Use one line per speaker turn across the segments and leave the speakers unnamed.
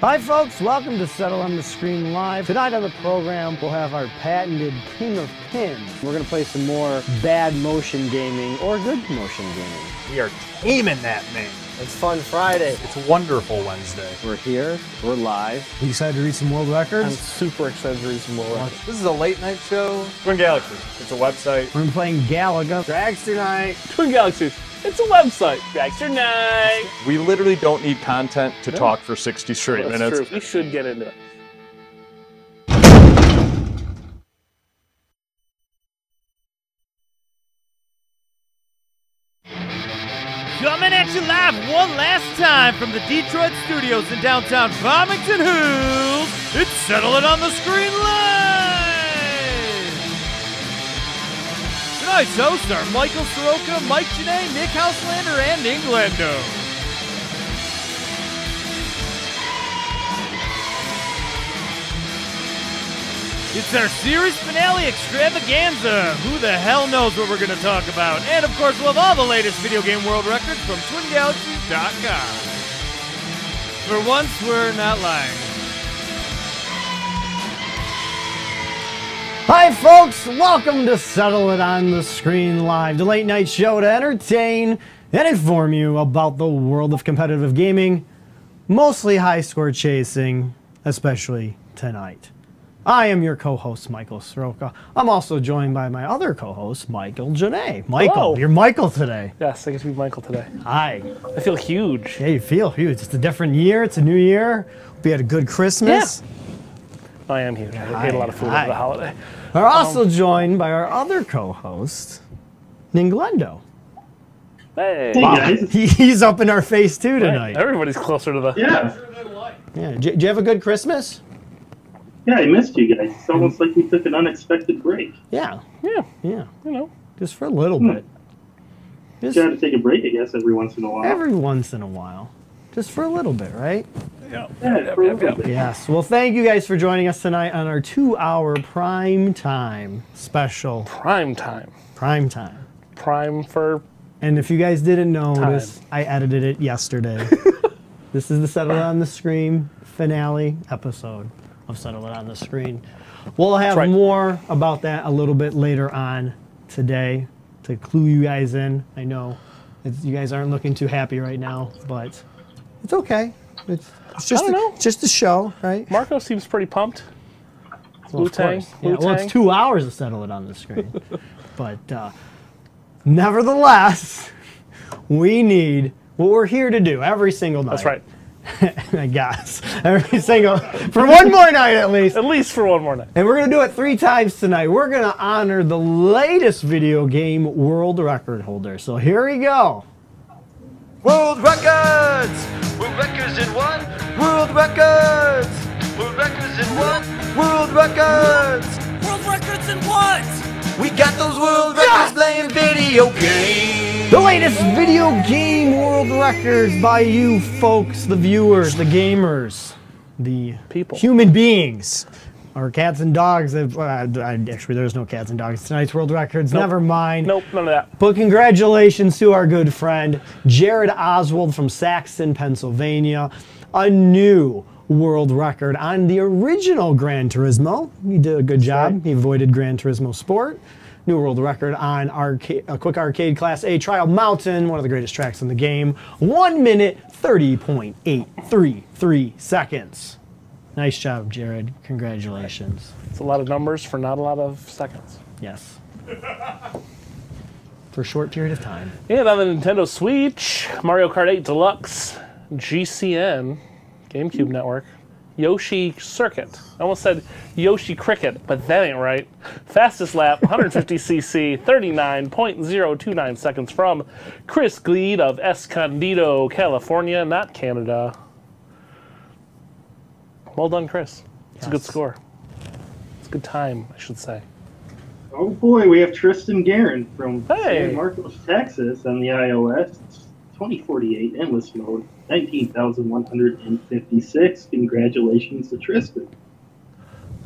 Hi, folks. Welcome to Settle on the Screen Live. Tonight on the program, we'll have our patented team of pins. We're going to play some more bad motion gaming or good motion gaming.
We are taming that man.
It's Fun Friday.
It's wonderful Wednesday.
We're here. We're live.
You excited to read some world
I'm
records?
super excited to read some more.
This is a late night show. Twin Galaxy. It's a website.
We're playing Galaga.
Dragster Night.
Twin Galaxies. It's a website. Baxter Night.
We literally don't need content to talk for 60 straight
That's
minutes.
true. We should get into it.
Coming at you live one last time from the Detroit studios in downtown Farmington Hills, it's Settle It on the Screen Live! Tonight's hosts are Michael Soroka, Mike Janae, Nick Houselander, and Englando. It's our series finale extravaganza. Who the hell knows what we're going to talk about? And of course, we'll have all the latest video game world records from TwinGalaxies.com. For once, we're not lying.
Hi, folks. Welcome to Settle It on the Screen Live, the late night show to entertain and inform you about the world of competitive gaming, mostly high score chasing, especially tonight. I am your co host, Michael Soroka. I'm also joined by my other co host, Michael Janae. Michael,
Hello.
you're Michael today.
Yes, I get to be Michael today.
Hi.
I feel huge.
Yeah, you feel huge. It's a different year, it's a new year. Hope you had a good Christmas.
I am huge. I
Hi,
ate a lot of food
hi.
over the holiday. Um,
We're also joined by our other co host, Ninglendo.
Hey.
Hey guys.
He- He's up in our face too tonight.
Everybody's closer to the.
Yeah.
Yeah. Did you have a good Christmas? Mm-hmm.
Yeah, I missed you guys. It's almost like we took an unexpected break.
Yeah.
Yeah,
Yeah.
you know.
Just for a little
Hmm.
bit. Just
You gotta take a break, I guess, every once in a while.
every once in a while. Just for a little bit, right?
yeah, for a little bit.
Yes. Well, thank you guys for joining us tonight on our two-hour prime time special.
Prime time.
Prime time.
Prime for.
And if you guys didn't notice, I edited it yesterday. this is the Settle It on the Screen finale episode of Settle It on the Screen. We'll have
right.
more about that a little bit later on today to clue you guys in. I know it's, you guys aren't looking too happy right now, but it's okay. It's, it's just
don't
a,
know.
just a show, right?
Marco seems pretty pumped.
Well, of
Wu-Tang,
course. Yeah, well,
Wu-Tang.
it's two hours to settle it on the screen. but uh, nevertheless, we need what we're here to do every single night.
That's right.
I guess. Every single, for one more night at least.
At least for one more night.
And we're going to do it three times tonight. We're going to honor the latest video game world record holder. So here we go.
World records! World records in one! World records! World records in one! World records! World records in what? We got those world records playing video games!
The latest video game world records by you folks, the viewers, the gamers, the
People.
human beings, or cats and dogs. If, uh, I- actually, there's no cats and dogs. Tonight's world records. Never mind.
Nope, none of that.
But congratulations to our good friend Jared Oswald from Saxon, Pennsylvania. A new world record on the original Gran Turismo. He did a good job. He avoided Gran Turismo Sport. New world record on arca- a quick arcade class A trial mountain, one of the greatest tracks in the game. One minute, 30.833 seconds. Nice job, Jared. Congratulations.
It's a lot of numbers for not a lot of seconds.
Yes. For a short period of time.
And on the Nintendo Switch, Mario Kart 8 Deluxe, GCN, GameCube Network, Yoshi Circuit. I almost said Yoshi Cricket, but that ain't right. Fastest lap, 150cc, 39.029 seconds from Chris Gleed of Escondido, California, not Canada. Well done, Chris. It's a good
Yes.
score. It's a good time, I should say.
Oh boy, we have Tristan Guerin from
Hey.
San Marcos, Texas on the iOS 2048 Endless Mode, 19,156. Congratulations to Tristan.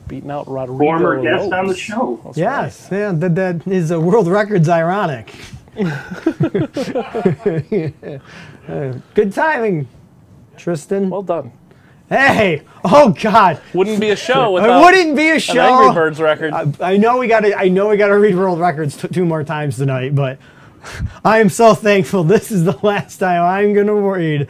Beating out Rodrigo.
Former guest on the
Lopes.
show.
That's right.
Yes, yeah, that, that is a world record's ironic. Uh, good timing, Tristan.
Well done.
Hey! Oh God!
Wouldn't be a show without
It wouldn't be a
an Angry
show.
Birds record.
Uh,
I know we got to. I know we got to read world records t- two more times tonight, but I am so thankful. This is the last time I'm going to read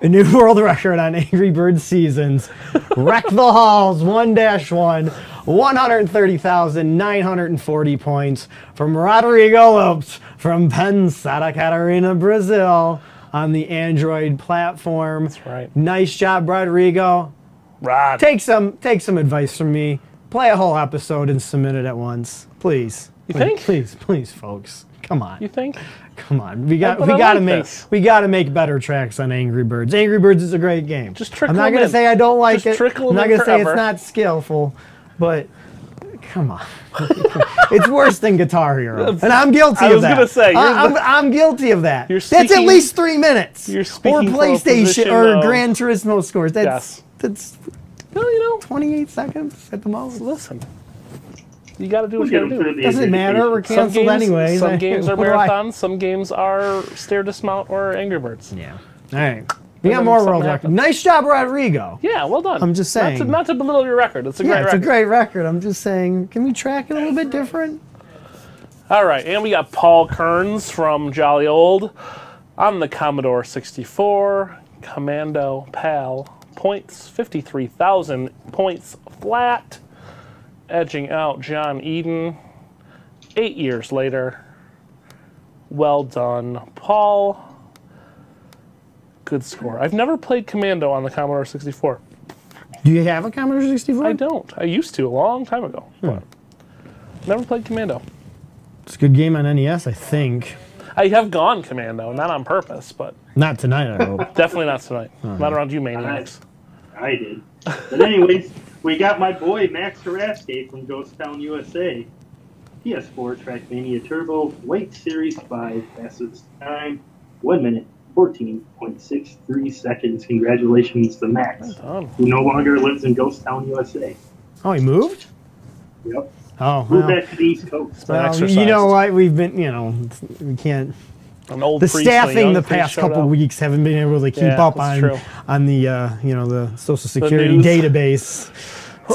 a new world record on Angry Bird seasons. Wreck the halls 1-1, 130,940 points from Rodrigo Lopes from Pensada Catarina, Brazil, on the Android platform. That's
right.
Nice job, Rodrigo
Rod.
take some take some advice from me. Play a whole episode and submit it at once, please. You please,
think?
Please, please, folks. Come on,
you think?
come on. We got
but
we
I
got to
like
make
this.
we got to make better tracks on Angry Birds. Angry Birds is a great game.
Just trickle
I'm not
'em
gonna
in.
say I don't like
Just
it.
trickle
I'm
'em
not
in
gonna say it's
forever.
not skillful, but come on. it's worse than Guitar Hero, and I'm guilty
I
of
was
that.
gonna say, you're
I, am I'm guilty of that.
You're
That's at
speaking-
least three minutes.
you're
or
speaking from a
PlayStation
position
or
of-
Gran Turismo scores. That's
Yes.
that's
Well, you know,
28 seconds at the most.
listen. You got to do what
We'll get
you got
him
to do.
through the
Doesn't it matter? We're
adjudication.
Some
canceled
games,
anyway.
some games are
What do I-
marathons. Some games are stair dismount or Angry Birds. Yeah,
All right. We got
then
more
something
world records.
happens.
Nice job, Rodrigo.
well done.
I'm just
Not
saying.
to, not to belittle your record. It's a
Yeah,
great
it's a
record.
great record. I'm just saying, can we track it a little bit different?
All right, and we got Paul Kearns from Jolly Old on the Commodore 64. Commando Pal points 53,000 points flat, edging out John Eden eight years later. Well done, Paul. Good score. I've never played Commando on the Commodore 64.
Do you have a Commodore 64?
I don't. I used to a long time ago. but Never played Commando.
It's a good game on NES, I think.
I have gone commando, not on purpose, but
Not tonight, I hope.
definitely not tonight. Not around you maniacs.
I did. But anyways, we got my boy Max Haraske from Ghost Town USA. PS4 Trackmania Turbo White Series 5 fastest time 1 minute 14.63 seconds. Congratulations to Max,
Done.
who no longer lives in Ghost Town USA.
Oh, he moved?
Yep.
Oh,
Move
well.
back to the East Coast.
Well,
Exercised.
you know what? We've been, you know, it's- we can't.
An old
The
priest and a
staffing
young
the
priest
past
showed
couple
up.
weeks haven't been able to keep
Yeah,
up
that's
on
true.
on the uh, you know the Social Security
news.
database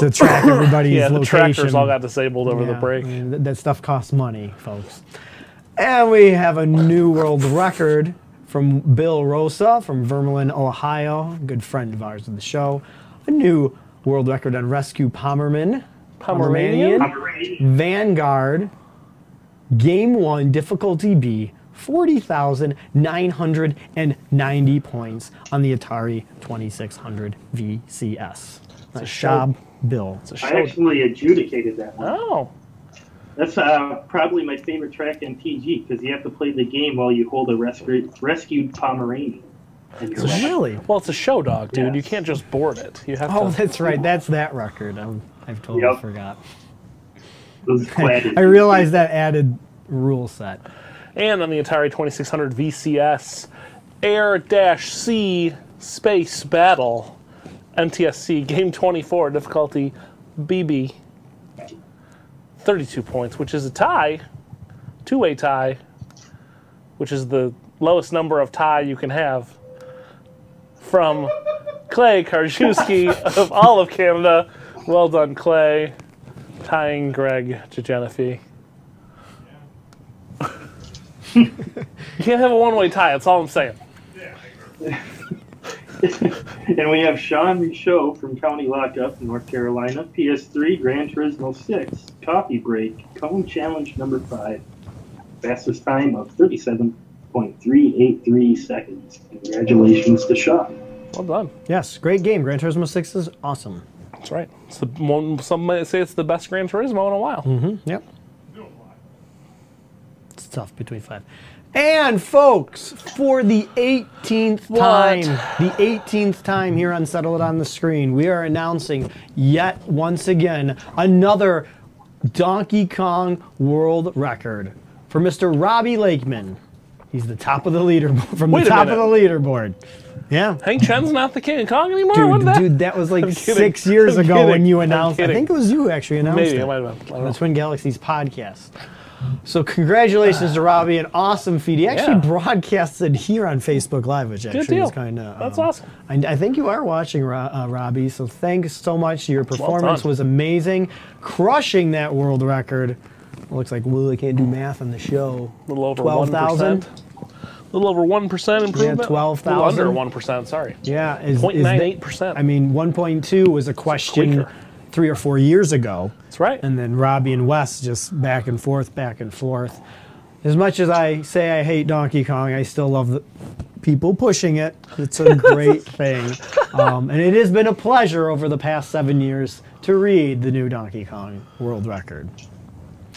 to track everybody's
Yeah, the
location.
tractors all got disabled over the
Yeah,
break.
I mean, th- that stuff costs money, folks. And we have a new world record from Bill Rosa from Vermilin, Ohio, good friend of ours of the show. A new world record on Rescue Pommerman.
Pomeranian?
Pomeranian.
Vanguard. Game one, difficulty B, 40,990 points on the Atari 2600 VCS. Nice
show.
job, Bill.
It's a
I
show.
actually adjudicated that one.
Oh,
That's uh, probably my favorite track in PG because you have to play the game while you hold a rescued, rescued Pomeranian. And you're like,
Really?
well, it's a show dog, dude.
Yeah.
You can't just board it. You have
Oh,
to.
that's right. That's that record. i I've totally
Yep.
forgot.
those
I realized that added rule set.
And on the Atari 2600 VCS, Air Dash C Space Battle, NTSC Game 24, difficulty BB, 32 points, which is a tie, two-way tie, which is the lowest number of tie you can have. From Clay Karczewski of all of Canada, well done, Clay, tying Greg Jajanifi. You can't have a one-way tie. That's all I'm saying.
And we have Sean Michaud from County Lockup, North Carolina, PS3, Gran Turismo 6, Coffee Break, Cone Challenge number 5, fastest time of 37.383 seconds. Congratulations to Sean.
Well done.
Yes, great game. Gran Turismo 6 is awesome.
That's right. It's the one, some might say it's the best Gran Turismo in a while.
Mm-hmm, Yep. It's tough between five. And folks, for the 18th time, the 18th time here on Settle It on the Screen, we are announcing yet once again another Donkey Kong world record for Mr. Robbie Lakeman. He's the top of the leaderboard from
Wait
the
a
top of
minute.
the leaderboard. Yeah.
Hank Chen's not the King of Kong anymore. what
Dude,
the-
dude, that was like
I'm kidding.
six years
I'm
ago
kidding.
when you
I'm
announced. I
kidding.
think it was you actually announced
Maybe
it
it might have been. I don't
on the
know.
Twin Galaxies podcast. So congratulations to Robbie, an awesome feed. He actually
Yeah.
broadcasted here on Facebook Live, which actually
deal.
is kind of
That's awesome.
I, I think you are watching, Ro- uh, Robbie. So thanks so much. Your performance
done.
was amazing, crushing that world record. Looks like Willie can't do math on the show.
A little over
12,000?
1%. A little over 1% improvement. A
12,000.
little under 1%, sorry.
Yeah, is, is that-
0.98%.
I mean, 1.2 was a question
Squeaker.
three or four years ago.
That's right.
and then Robbie and Wes just back and forth, back and forth. As much as I say I hate Donkey Kong, I still love the people pushing it. It's a great thing, um, and it has been a pleasure over the past seven years to read the new Donkey Kong world record.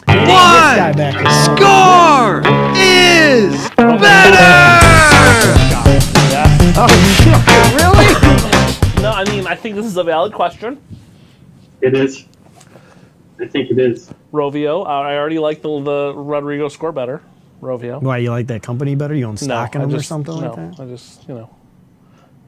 Guy
One
back in-
score is better.
No, I mean, I think this is a valid question.
It is. I think it is.
Rovio, I I already like the, the Rodrigo score better. Rovio.
Why you like that company better? You own stock in
I
them or
just-
something
no,
like that?
I just, you know,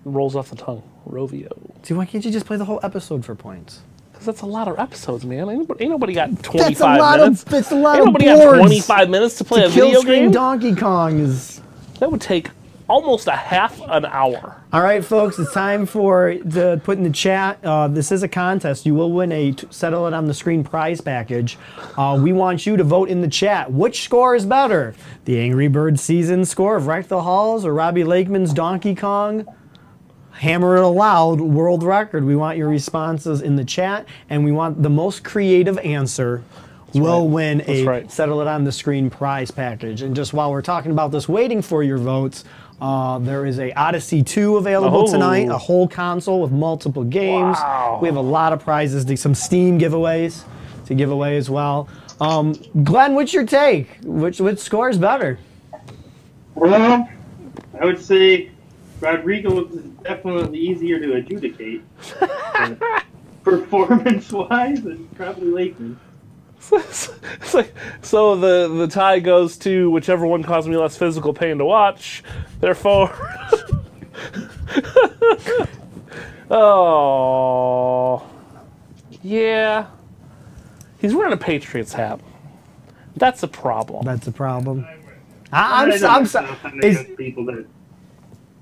rolls off the tongue. Rovio.
See, why can't you just play the whole episode for points?
Because that's a lot of episodes, man. Ain't nobody, ain't nobody got 25
That's a lot
minutes.
of. That's a lot
Ain't nobody
of
got
boards.
25 minutes to play a
Kill
video
Screen
game.
Donkey Kong is
That would take almost a half an hour.
All right, folks, it's time for the put in the chat. Uh, this is a contest. You will win a t- settle it on the screen prize package. Uh, we want you to vote in the chat. Which score is better, the Angry Bird season score of Wreck the Halls or Robbie Lakeman's Donkey Kong? Hammer it aloud world record. We want your responses in the chat, and we want the most creative answer. will win a
right.
settle it on the screen prize package. And just while we're talking about this, waiting for your votes, uh, there is a Odyssey 2 available
Oh.
tonight, a whole console with multiple games. We have a lot of prizes, to- some Steam giveaways to give away as well. Um, Glenn, what's your take? Which which score is better?
Well, I would say Rodrigo is definitely easier to adjudicate. Performance wise, and probably
Hmm.
Lakeman.
It's like- so the, the tie goes to whichever one caused me less physical pain to watch. Therefore. oh. Yeah. He's wearing a Patriots hat. That's a problem.
That's a problem. I, I'm
I
so-
don't
I'm
know
so-
if I'm
is-
against people that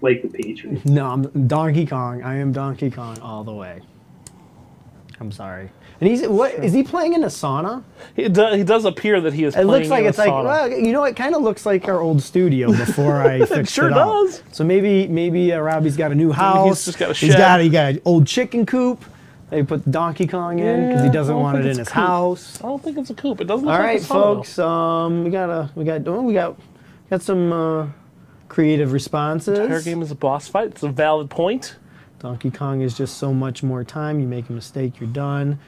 like the Patriots.
No, I'm Donkey Kong. I am Donkey Kong all the way. I'm sorry. And he's what is he playing in a sauna?
He, do, he does appear that he is
It
playing
looks like
in a
it's like
sauna.
well, you know, it kind of looks like our old studio before I fixed it
sure
up.
does.
So maybe maybe uh, Robbie's got a new house.
just got a
He's
shed.
got he got an old chicken coop. They put the Donkey Kong in because he
Yeah,
doesn't
I don't
want it
think
in
it's
his
coop.
house.
I don't think it's a coupe. It doesn't look
All
like
right,
a sauna.
folks. Um, we got a we got oh, we got got some uh, creative responses.
Entire game is a boss fight. It's a valid point.
Donkey Kong is just so much more time. You make a mistake, you're done.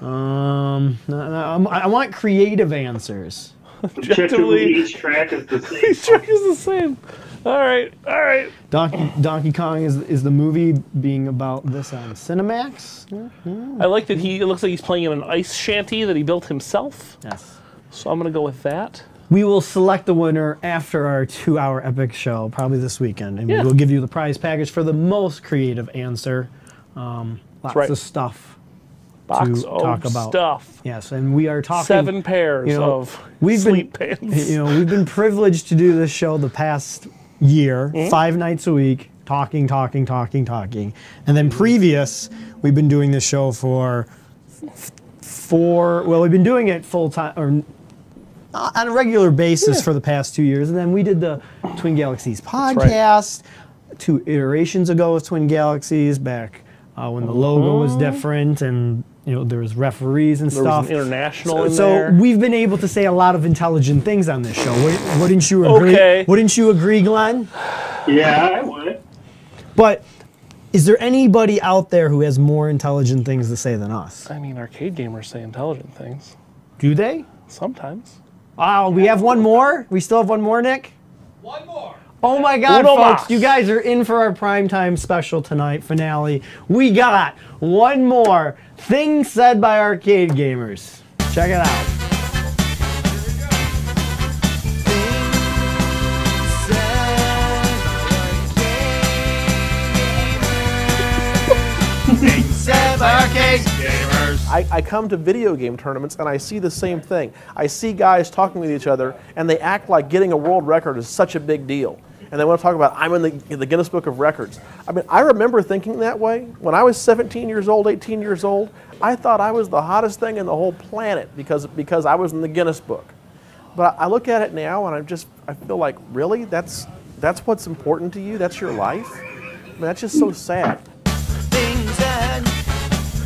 Um, no, no, I'm- I want creative answers.
Objectively,
Objectively-
each track is the same.
Each track is the same. All right, all right.
Donkey, Donkey Kong is is the movie being about this on Cinemax. Yeah,
I like that he. It looks like he's playing in an ice shanty that he built himself.
Yes.
So I'm gonna go with that.
We will select the winner after our two-hour epic show, probably this weekend, and
Yeah.
we will give you the prize package for the most creative answer. Um, lots
right.
of stuff.
Box
To
of
talk about
stuff.
Yes, and we are talking
Seven pairs
you know,
of
we've been-
sleep pants.
you know, we've been privileged to do this show the past year,
Mm-hmm.
five nights a week, talking, talking, talking, talking. And then previous, we've been doing this show for f- four, well, we've been doing it full time or uh, on a regular basis for the past two years. And then we did the Twin Galaxies podcast two iterations ago with Twin Galaxies back uh, when the logo
Mm-hmm.
was different and. You know, there was referees and
There
stuff.
was an international
So,
in
so
there.
we've been able to say a lot of intelligent things on this show. Wou- Wouldn't you agree?
Okay.
Wouldn't you agree, Glenn?
Yeah, I would.
But is there anybody out there who has more intelligent things to say than us?
I mean, arcade gamers say intelligent things
Do they?
sometimes.
Oh, we have one more. We still have one more, Nick.
One more.
Oh my God,
Uno
folks!
mas.
You guys are in for our primetime special tonight finale. We got one more thing said by arcade gamers. Check it out.
Seven arcade gamers.
I, I come to video game tournaments and I see the same thing. I see guys talking with each other and they act like getting a world record is such a big deal. And they want to talk about, I'm in the, in the Guinness Book of Records. I mean, I remember thinking that way. When I was 17 years old, 18 years old, I thought I was the hottest thing in the whole planet because, because I was in the Guinness Book. But I look at it now and I'm just, I feel like, really? That's, that's what's important to you? That's your life? I mean, that's just so sad.
Things said,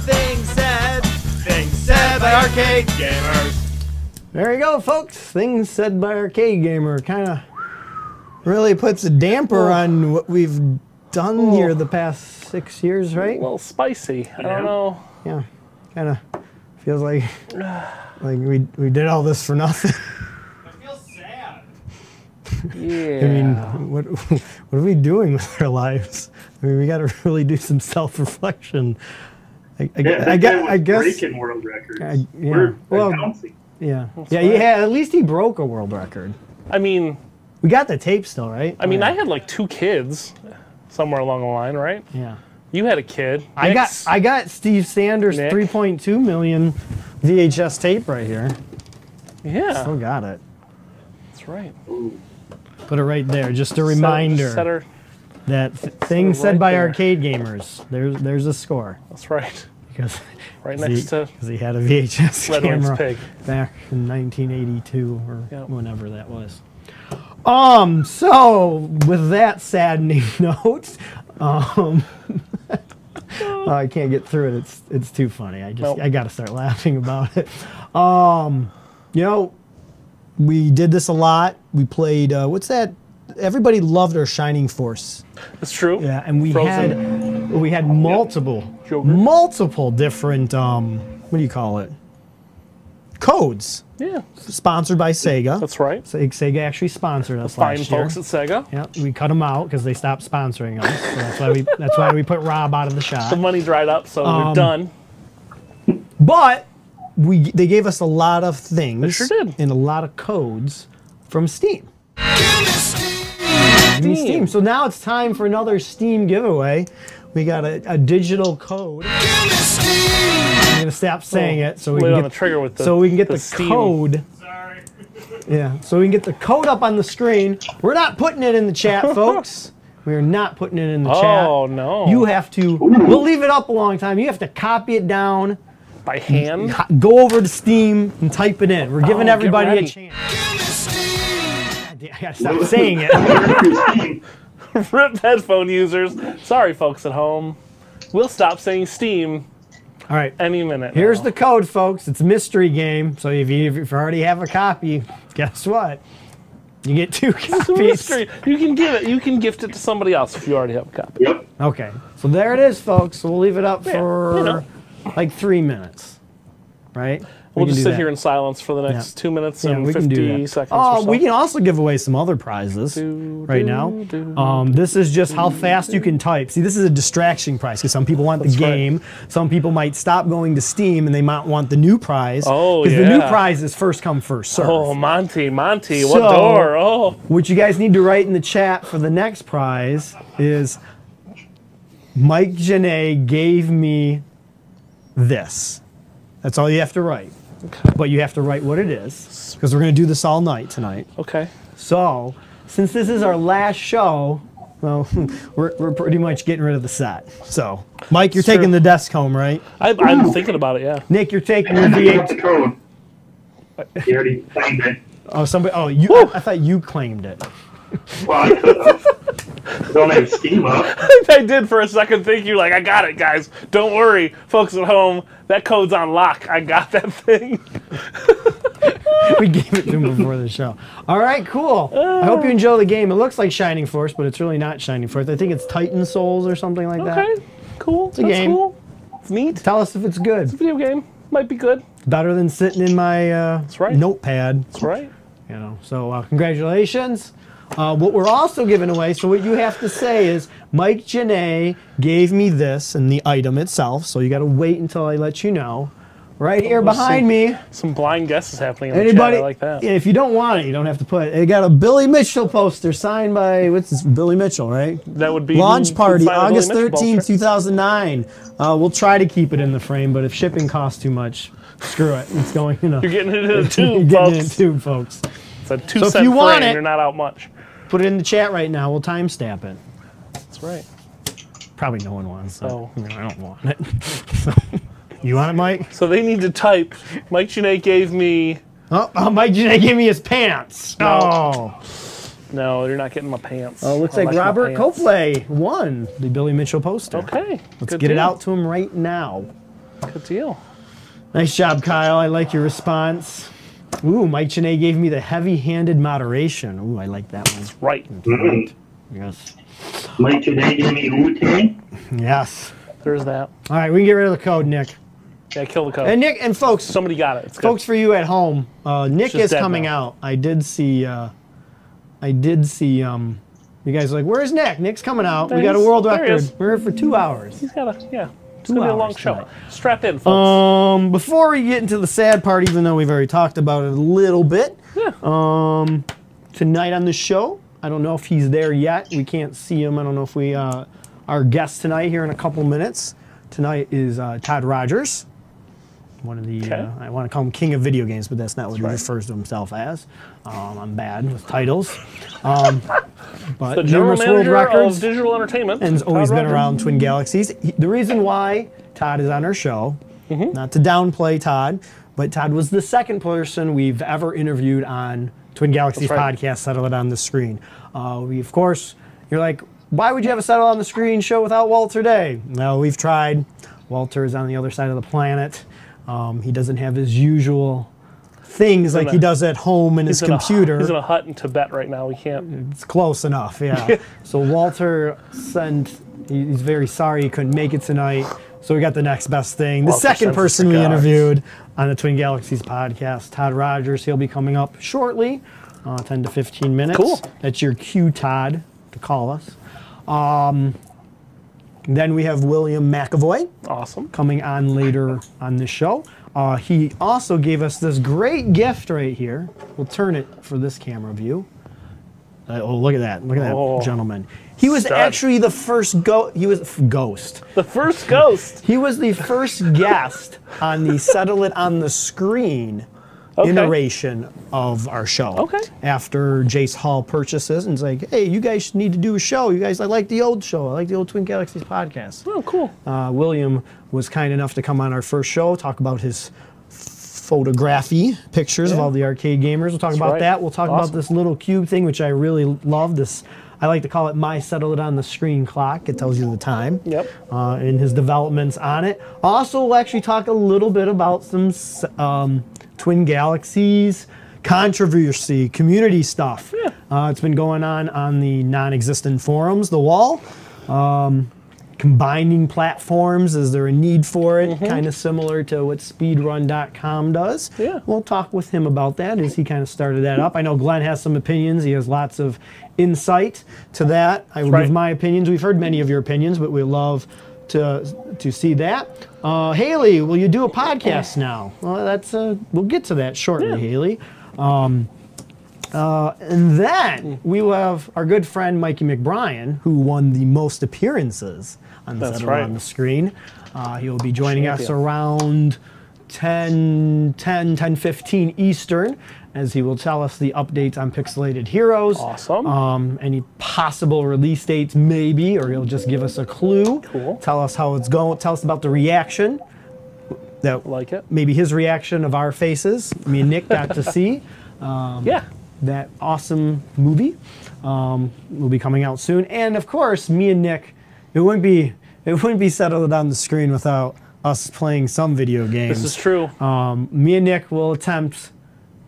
things said, things said by arcade gamers.
There you go, folks. Things said by Arcade Gamer kind of really puts a damper
Oh.
on what we've done here the past six years, right?
A little spicy. I don't know.
yeah, kind of feels like like we we did all this for nothing.
I feel sad.
Yeah.
I mean, what what are we doing with our lives? I mean, we got to really do some self-reflection. I,
Yeah,
I, I,
that guy
guess.
was
I guess.
breaking world records.
I- yeah.
We're
Well-
announcing.
Yeah. Yeah. Yeah. At least he broke a world record.
I mean,
We got the tape still, right? Oh,
I mean, I had like two kids somewhere along the line, right?
Yeah.
You had a kid.
I got
Nick's-
I got Steve Sanders
Nick.
3.2 million VHS tape right here.
yeah.
Still got it.
That's right.
Put it right there, just a reminder
Set, set her,
that th- things
right
said by
there.
arcade gamers. There's there's a score
that's right.
because
Right
'cause
next
he,
to
'cause he had a VHS
Red Wings
camera
Pig.
back in 1982 or
Yep.
whenever that was. Um. So with that saddening note, um. I can't get through it. It's it's too funny. I just
Nope.
I got to start laughing about it. Um, you know, we did this a lot. We played uh, what's that? Everybody loved our Shining Force.
It's true.
Yeah, and we
Frozen.
had we had multiple
Joker.
multiple different um what do you call it? Codes
Yeah.
sponsored by Sega.
That's right.
Se- Sega actually sponsored us
Fine
last year.
folks at Sega.
Yeah, we cut them out because they stopped sponsoring us. So that's why we that's why we put Rob out of the shot.
The money dried up, so
Um,
we're done.
But we they gave us a lot of things. They
sure did.
And a lot of codes from Steam. Steam.
Steam.
So now it's time for another Steam giveaway. We got a, a digital code. I'm gonna stop saying it so we
Lay
can
on
get
the trigger with the
so we can get the,
Steam.
code.
Sorry.
Yeah. So we can get the code up on the screen. We're not putting it in the chat, folks. We are not putting it in the chat.
Oh no.
You have to. We'll leave it up a long time. You have to copy it down.
by hand.
co- Go over to Steam and type it in. We're giving
Oh, get
everybody a
ready.
chance. God damn, I gotta stop saying it.
Rip headphone users. Sorry folks at home. We'll stop saying Steam
All right.
any minute.
Here's
now.
the code, folks. It's a mystery game. So if you, if you already have a copy, guess what? You get two
It's a
copies.
mystery. You can give it. You can gift it to somebody else if you already have a copy.
Yep.
Okay. So there it is, folks. So we'll leave it up
Yeah,
for
you know.
like three minutes. Right? We
We'll
can
just
do
sit
that.
here in silence for the next two minutes
Yeah,
and
we can do
fifty
that.
seconds.
Oh,
or so.
we can also give away some other prizes
Do,
right
do,
now.
do,
Um, this is just how fast you can type. See, this is a distraction prize because some people want the
right.
game. Some people might stop going to Steam and they might want the new prize.
Oh,
the new
yeah.
prize is first come, first serve.
Oh, Monty, Monty, what
So-
door? Oh,
What you guys need to write in the chat for the next prize is Mike Janae gave me this. That's all you have to write. But you have to write what it is because we're going to do this all night tonight.
okay.
So, since this is our last show, well, we're, we're pretty much getting rid of the set. So, Mike, you're
Sure.
taking the desk home, right?
I, I'm thinking about it. Yeah.
Nick, you're taking your VH.
the code. He already claimed it.
Oh, somebody. Oh, you. I, I thought you claimed it.
Well, I could have. Don't have Steam up.
I did for a second. Think you like I got it, guys. Don't worry, folks at home. That code's on lock. I got that thing.
We gave it to him before the show. All right, cool. I hope you
Ah.
enjoy the game. It looks like Shining Force, but it's really not Shining Force. I think it's Titan Souls or something like that.
Okay, cool. It's
a
That's
game.
cool. It's neat.
Tell us if it's good.
Video game might be good.
Better than sitting in my uh,
right.
notepad.
That's right.
you know so uh, congratulations uh, what we're also giving away so what you have to say is mike janae gave me this and the item itself so you got to wait until i let you know right here
We'll
behind
see.
me.
Some blind guesses happening in
Anybody?
the chat. I like that.
If you don't want it, you don't have to put it. They got a Billy Mitchell poster signed by what's this? Billy Mitchell, right?
That would be
Launch
who
party,
signed the Billy
August
Mitchell ball,
13,
sure.
2009. Uh, we'll try to keep it in the frame, but if shipping costs too much, screw it. It's going in a.
You're getting it in a
You're
tube,
getting it in
folks.
tube, folks.
It's a two
So if
cent
you want
frame.
it-
You're not out much.
Put it in the chat right now. We'll timestamp it.
That's right.
Probably no one wants it.
Oh.
I, mean, I don't want it. So- you want it, Mike?
So they need to type. Mike Janae gave me.
Oh, oh Mike Janae gave me his pants. Oh.
No, you're not getting my pants.
Oh, looks
I
like
my
Robert
pants.
Copley won the Billy Mitchell poster.
Okay.
Let's
good
get it
deal.
out to him right now.
Good deal.
Nice job, Kyle. I like your response. Ooh, Mike Janae gave me the heavy-handed moderation. Ooh, I like that one.
Right.
Mm.
Yes.
Mike today gave me Wu Tang.
Yes.
There's that.
All right, we can get rid of the code, Nick.
Yeah, kill the code.
And Nick and folks,
Somebody got it. It's good.
folks for you at home, uh, Nick
just
is
dead
coming
now.
out. I did see. Uh, I did see. Um, you guys are like, where's Nick? Nick's coming out.
There
we got a
he is.
world
There he
record.
is.
We're here for two hours.
He's got a yeah. It's
Two
gonna be a
hours
long show.
tonight.
Strap in, folks.
Um, before we get into the sad part, even though we've already talked about it a little bit,
Yeah.
um, tonight on the show, I don't know if he's there yet. We can't see him. I don't know if we, uh, our guest tonight here in a couple minutes. Tonight is uh, Todd Rogers, one of the,
Okay.
uh, I want to call him king of video games, but that's not what he
right.
refers to himself as. Um, I'm bad with titles. Um, but
the general
numerous world
manager
records
of digital entertainment.
and has
Todd
always been
Rogers.
around Twin Galaxies. He- the reason why Todd is on our show,
Mm-hmm.
not to downplay Todd, but Todd was the second person we've ever interviewed on Twin Galaxies
That's right.
podcast, Settle It on the Screen. Uh, we, of course, you're like, why would you have a Settle on the Screen show without Walter Day? No, we've tried. Walter is on the other side of the planet. Um, he doesn't have his usual things like
in
he
a-
does at home in his
He's in a-
computer
he's in a hut in Tibet right now. We can't.
it's close enough, yeah. so Walter sent. he- He's very sorry he couldn't make it tonight. So we got the next best thing. The
Walter
second
sends us
person we
cigars.
interviewed on the Twin Galaxies podcast, Todd Rogers. He'll be coming up shortly, uh, 10 to 15 minutes.
Cool.
That's your cue, Todd, to call us. Um, then we have William McAvoy
Awesome.
coming on later on the show. Uh, he also gave us this great gift right here. We'll turn it for this camera view. Uh, oh, look at that! Look at that
Oh.
gentleman. He was
Stud.
actually the first go. He was f- ghost.
The first ghost.
He was the first guest on the settle it on the screen
Okay.
iteration of our show.
Okay.
After Jace Hall purchases and is like, hey, you guys need to do a show. You guys, I like the old show. I like the old Twin Galaxies podcast
Oh, cool.
uh, William was kind enough to come on our first show, talk about his photography pictures of all the arcade gamers. We'll talk about
right.
that. We'll talk about
Awesome.
this little cube thing, which I really love. This I like to call it my settle it on the screen clock. It tells you the time.
Yep.
Uh, and his developments on it. Also, we'll actually talk a little bit about some s- um, Twin Galaxies controversy, community stuff.
Yeah.
Uh, it's been going on on the non-existent forums, the wall Um, combining platforms? Is there a need for it?
Mm-hmm.
Kind of similar to what speedrun.com does.
Yeah.
We'll talk with him about that as he kind of started that up. I know Glenn has some opinions. He has lots of insight to that. I will
right.
give my opinions. We've heard many of your opinions, but we love to to see that. Uh, Haley, will you do a podcast now? Well, that's uh, we'll get to that shortly,
Yeah.
Haley. Um, Uh, And then we will have our good friend Mikey McBrien, who won the most appearances on the
That's
Settle
right.
on the screen. Uh, he will be joining us
Champion.
around 10, 10, 10, 15 Eastern, as he will tell us the updates on Pixelated Heroes.
Awesome.
Um, any possible release dates, maybe, or he'll just give us a clue.
Cool.
Tell us how it's going. Tell us about the reaction. That
Like it.
maybe his reaction of our faces. Me and Nick got to see um,
yeah.
that awesome movie um, will be coming out soon. And of course, me and Nick, it wouldn't be it wouldn't be settled on the screen without us playing some video games.
This is true.
Um, me and Nick will attempt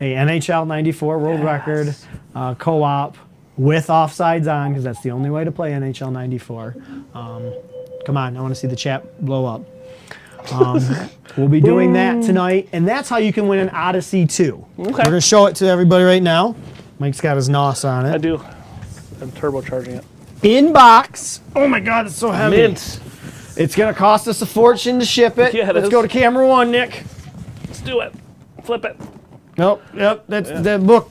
a NHL '94 world record uh, co-op with offsides on because that's the only way to play NHL '94. Um, come on, I want to see the chat blow up. Um, we'll be doing that tonight, and that's how you can win an Odyssey 2. We're gonna show it to everybody right now. Mike's got his NOS on
I
it.
do. I'm turbocharging it.
Inbox. Oh my God, it's so heavy.
Mint.
It's gonna cost us a fortune to ship it.
Yeah, it
Let's
is.
go to camera one, Nick.
do it. Flip it.
Nope. Yep. That's that book.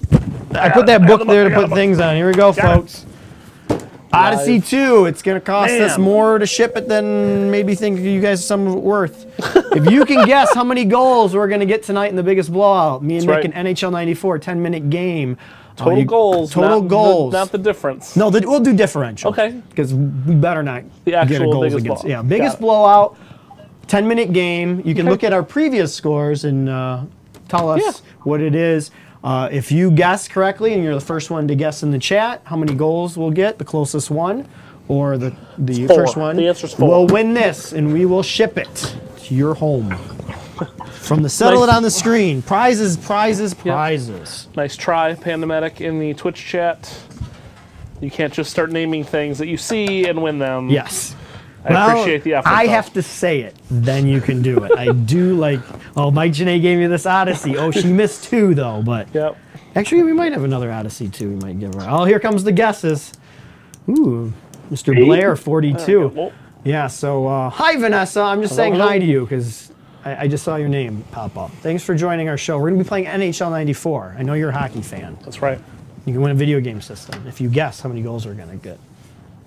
I put that book there to put things on. Here we go,
Got it.
folks. Odyssey 2. It's going to cost us
Damn.
more to ship it than maybe think you guys are some of it worth. if you can guess how many goals we're going to get tonight in the biggest blowout, me and
That's
Nick in NHL 94, 10 minute game. Uh,
Total
you-
goals.
Total
not
goals.
The, not the difference.
No, the, we'll do differential.
Okay.
Because we better not
The
get a
actual
goals
biggest
against.
blowout.
Yeah, biggest
Got it.
blowout, 10 minute game. You can look at our previous scores and uh, tell us
Yeah.
what it is. Uh, if you guess correctly and you're the first one to guess in the chat how many goals we'll get, the closest one or the, the
four.
first one,
The answer's four.
we'll win this and we will ship it to your home. From the settle
Nice.
it on the screen. Prizes, prizes, prizes.
Nice try, Pandemic, in the Twitch chat. You can't just start naming things that you see and win them.
Yes.
I appreciate the effort.
I
though.
have to say it, then you can do it. I do like. Oh, Mike Janae gave me this Odyssey. Oh, she missed two though, but
Yep.
actually we might have another Odyssey too. We might give her. Oh, here comes the guesses. Ooh, Mr. Blair, forty-two.
Well,
Yeah. So, uh, hi Vanessa. I'm just saying hi to you because I, I just saw your name pop up. Thanks for joining our show. We're gonna be playing NHL '94. I know you're a hockey fan.
that's right.
You can win a video game system if you guess how many goals we're gonna get.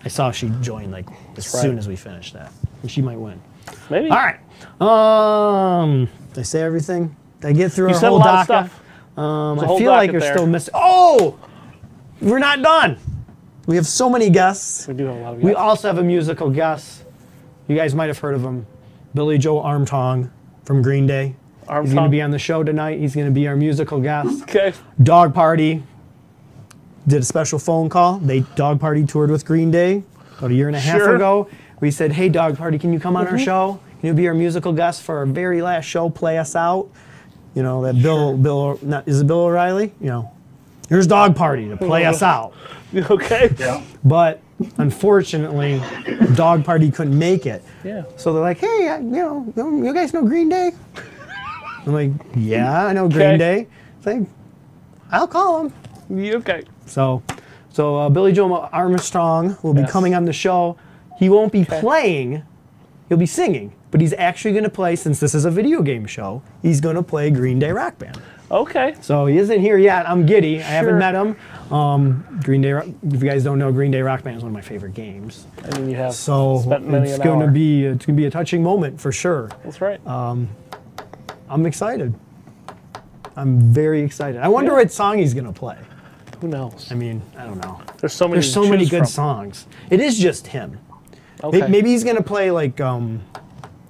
I saw she joined like as
right.
soon as we finished that, and she might win.
Maybe.
All right. Um, did I say everything? Did I get through
You
our
said a
whole
lot of
DACA?
stuff.
Um,
There's a
I
whole
feel like
docket
you're
there.
still missing. Oh, we're not done. We have so many guests.
We do have a lot of
We
guys.
also have a musical guest. You guys might have heard of him, Billy Joe Armstrong from Green Day. He's going to
Armstrong.
be on the show tonight. He's going to be our musical guest.
Okay.
Dog Party did a special phone call. They Dog Party toured with Green Day about a year and a half
Sure. Mm-hmm.
ago. We said, "Hey, Dog Party, can you come on our show? Can you be our musical guest for our very last show? Play us out." You know that Bill Bill not, is it Bill O'Reilly? You know, here's Dog Party to play us out.
Okay.
Yeah.
But unfortunately, Dog Party couldn't make it.
Yeah.
So they're like, hey, uh, you know, you you guys know Green Day? I'm like, yeah, I know Green
Okay.
Day. It's like, I'll call them.
You- Okay.
So, so uh, Billy Joe Armstrong will be
Yes.
coming on the show. He won't be playing; he'll be singing. But he's actually going to play, since this is a video game show, he's going to play Green Day Rock Band.
Okay.
So he isn't here yet. I'm giddy. I haven't
Sure.
met him. Um, Green Day. Ro- If you guys don't know, Green Day Rock Band is one of my favorite games.
I mean, you have
So
spent many
it's
an
going to
hour.
be it's going to be a touching moment for sure. Um,
That's right.
I'm excited. I'm very excited. I wonder
Yeah.
what song he's going to play.
Who knows?
I mean, I don't know.
There's so many.
There's
to
so many
choose
good
from.
songs. It is just him. May-
Okay.
Maybe he's gonna play like um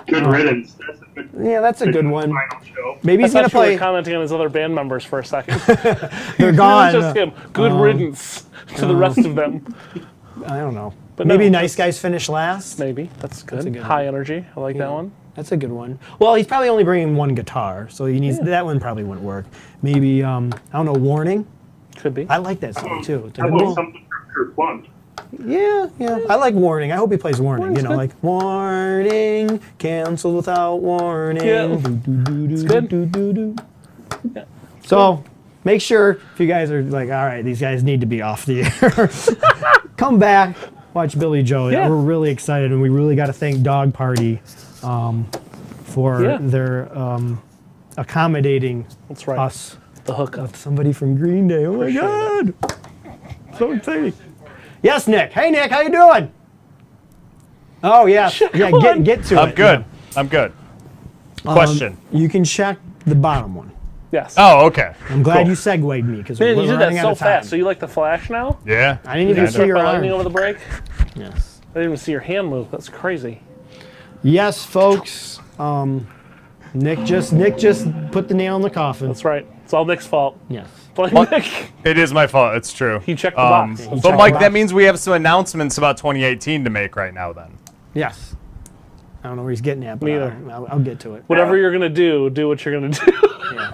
Good riddance. That's a good.
yeah, that's a good one.
Final show.
Maybe
I
he's
thought
gonna
you were
play
commenting on his other band members for a second. It
They're
was
Gone. Oh.
just him. Good riddance to the rest of them.
I don't know.
But
maybe
no,
Nice Guys finish last.
Maybe that's good.
a good
High energy. I like that one.
That's a good one. Well, he's probably only bringing one guitar, so he needs that one probably wouldn't work. Maybe um I don't know, Warning.
Could be.
I like that song too. It's a
How
good
about
one.
something from Kirk Blunt?
Yeah, yeah. I like Warning. I hope he plays Warning.
Warning's
you know,
good.
like Warning, canceled without warning.
Yeah.
It's
good.
So make sure if you guys are like, all right, these guys need to be off the air. Come back, watch Billy Joe.
Yeah.
We're really excited, and we really got to thank Dog Party um, for
Yeah.
their um, accommodating
That's right.
us.
The hookup.
Somebody from Green Day. Oh my
Appreciate
God! So exciting. Yes, Nick. Hey, Nick. How you doing? Oh yeah, yeah. Get get to it. Um,
I'm good. I'm good. Question.
You can check the bottom one.
Yes.
Oh, okay.
I'm glad you segued me because we're
Man, you did that
running out
so
of time.
fast. So you like the flash now?
Yeah.
I didn't even
Yeah, I
see
know.
your
By
arm.
lightning over the break.
Yes.
I didn't even see your hand move. That's crazy.
Yes, folks. Um, Nick just Nick just put the nail in the coffin.
That's right. It's all Nick's fault.
Yes.
Blame Nick.
It is my fault. It's true.
He checked the
Um,
box.
but
the
Mike,
box.
that means we have some announcements about 2018 to make right now. Then
Yes. I don't know where he's getting at, but
Me
I-
either.
I'll, I'll get to it.
Whatever you're gonna do, do what you're gonna do.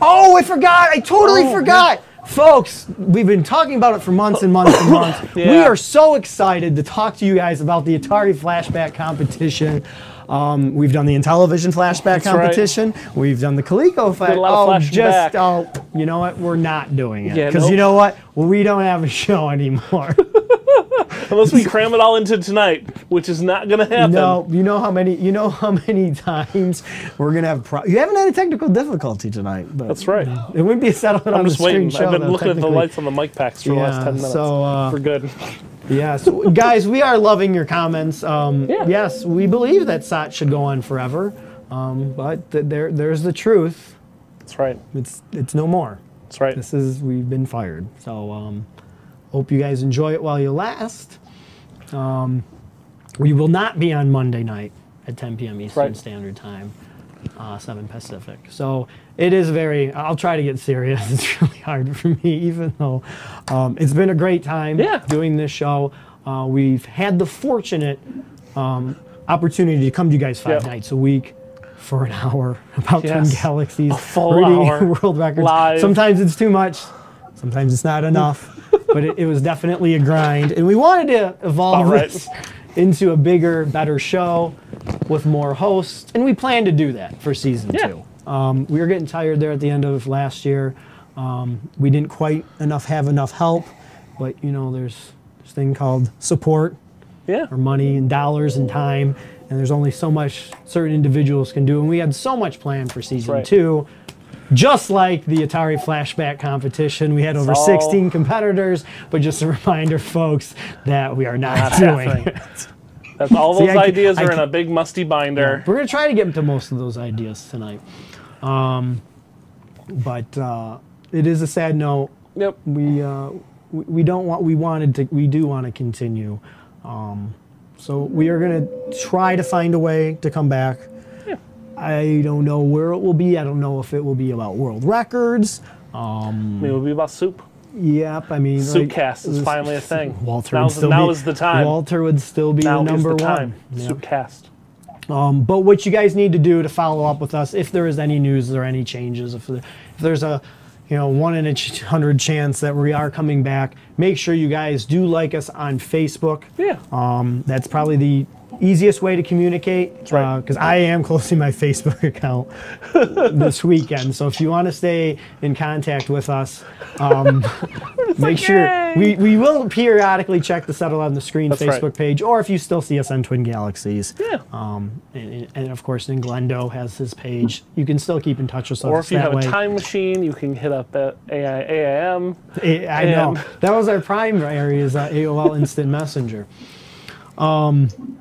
Oh, I forgot. I totally
Oh,
forgot. Folks, we've been talking about it for months and months and months. We
Yeah.
are so excited to talk to you guys about the Atari Flashback competition. Um, we've done the Intellivision Flashback
right.
competition. We've done the Coleco Flashback.
a lot of
Oh,
flashing
just
back.
oh, you know what? We're not doing it
Yeah,
because you
nope.
know what? We don't have a show anymore.
unless we cram it all into tonight, which is not going to happen.
No, you know how many you know how many times we're gonna have. Pro- you haven't had a technical difficulty tonight, but
That's right.
It wouldn't be a settlement
I'm
on
just
the screen
waiting.
show,
I've been
though,
looking at the
technically.
lights on the mic packs for the last
Yeah,
10 minutes.
so, uh,
for good.
Yeah, so guys, we are loving your comments. Um,
Yeah.
Yes, we believe that SOT should go on forever, um, but th- there there's the truth.
That's right.
It's it's no more.
That's right.
This is we've been fired. So um, hope you guys enjoy it while you last. Um, we will not be on Monday night at 10 p.m. Eastern
right.
Standard Time, uh, 7 Pacific. So it is very. I'll try to get serious. It's really hard for me, even though um, it's been a great time
Yeah.
doing this show. Uh, we've had the fortunate um, opportunity to come to you guys five
Yeah.
nights a week. For an hour about
Yes.
10 galaxies,
full
reading
hour.
world records.
Live.
Sometimes it's too much, sometimes it's not enough, but it, it was definitely a grind. And we wanted to evolve
All right.
this into a bigger, better show with more hosts, and we plan to do that for season
Yeah.
two. Um, we were getting tired there at the end of last year. Um, we didn't quite enough have enough help, but you know, there's this thing called support
Yeah.
or money and dollars and time. And there's only so much certain individuals can do. And we had so much planned for season
right.
two. Just like the Atari Flashback competition, we had over
all-
16 competitors. But just a reminder, folks, that we are not doing.
happening. That's all
See,
those
I c-
ideas
I
are in
c-
a big musty binder.
We're gonna try to get to most of those ideas tonight. Um, but uh, it is a sad note.
Yep.
We uh, we, we don't want. We wanted to. We do want to continue. Um, so we are gonna try to find a way to come back. I don't know where it will be. I don't know if it will be about world records. Um,
I mean, it would be about soup.
Yep, I mean,
Soup cast is
this-
finally a thing.
Walter
Now's-
would still
now
be-
is the time.
Walter would still be
Now
the number
is the
one.
time.
Yeah.
Soup cast.
Um, But what you guys need to do to follow up with us, if there is any news or any changes, if, there, if there's a you know one in a ch- hundred chance that we are coming back, make sure you guys do like us on Facebook.
Yeah.
Um, that's probably the easiest way to communicate. That's
right.
Because I am closing my Facebook account this weekend, so if you want to stay in contact with us. Um, Make sure
yay!
we, we will periodically check the Settle on the Screen
That's right.
Facebook page, or if you still see us on Twin Galaxies,
yeah.
um, and, and of course, then Glendo has his page. You can still keep in touch with us.
or if you
that
have
way.
a time machine, you can hit up uh, at AI, AIM.
I- I know
and-
that was our primary is uh, AOL Instant Messenger. Um,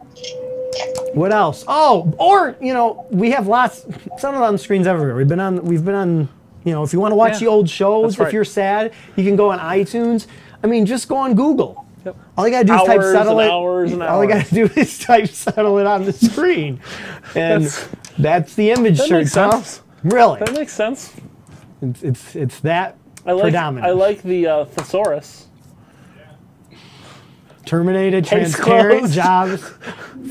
what else? Oh, or you know, we have lots. Some of on screens everywhere. We've been on. We've been on. You know, if you want to watch
Yeah,
the old shows,
that's right.
if you're sad, you can go on iTunes. I mean, just go on Google.
Yep.
All you gotta do is type
Hours
settle
and
it.
hours and
All you gotta do is type settle it on the screen, and
That's-
that's, the image
That
search.
makes
Huh?
sense.
Really,
That makes sense.
it's, it's it's that
I like,
predominant.
I like the uh, thesaurus.
Terminated,
Case
transparent
closed.
jobs,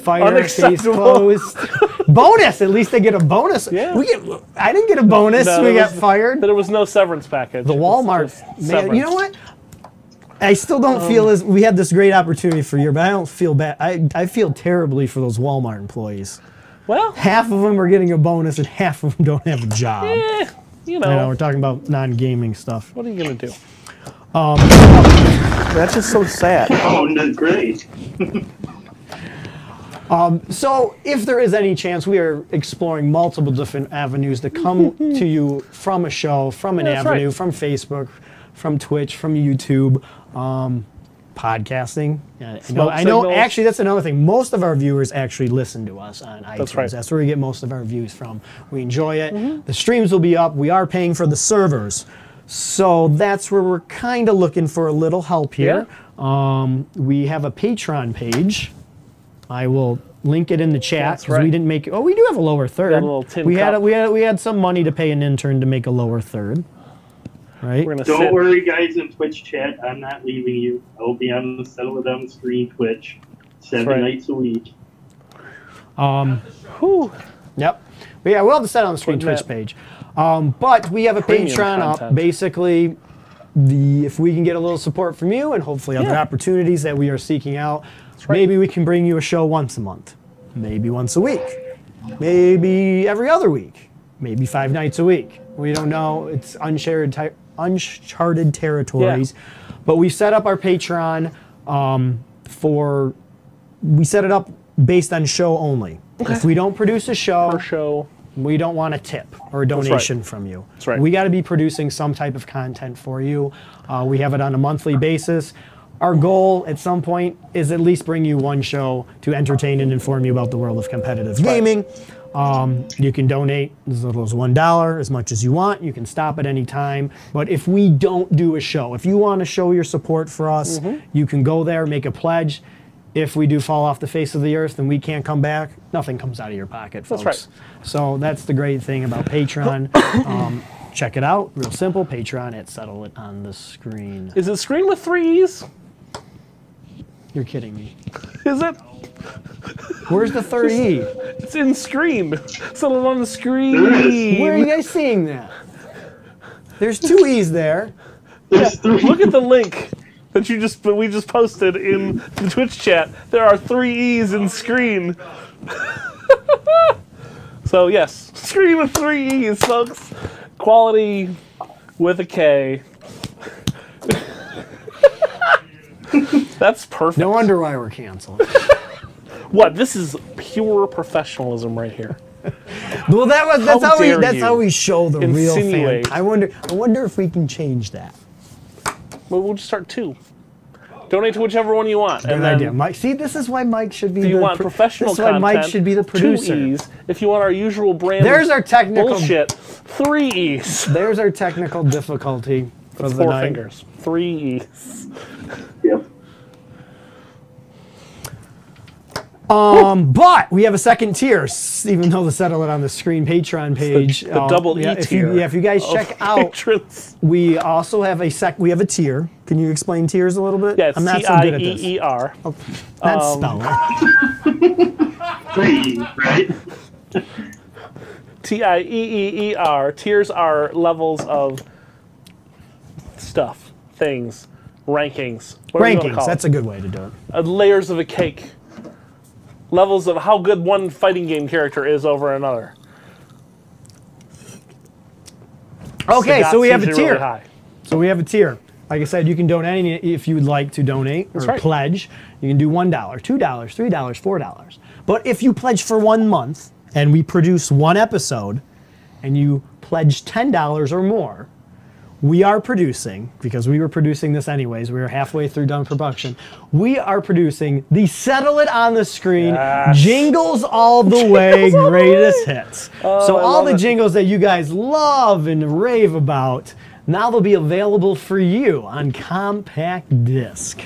fire, case
Unacceptable.
closed. bonus. At least they get a bonus.
Yeah.
We get. I didn't get a bonus.
No,
we
there
got
was-
fired.
There was no severance package.
The Walmart. Man, you know what? I still don't
Um,
feel as we had this great opportunity for a year, but I don't feel bad. I, I feel terribly for those Walmart employees.
Well,
Half of them are getting a bonus, and half of them don't have a job.
eh, you know,
I know we're talking about non-gaming stuff. Um,
what are you going to do?
That's just so sad.
Oh, no, great.
Um, So, if there is any chance, we are exploring multiple different avenues to come to you from a show, from an
That's right.
avenue, from Facebook, from Twitch, from YouTube, um, podcasting. Yeah, I know,
Smoke
I know
signals.
actually, that's another thing. Most of our viewers actually listen to us on iTunes.
That's right.
That's where we get most of our views from. We enjoy it.
Mm-hmm.
The streams will be up. We are paying for the servers. So, that's where we're kind of looking for a little help here. Um, we have a Patreon page. I will link it in the chat
That's
because we
right.
didn't make. Oh, we do have a lower third.
Got a little tin
we had
cup.
we had we had some money to pay an intern to make a lower third, right?
We're going to
Don't
sit.
worry, guys, in Twitch chat, I'm not leaving you. I will be on the Settle With On Screen Twitch seven
right.
nights a week.
Um, Whew.
Yep. But yeah, we'll have to set on the screen
Tweet
Twitch
that.
page. Um, but we have a
Premium
Patreon up.
content.
Basically, the if we can get a little support from you and hopefully other
Yeah.
opportunities that we are seeking out, maybe we can bring you a show once a month, maybe once a week, maybe every other week, maybe five nights a week. We don't know. It's uncharted ti- uncharted territories. But we set up our Patreon. Um, up for. We set it up based on show only. If we don't produce a show,
per show.
we don't want a tip or a donation from you.
That's right.
We got to be producing some type of content for you. Uh, we have it on a monthly basis. Our goal at some point is at least bring you one show to entertain and inform you about the world of competitive gaming. Um, you can donate as little as one dollar, as much as you want. You can stop at any time. But if we don't do a show, if you want to show your support for us,
Mm-hmm.
you can go there, make a pledge. If we do fall off the face of the earth and we can't come back, nothing comes out of your pocket, folks.
right.
So that's the great thing about Patreon. um, check it out, real simple. Patreon at settle it on the screen.
Is it screen with three E's?
You're kidding me.
Is it?
Where's the third E?
It's in screen. Settle on the screen.
Where are you guys seeing that? There's two E's there.
There's three.
Look at the link that you just that we just posted in the Twitch chat. There are three E's in screen. so yes, screen with three E's, folks. Quality with a K. That's perfect.
No wonder why we're canceled.
What? This is pure professionalism right here.
Well, that was that's
How
how, we
dare
that's
you
how we show the real
insinuate.
fan. I wonder I wonder if we can change that.
Well, we'll just start two. Donate to whichever one you want.
Good
and then
idea, Mike. See, this is why Mike should be
If you
the
want
pro-
professional
This is why Mike
content,
should be the
Two
producer.
E's. If you want our usual brand,
There's our technical-
bullshit. Three E's.
There's our technical difficulty of the
Four
night.
fingers. Three E's.
Yep.
Um, But we have a second tier, s- even though the settle it on the screen Patreon page.
the
uh,
double E
yeah, if you-
tier
yeah, if you guys check out,
Patrons.
we also have a sec. We have a tier. Can you explain tiers a little bit?
Yeah, it's
I'm not
T
so
I
good at
E
this. Oh,
E R. Um,
Not spelling.
Three, right?
T I E E E R. Tiers are levels of stuff, things, rankings. whatever you wanna call
Rankings.
it.
That's a good way to do it.
Uh, layers of a cake. Levels of how good one fighting game character is over another.
Okay, so we have a
Sagat's usually really
tier.
high.
So we have a tier. Like I said, you can donate any- if you would like to donate or
right.
pledge. You can do $1, $2, $3, $4. But if you pledge for one month and we produce one episode and you pledge $10 or more, we are producing, because we were producing this anyways, we were halfway through done production. We are producing the Settle It on the Screen Jingles All the Way Oh, Greatest Hits. so, all the jingles that you guys love and rave about, now they'll be available for you on compact disc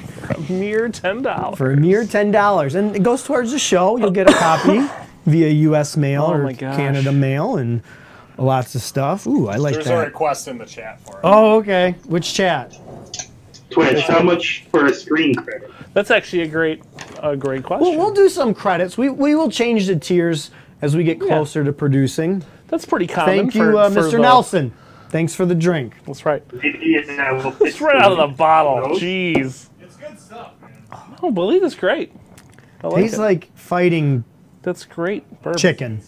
Mere ten dollars.
for a mere $10. And it goes towards the show. You'll get a copy via US mail
Oh
or
my gosh.
Canada mail and lots of stuff. Ooh, I like
There's a
that.
request in the chat for it.
Oh, okay. Which chat?
Twitch, how much for a screen credit?
That's actually a great, a great question.
Well, we'll do some credits. We, we will change the tiers as we get closer to producing.
That's pretty common.
Thank
for-
you, uh,
for
Mr.
the-
Nelson. Thanks for the drink.
That's right.
Maybe and I will
It's right out of the bottle. Jeez.
It's good stuff, man.
I don't believe it's great. I like
Tastes
it.
like fighting
That's great. Bourbon.
chicken.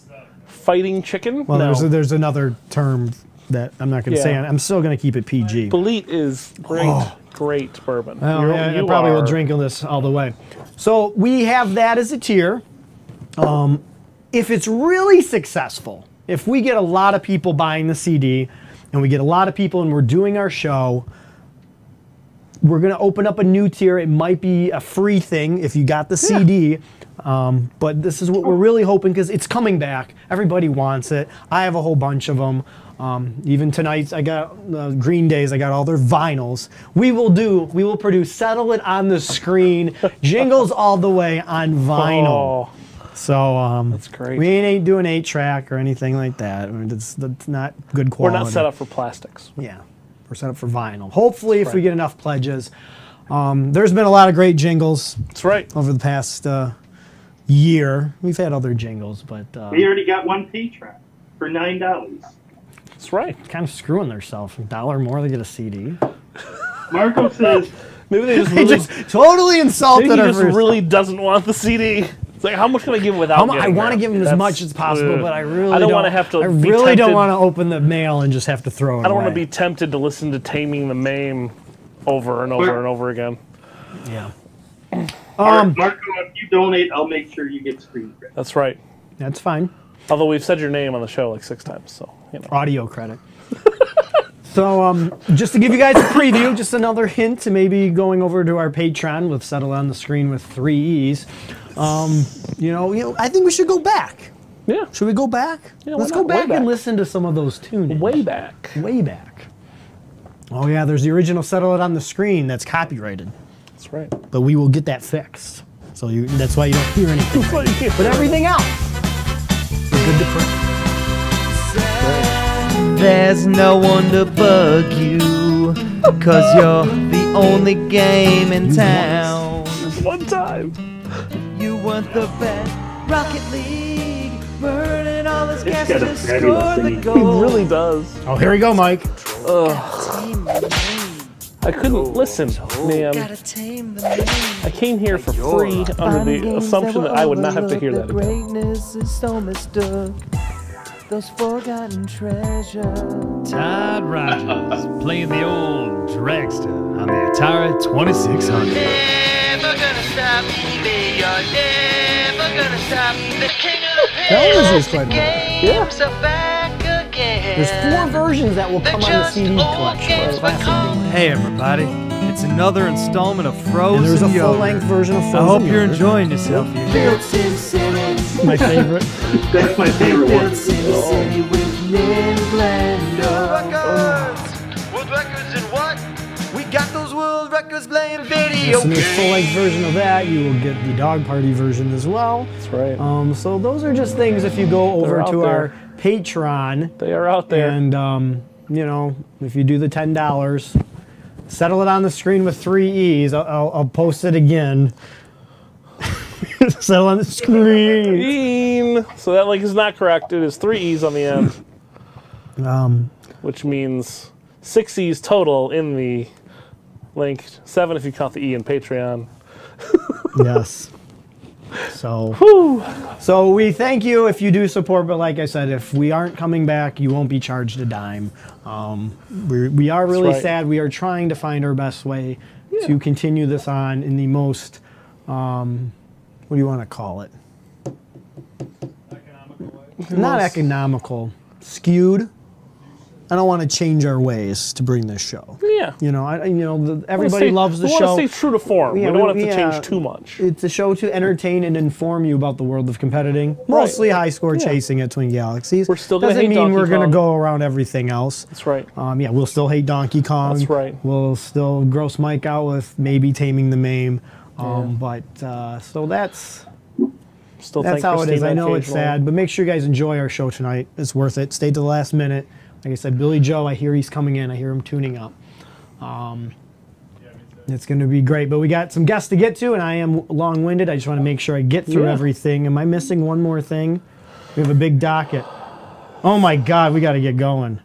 Fighting chicken.
Well,
no.
there's, there's another term that I'm not going to say.
Yeah.
I'm still going to keep it PG.
Bleat is great, great bourbon.
Oh. Well,
You're-
yeah, I
you
probably
are-
will drink on this all the way. So we have that as a tier. Um, if it's really successful, if we get a lot of people buying the CD and we get a lot of people and we're doing our show, we're going to open up a new tier. It might be a free thing if you got the CD. Um, but this is what we're really hoping because it's coming back. Everybody wants it. I have a whole bunch of them. Um, even tonight, I got uh, Green Days. I got all their vinyls. We will do. We will produce. Settle it on the screen. Jingles all the way on vinyl.
Oh,
So um, that's
great.
We ain't doing eight track or anything like that. I mean, it's, that's not good
we're
quality.
not set up for plastics.
Yeah, we're set up for vinyl. Hopefully, if we get enough pledges. Um, there's been a lot of great jingles
That's right.
over the past uh, year. We've had other jingles, but uh,
We already got one Patreon for nine dollars.
That's right.
kind of screwing themselves. A dollar more, they get a CD.
Marco says
Maybe they just
They
really,
just totally
maybe he
insulted our
just
first.
really doesn't want the CD. It's like, how much can I give without?
I'm- I
getting
want to
that?
give them as
That's-
much as possible,
ugh.
but I really
I don't
want
wanna have to
I
be
really don't
tempted-
want to open the mail and just have to throw it.
I don't want to
away.
be tempted to listen to Taming the Mame over and over
Where-
and over again.
Yeah.
Um, Marco, if you donate, I'll make sure you get screen credit.
That's right.
That's fine.
Although we've said your name on the show like six times, so you know.
Audio credit. so, um, just to give you guys a preview, just another hint to maybe going over to our Patreon with Settle on the Screen with three E's. Um, you, know, you know, I think we should go back.
Yeah.
Should we go back?
Yeah, why
Let's go
not? Way
back,
back.
and listen to some of those tunes.
Way back.
Way back. Oh, yeah, there's the original Settle It on the Screen that's copyrighted.
That's right.
but we will get that fixed. So you, that's why you don't hear anything. right now. but everything else, we're good to print.
There's no one to bug you, cause you're the only game in town.
One time.
You want the best Rocket League, burning all this gas
got a
to
fabulous
score the
singing.
It
goal.
really does.
Oh, here we go, Mike.
I couldn't listen, man.
Gotta tame the name.
I came here for free under the assumption that I would not have to hear that again.
Greatness is so mistook. Those forgotten treasures.
Todd Rogers playing the old dragster on the Atari 2600.
Never gonna stop me. You're never gonna stop me. The king of the
That was
hill,
used quite a
the
bit.
games are back again.
There's four versions that will
They're
come on the
just
CD
old
collection.
games
of classic
become
games.
Hey everybody, it's another installment of
And
Frozen
there's a
Yogurt.
full-length version of
I
Frozen.
hope you're
Yogurt.
enjoying yourself. You guys.
Built-in cities,
My favorite.
That's my favorite one.
built-in city with Nintendo.
World records in what? We got those world records playing video.
Listen to the full-length version of that. You will get the Dog Party version as well.
That's right.
Um, so those are just things if you go over
out
to
there.
our Patreon.
They are out there.
And um, you know, if you do the ten dollars, settle it on the screen with three E's. I'll, I'll, I'll post it again. settle on the screen.
Dean. So that link is not correct. It is three E's on the end. Um,
Um,
which means six E's total in the link. Seven if you count the E in Patreon.
yes. So, so we thank you if you do support. But like I said, if we aren't coming back, you won't be charged a dime. Um, we we are really
right.
sad. We are trying to find our best way to continue this on in the most. Um, what do you want to call it? not economical, skewed. I don't want to change our ways to bring this show.
Yeah.
You know, I, I- you know, the,
We wanna
everybody
stay-
loves the
we
show.
want to stay true to form.
Oh.
we
Yeah, we- uh,
don't want it to
yeah.
change too much.
It's a show to entertain and inform you about the world of competing, mostly high score
Yeah.
chasing at Twin Galaxies.
We're still gonna
doesn't
hate
mean
Donkey
we're gonna
Kong.
go around everything else.
That's right.
Um, yeah, we'll still hate Donkey Kong.
That's right.
We'll still gross Mike out with maybe taming the mame. Um, But uh, so that's
Still thank
that's how it is.
Christina
I know it's
occasionally.
sad, but make sure you guys enjoy our show tonight. It's worth it. Stay to the last minute. Like I said, Billy Joe, I hear he's coming in. I hear him tuning up. Um, it's going to be great. But we got some guests to get to, and I am long winded. I just want to make sure I get through
Yeah.
everything. Am I missing one more thing? We have a big docket. Oh my God, we got to get going.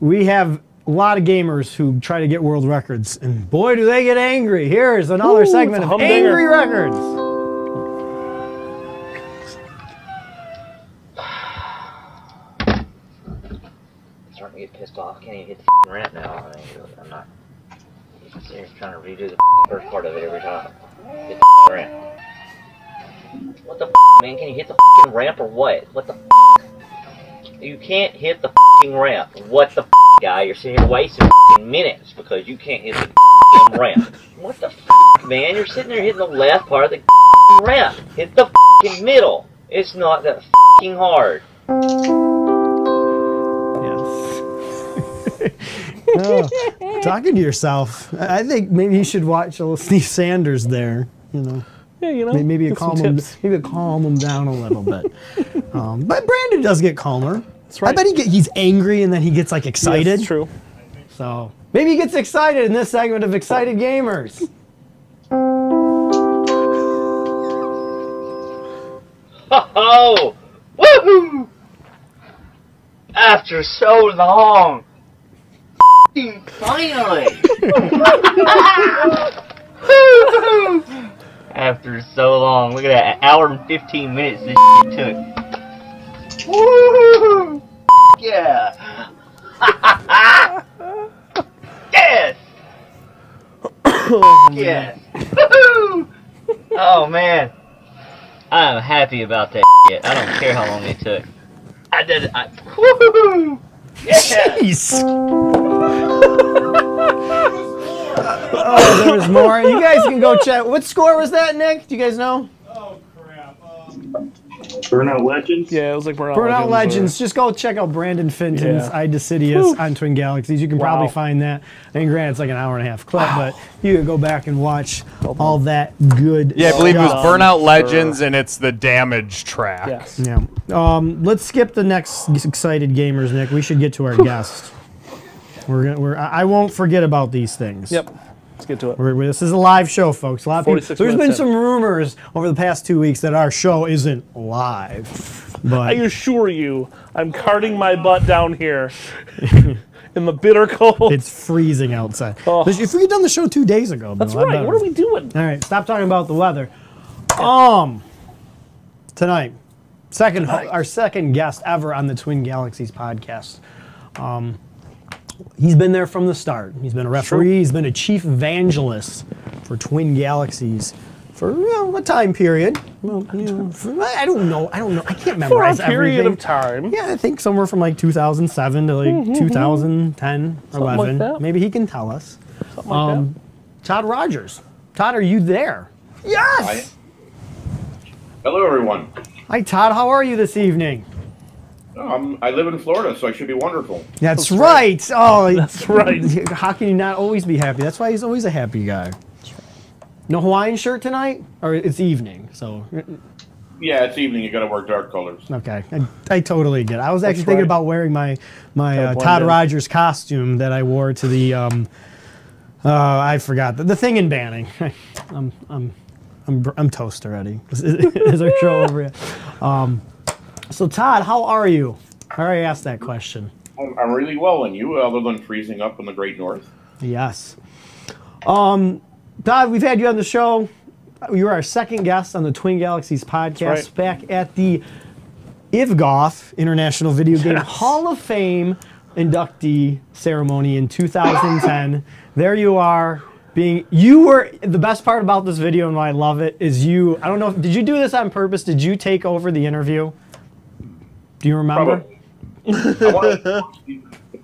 We have a lot of gamers who try to get world records, and boy, do they get angry. Here's
Ooh,
another
it's
segment
a
of
humdinger.
Angry Records.
I'm starting to get pissed off. I can't even hit the rant now. I mean, I'm not. I'm serious, trying to redo the first part of it every time. Hit the rant. What the man? Can you hit the fing ramp or what? What the? You can't hit the fing ramp. What the guy? You're sitting here wasting fing minutes because you can't hit the fing ramp. What the man? You're sitting there hitting the left part of the fing ramp. Hit the fing middle. It's not that fing hard.
Yes. Oh, talking to yourself. I I think maybe you should watch a little Steve Sanders there. You know,
Yeah, you know.
May- maybe you
get some
calm him.
tips.
Maybe you calm him down a little bit. um, but Brandon does get calmer. That's I
right.
bet he get, he's angry and then he gets like
Yeah,
excited.
That's true.
So maybe he gets excited in this segment of Excited Gamers.
Oh, woohoo! After so long, f***ing finally. Woo-hoo! After so long, look at that, an hour and fifteen minutes this shit took. Woo! Yeah. yes. yes. Woo-hoo! Oh man, I am happy about that shit. I don't care how long it took. I did it. I, woo Yeah.
oh, there's more. You guys can go check. What score was that, Nick? Do you guys know?
Burnout Legends.
Yeah, it was like Burnout,
Burnout Legends.
or-
Just go check out Brandon Fenton's
Yeah.
Idecidious on Twin Galaxies. You can probably
Wow.
find that. And granted, it's like an hour and a half clip, but you can go back and watch
Oh,
all that good
Yeah, I believe it was
Um,
stuff.
Burnout Legends, and it's the damage track.
Yeah. Um, let's skip the next excited gamers, Nick. We should get to our guests. We're gonna. We're, I I won't forget about these things.
Yep. Let's get to it.
We're, we're- this is a live show, folks. A lot of people.
46
There's been
minutes in.
some rumors over the past two weeks that our show isn't live, but
I assure you, I'm carting my butt down here in the bitter cold. Oh.
It's freezing outside. If we had done the show two days ago,
That's
Bill, I
right.
better-
What are we doing?
All right, stop talking about the weather. Um, tonight, second our second guest ever on the Twin Galaxies podcast. Um, he's been there from the start. He's been a referee. He's been a chief evangelist for Twin Galaxies for uh, well, a time period. Well, you know, for- I don't know. I don't know. I can't
For a
memorize
period
everything.
of time.
Yeah, I think somewhere from like 2007 to like
Mhm, mhm.
2010,
Something like
11.
that.
Maybe he can tell us. Um,
Something like
Todd Rogers. Todd, are you there? Yes.
Hello, everyone.
Hi, Todd. How are you this evening?
No, I'm, I live in Florida, so I should be wonderful.
That's, right. Oh,
That's right.
How can you not always be happy? That's why he's always a happy guy. No Hawaiian shirt tonight, or it's evening. So
Yeah, it's evening. You got to wear dark colors.
okay, I, I totally get. it. I was
That's
actually thinking
right.
about wearing my my
Gotta
uh,
blend
Todd
in.
Rogers costume that I wore to the um, uh, I forgot the, the thing in Banning. I'm I'm I'm br- I'm toast already. Is our show over yet? Um, so Todd, how are you? I already asked that question.
I'm, I'm really well, and you, other than freezing up in the Great North.
Yes. Um, Todd, we've had you on the show. You were our second guest on the Twin Galaxies podcast
right.
back at the IVGOTH International Video Game
Yes.
Hall of Fame inductee ceremony in 2010. there you are. Being you were the best part about this video and why I love it is you. I don't know. Did you do this on purpose? Did you take over the interview? Do you remember?
I want the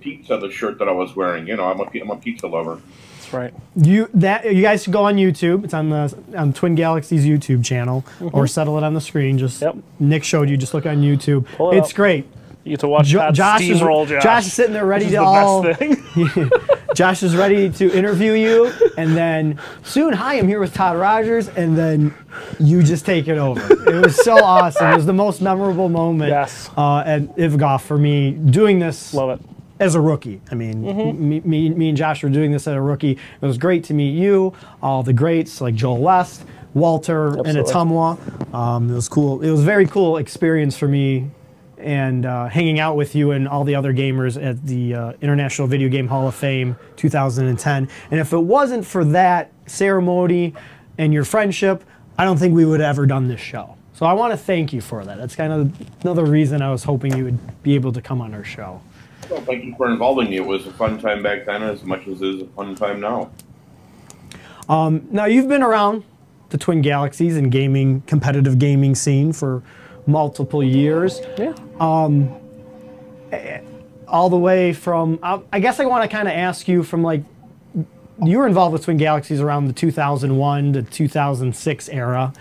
pizza, the shirt that I was wearing. You know, I'm a, pi- I'm a pizza lover.
That's right.
You that you guys should go on YouTube. It's on the on Twin Galaxy's YouTube channel, or
Mhm.
settle it on the screen. Just Nick showed you. Just look on YouTube.
Pull it
it's
up.
great.
You get to watch Todd
is,
steamroll Josh.
is sitting there ready
Which
to
is the
all.
best
Josh is ready to interview you, and then soon, hi, I'm here with Todd Rogers, and then you just take it over. It was so awesome. It was the most memorable moment uh, at Ivgoff for me doing this. Love it. As a rookie, I mean,
Mhm.
me, me, me and Josh were doing this as a rookie. It was great to meet you, all the greats like Joel West, Walter, and
Absolutely.
Atumwa. Um, it was cool. It was a very cool experience for me and uh, hanging out with you and all the other gamers at the uh, International Video Game Hall of Fame 2010. And if it wasn't for that ceremony and your friendship, I don't think we would have ever done this show. So I want to thank you for that. That's kind of another reason I was hoping you would be able to come on our show.
Well, thank you for involving me. It was a fun time back then, as much as it is a fun time now.
Um, now you've been around the Twin Galaxies and gaming, competitive gaming scene for multiple years.
Yeah.
Um, eh, all the way from, I I guess I want to kind of ask you from like, you were involved with Twin Galaxies around the 2001 to 2006 era,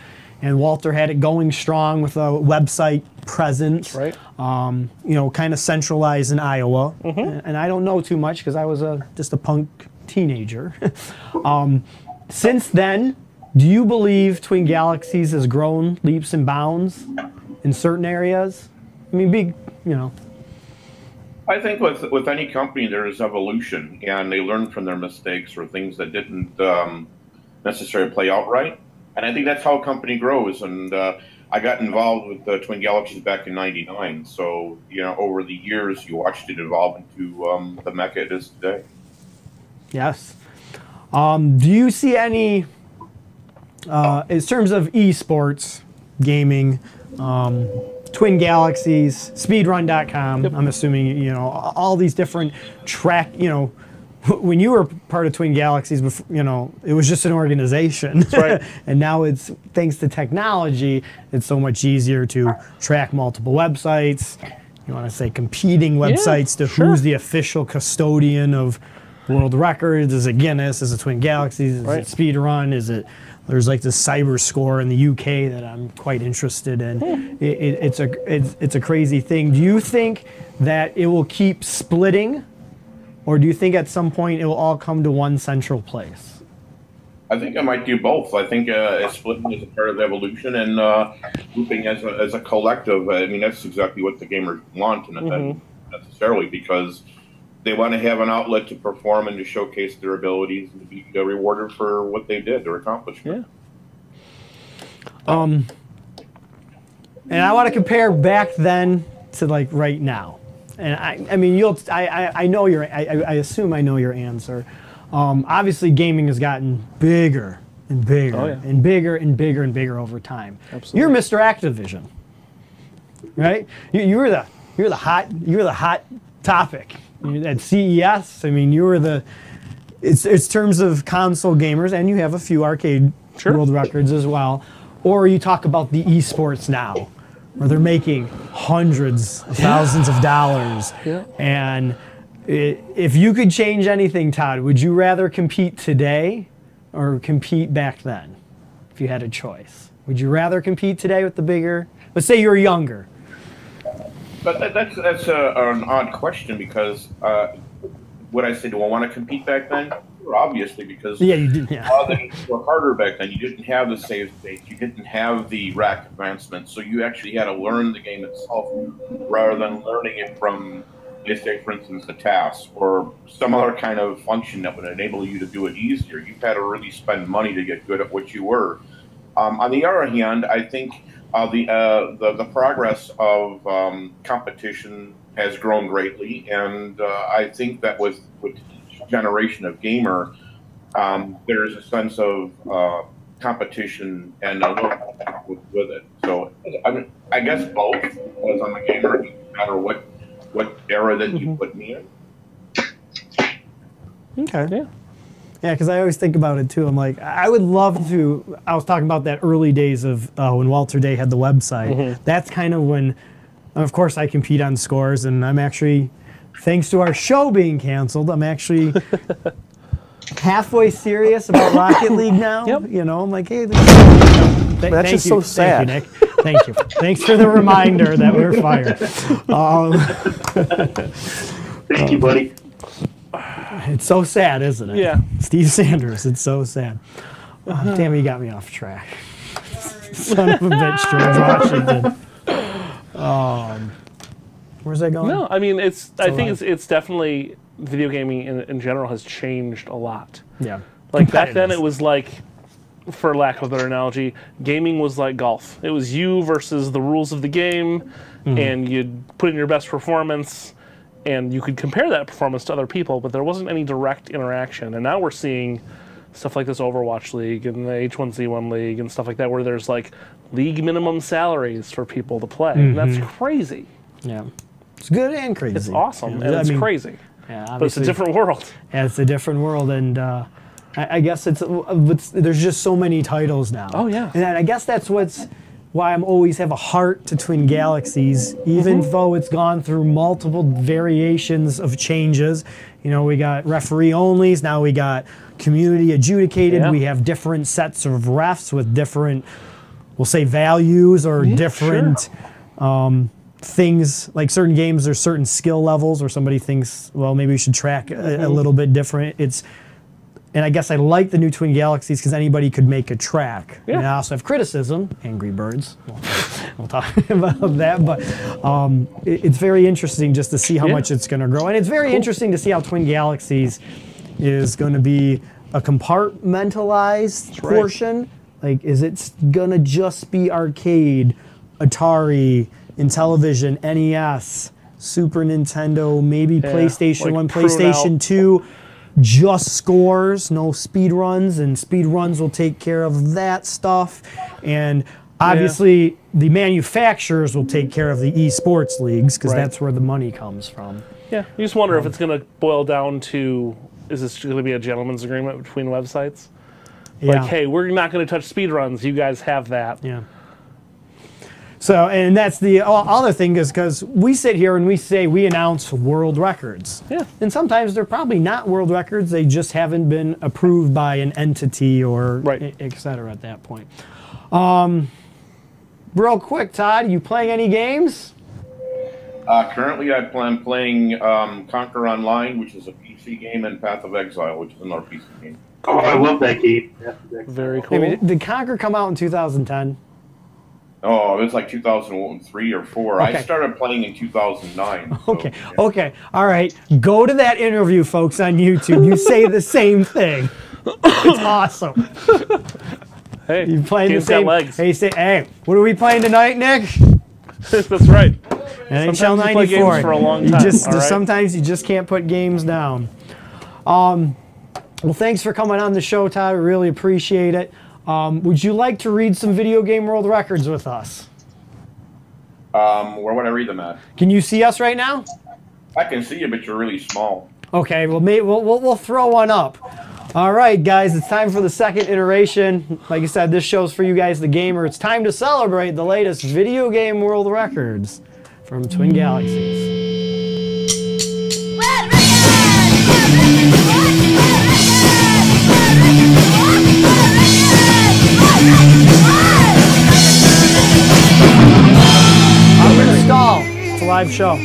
and Walter had it going strong with a website presence. Right. Um, you know, kind of centralized in Iowa, and, and I don't know too much because I was a just a punk teenager. um, since then, do you believe Twin Galaxies has grown leaps and bounds in certain areas? I mean, big, you know.
I think with with any company, there is evolution, and they learn from their mistakes or things that didn't um, necessarily play out right. And I think that's how a company grows. And uh, I got involved with uh, Twin Galaxies back in '99, so you know, over the years, you watched it evolve into um, the mecca it is today.
Yes. Um, do you see any, uh, in terms of esports, gaming, um, Twin Galaxies, Speedrun.com? I'm assuming you know all these different track, you know, when you were part of Twin Galaxies, before, you know, it was just an organization. right. and now it's thanks to technology, it's so much easier to track multiple websites. You want to say competing
Yeah,
websites to
sure.
who's the official custodian of world records? Is it Guinness? Is it Twin Galaxies? Is
Right.
it Speedrun? Is it there's like this cyber score in the UK that I'm quite interested in. It, it, it's a it's, it's a crazy thing. Do you think that it will keep splitting or do you think at some point it will all come to one central place?
I think I might do both. I think uh, as splitting is a part of the evolution and uh, grouping as a, as a collective. I mean, that's exactly what the gamers want, and it
Mhm.
doesn't necessarily because they want to have an outlet to perform and to showcase their abilities and to be uh, rewarded for what they did, their accomplishment.
Um, and I want to compare back then to like right now. And I, I mean, you'll, I, I, I know your, I, I I assume I know your answer. Um, obviously, gaming has gotten bigger and bigger
Oh, yeah.
and bigger and bigger and bigger over time. You're Mr. Activision, right? You, you were the, you were the hot, you were the hot topic You- at CES. I mean, you were the, it's, it's terms of console gamers, and you have a few arcade world records as well. Or you talk about the esports now, where they're making hundreds, of thousands of dollars.
Yeah.
And i if you could change anything, Todd, would you rather compete today or compete back then, if you had a choice? Would you rather compete today with the bigger? Let's say you're younger.
But that, that's that's a, an odd question because uh, what I said, do I want to compete back then? Sure, Obviously, because
Yeah, you did. Yeah.
all things were harder back then. You didn't have the save states. You didn't have the rack advancements. So you actually had to learn the game itself rather than learning it from, let's say, for instance, the task or some other kind of function that would enable you to do it easier. You've had to really spend money to get good at what you were. Um, on the other hand, I think uh, the, uh, the the progress of um, competition has grown greatly, and uh, I think that with with each generation of gamer, um, there's a sense of uh, competition and a look with, with it. So I, mean, I guess both, because I'm a gamer, it doesn't matter what what era that you put me in.
Okay. Yeah. Yeah, because I always think about it too. I'm like, I I would love to. I was talking about that early days of uh, when Walter Day had the website.
Mhm.
That's kind of when, and of course, I compete on scores, and I'm actually, thanks to our show being canceled, I'm actually halfway serious about Rocket League now. You know, I'm like, hey, this Th-
That's
thank
just
you.
so sad.
Thank you, Nick. Thank you. Thanks for the reminder that we're fired. Um,
Thank you, buddy.
It's so sad, isn't it?
Yeah. Uh-huh.
Steve Sanders, it's so sad. Oh, damn, he got me off track. Son of a bitch, George Washington. Um, where's that going?
No, I mean it's. I think
alive.
it's, it's definitely video gaming in, in general has changed a lot.
Yeah.
Like back then,
Competitiveness.
it was like, for lack of a better analogy, gaming was like golf. It was you versus the rules of the game,
Mhm.
and you'd put in your best performance, and you could compare that performance to other people, but there wasn't any direct interaction. And now we're seeing stuff like this Overwatch League and the H1Z1 League and stuff like that, where there's like league minimum salaries for people to play. And
Mhm.
that's crazy.
Yeah. It's good and crazy.
It's awesome.
Yeah,
and
I
it's
mean,
crazy. but
Yeah,
it's a
obviously-
different world.
Yeah, it's a different world, and uh, I, I guess it's, it's there's just so many titles now. Oh yeah, and I guess that's what's why I'm always have a heart to Twin Galaxies, even
Mm-hmm.
though it's gone through multiple variations of changes. You know, we got referee onlys, now we got community adjudicated.
Yeah.
We have different sets of refs with different, we'll say, values or
Yeah,
different um, things like certain games there's certain skill levels where somebody thinks well maybe we should track a, a
Mhm.
little bit different it's and i guess i like the new twin galaxies because anybody could make a track and i also have criticism angry birds we'll, we'll talk about that but um, it- it's very interesting just to see how
Yeah.
much it's going to grow and it's very interesting to see how twin galaxies is going to be a compartmentalized
right.
portion like is it s- gonna just be arcade atari intellivision nes super nintendo maybe
Yeah,
playstation
like
1
prune
playstation
out.
2 just scores no speed runs and speed runs will take care of that stuff and obviously the manufacturers will take care of the esports leagues because
Right.
that's where the money comes from
Yeah, you just wonder if it's going to boil down to is this going to be a gentleman's agreement between websites?
Yeah.
Like, hey, we're not going to touch speedruns. You guys have that.
Yeah. So, and that's the o- other thing is because we sit here and we say we announce world records. Yeah. And sometimes they're probably not world records, they just haven't been approved by an entity or right. et cetera at that point. Um, real quick, Todd, you playing any games?
Uh, currently, I plan playing um, Conquer Online, which is a PC game, and Path of Exile, which is another PC game.
Oh, I love that game.
Very
I mean, did Conquer come out in 2010?
Oh, it was like 2003 or four.
Okay.
I started playing in 2009.
Oh,
Okay. Okay. All right. Go to that interview, folks, on YouTube. You say the same thing. It's awesome.
Hey,
you playing the
game's got
same.
legs.
Hey, say, hey, what are we playing tonight, Nick?
That's right.
NHL
Sometimes you play
94.
games for a long
You
time,
just
all right?
sometimes you just can't put games down. Um, well, thanks for coming on the show, Todd. We really appreciate it. Um, would you like to read some video game world records with us?
Um, where would I read them at?
Can you see us right now?
I can see you, but you're really small.
Okay, well, may, we'll, we'll, we'll throw one up. All right, guys, it's time for the second iteration. Like I said, this show's for you guys, the gamer. It's time to celebrate the latest video game world records from Twin Galaxies. I'm going to stall. It's a live show.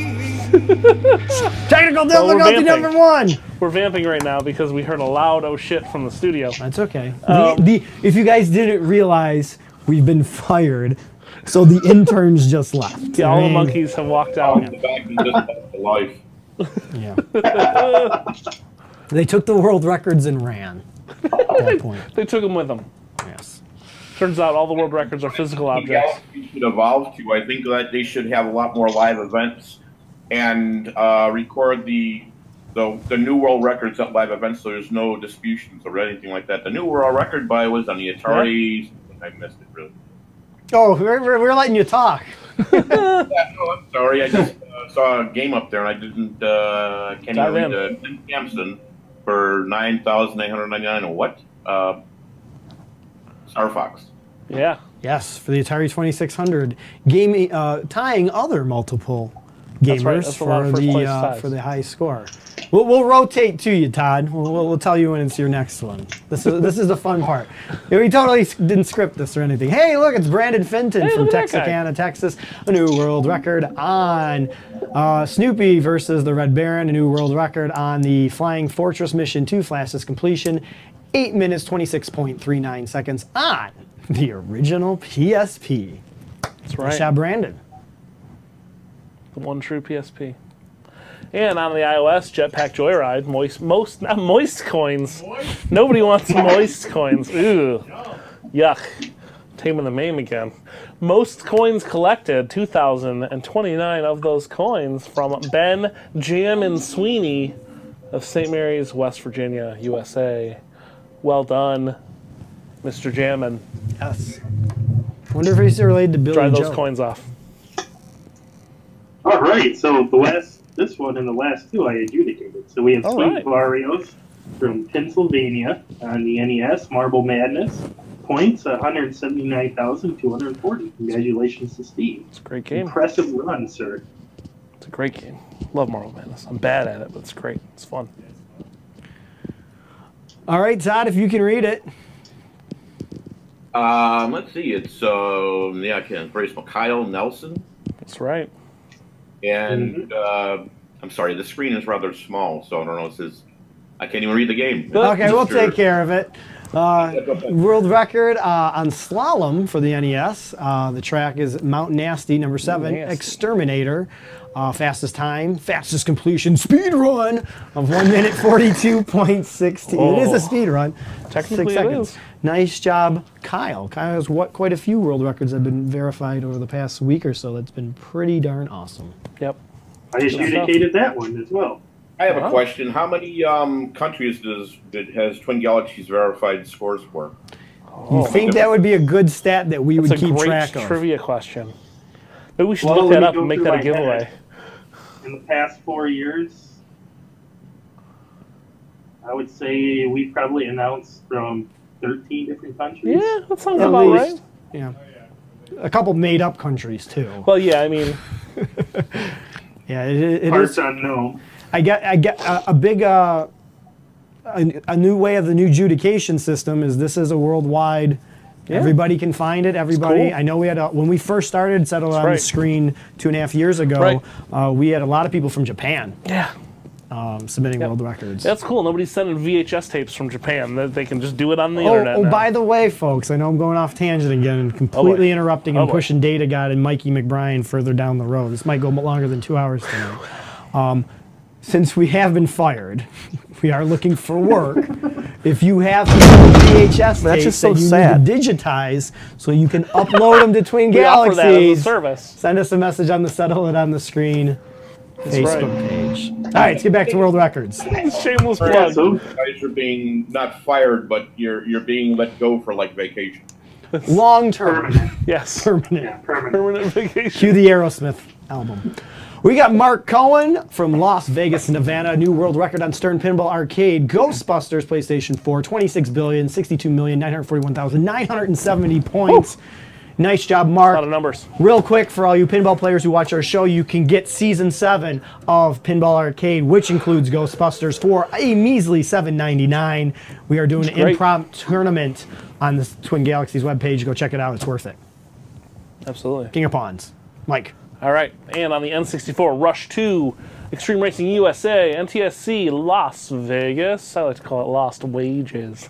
Technical
Well, we're
difficulty
vamping.
number one.
We're vamping right now because we heard a loud oh shit from the studio.
That's okay.
Um,
the, the, if you guys didn't realize, we've been fired. So the interns just left.
Yeah, all the
I mean,
monkeys have walked out.
life.
They took the world records and ran.
They took them with them.
Yes.
Turns out all the world records are physical objects.
Galaxy should evolve to. I think that they should have a lot more live events and uh, record the, the the new world records at live events. So there's no disputes or anything like that. The new world record by was on the Atari. I missed it really.
Oh, we're, we're, we're letting you talk.
Oh, I'm sorry, I just uh, saw a game up there and I didn't. Uh, can you
Dive
read
in.
uh, Tim Sampson for nine thousand eight hundred ninety nine or what? Uh, Star Fox.
Yeah.
Yes, for the Atari 2600, game, uh, tying other multiple
That's
gamers
right, that's a lot
for
of first
the
place
uh,
ties.
for the high score. We'll, we'll rotate to you, Todd. We'll, we'll, we'll tell you when it's your next one. This is this is the fun part. We totally s- didn't script this or anything. Hey, look, it's Brandon Fenton
Hey,
from
look at that guy.
Texarkana, Texas. A new world record on uh, Snoopy versus the Red Baron. A new world record on the Flying Fortress Mission 2 fastest completion. 8 minutes 26.39 seconds on the original PSP. That's
right.
Brandon.
The one true PSP. And on the iOS, Jetpack Joyride, moist, most not moist coins. Nobody wants moist coins. Ooh, yuck. Taming the meme again. Most coins collected, 2,029 of those coins from Ben Jam and Sweeney of St. Mary's, West Virginia, USA. Well done, Mr. Jammin.
Yes. Wonder if he's related to Billy
Dry those
Joe.
coins off.
All right, so the last, this one and the last two I adjudicated. So we have
All
Sweet
right.
Barrios from Pennsylvania on the NES, Marble Madness. Points 179,240. Congratulations to Steve. It's a
great game.
Impressive run, sir.
It's a great game. Love Marvel Madness. I'm bad at it, but it's great. It's fun.
All right, Todd, if you can read it.
Um, let's see. It's um, yeah, I can. Very small. Kyle Nelson.
That's right.
And
Mm-hmm.
uh, I'm sorry, the screen is rather small, so I don't know. It says I can't even read the game.
Okay, we'll
Sure.
take care of it. Uh, world record uh, on slalom for the NES. Uh, the track is Mount Nasty, number seven,
Nasty.
Exterminator. Uh, fastest time, fastest completion, speed run of one minute 42.16. It is
Oh.
a speed run.
Technically it
Six seconds.
is.
Nice job, Kyle. Kyle has what, quite a few world records have been verified over the past week or so. That's been pretty darn awesome.
Yep.
I adjudicated that one as well.
I have
Wow.
a question. How many um, countries does that has Twin Galaxies verified scores for?
you think that would be a good stat that we
It's Oh, a
would keep
great
track of?
trivia question. Maybe we should
Well,
look
let
that
me
up
go
and make
through
that a
my
giveaway.
head. In the past four years, I would say we probably announced from 13 different countries.
Yeah, that sounds
At
about right.
least. Yeah. A couple made up countries, too.
Well, yeah, I mean,
Yeah, it, it
Parts
is-
unknown.
I get, I get a, a big, uh, a, a new way of the new adjudication system is this is a worldwide.
Yeah.
Everybody can find it. Everybody.
cool.
I know we had a, when we first started settled on
right.
the screen two and a half years ago.
Right.
Uh, we had a lot of people from Japan
yeah,
um, submitting world records.
that's cool. Nobody's sending VHS tapes from Japan. That They can just do it on the
oh,
internet.
oh,
now.
by the way, folks, I know I'm going off tangent again and completely interrupting
Oh,
and
boy.
pushing Data God and Mikey McBride further down the road. This might go longer than two hours tonight. Um, since we have been fired, we are looking for work. if you have some VHS
Man, that's
tapes
just so
that you
sad.
need to digitize so you can upload them to Twin
We offer
Galaxies,
that as a service.
send us a message on the Settle It on the Screen
That's
Facebook
right.
page. All right, let's get back to world records.
Shameless
Yeah,
plug.
so you guys are being not fired, but you're you're being let go for like vacation.
Long term.
Yes.
Permanent.
Permanent vacation.
Cue the Aerosmith album. We got Mark Cohen from Las Vegas, Nevada, a new world record on Stern Pinball Arcade, Ghostbusters, PlayStation 4, 26 billion, 62 million, 941,970 points. Nice job, Mark. A lot of
numbers.
Real quick, for all you pinball players who watch our show, you can get season seven of Pinball Arcade, which includes Ghostbusters for a measly $7.99. We are doing an
Great.
impromptu tournament on the Twin Galaxies webpage. Go check it out; it's worth it.
Absolutely.
King of Pawns, Mike.
All right, and on the N64, Rush 2, Extreme Racing USA, NTSC, Las Vegas. I like to call it Lost Wages.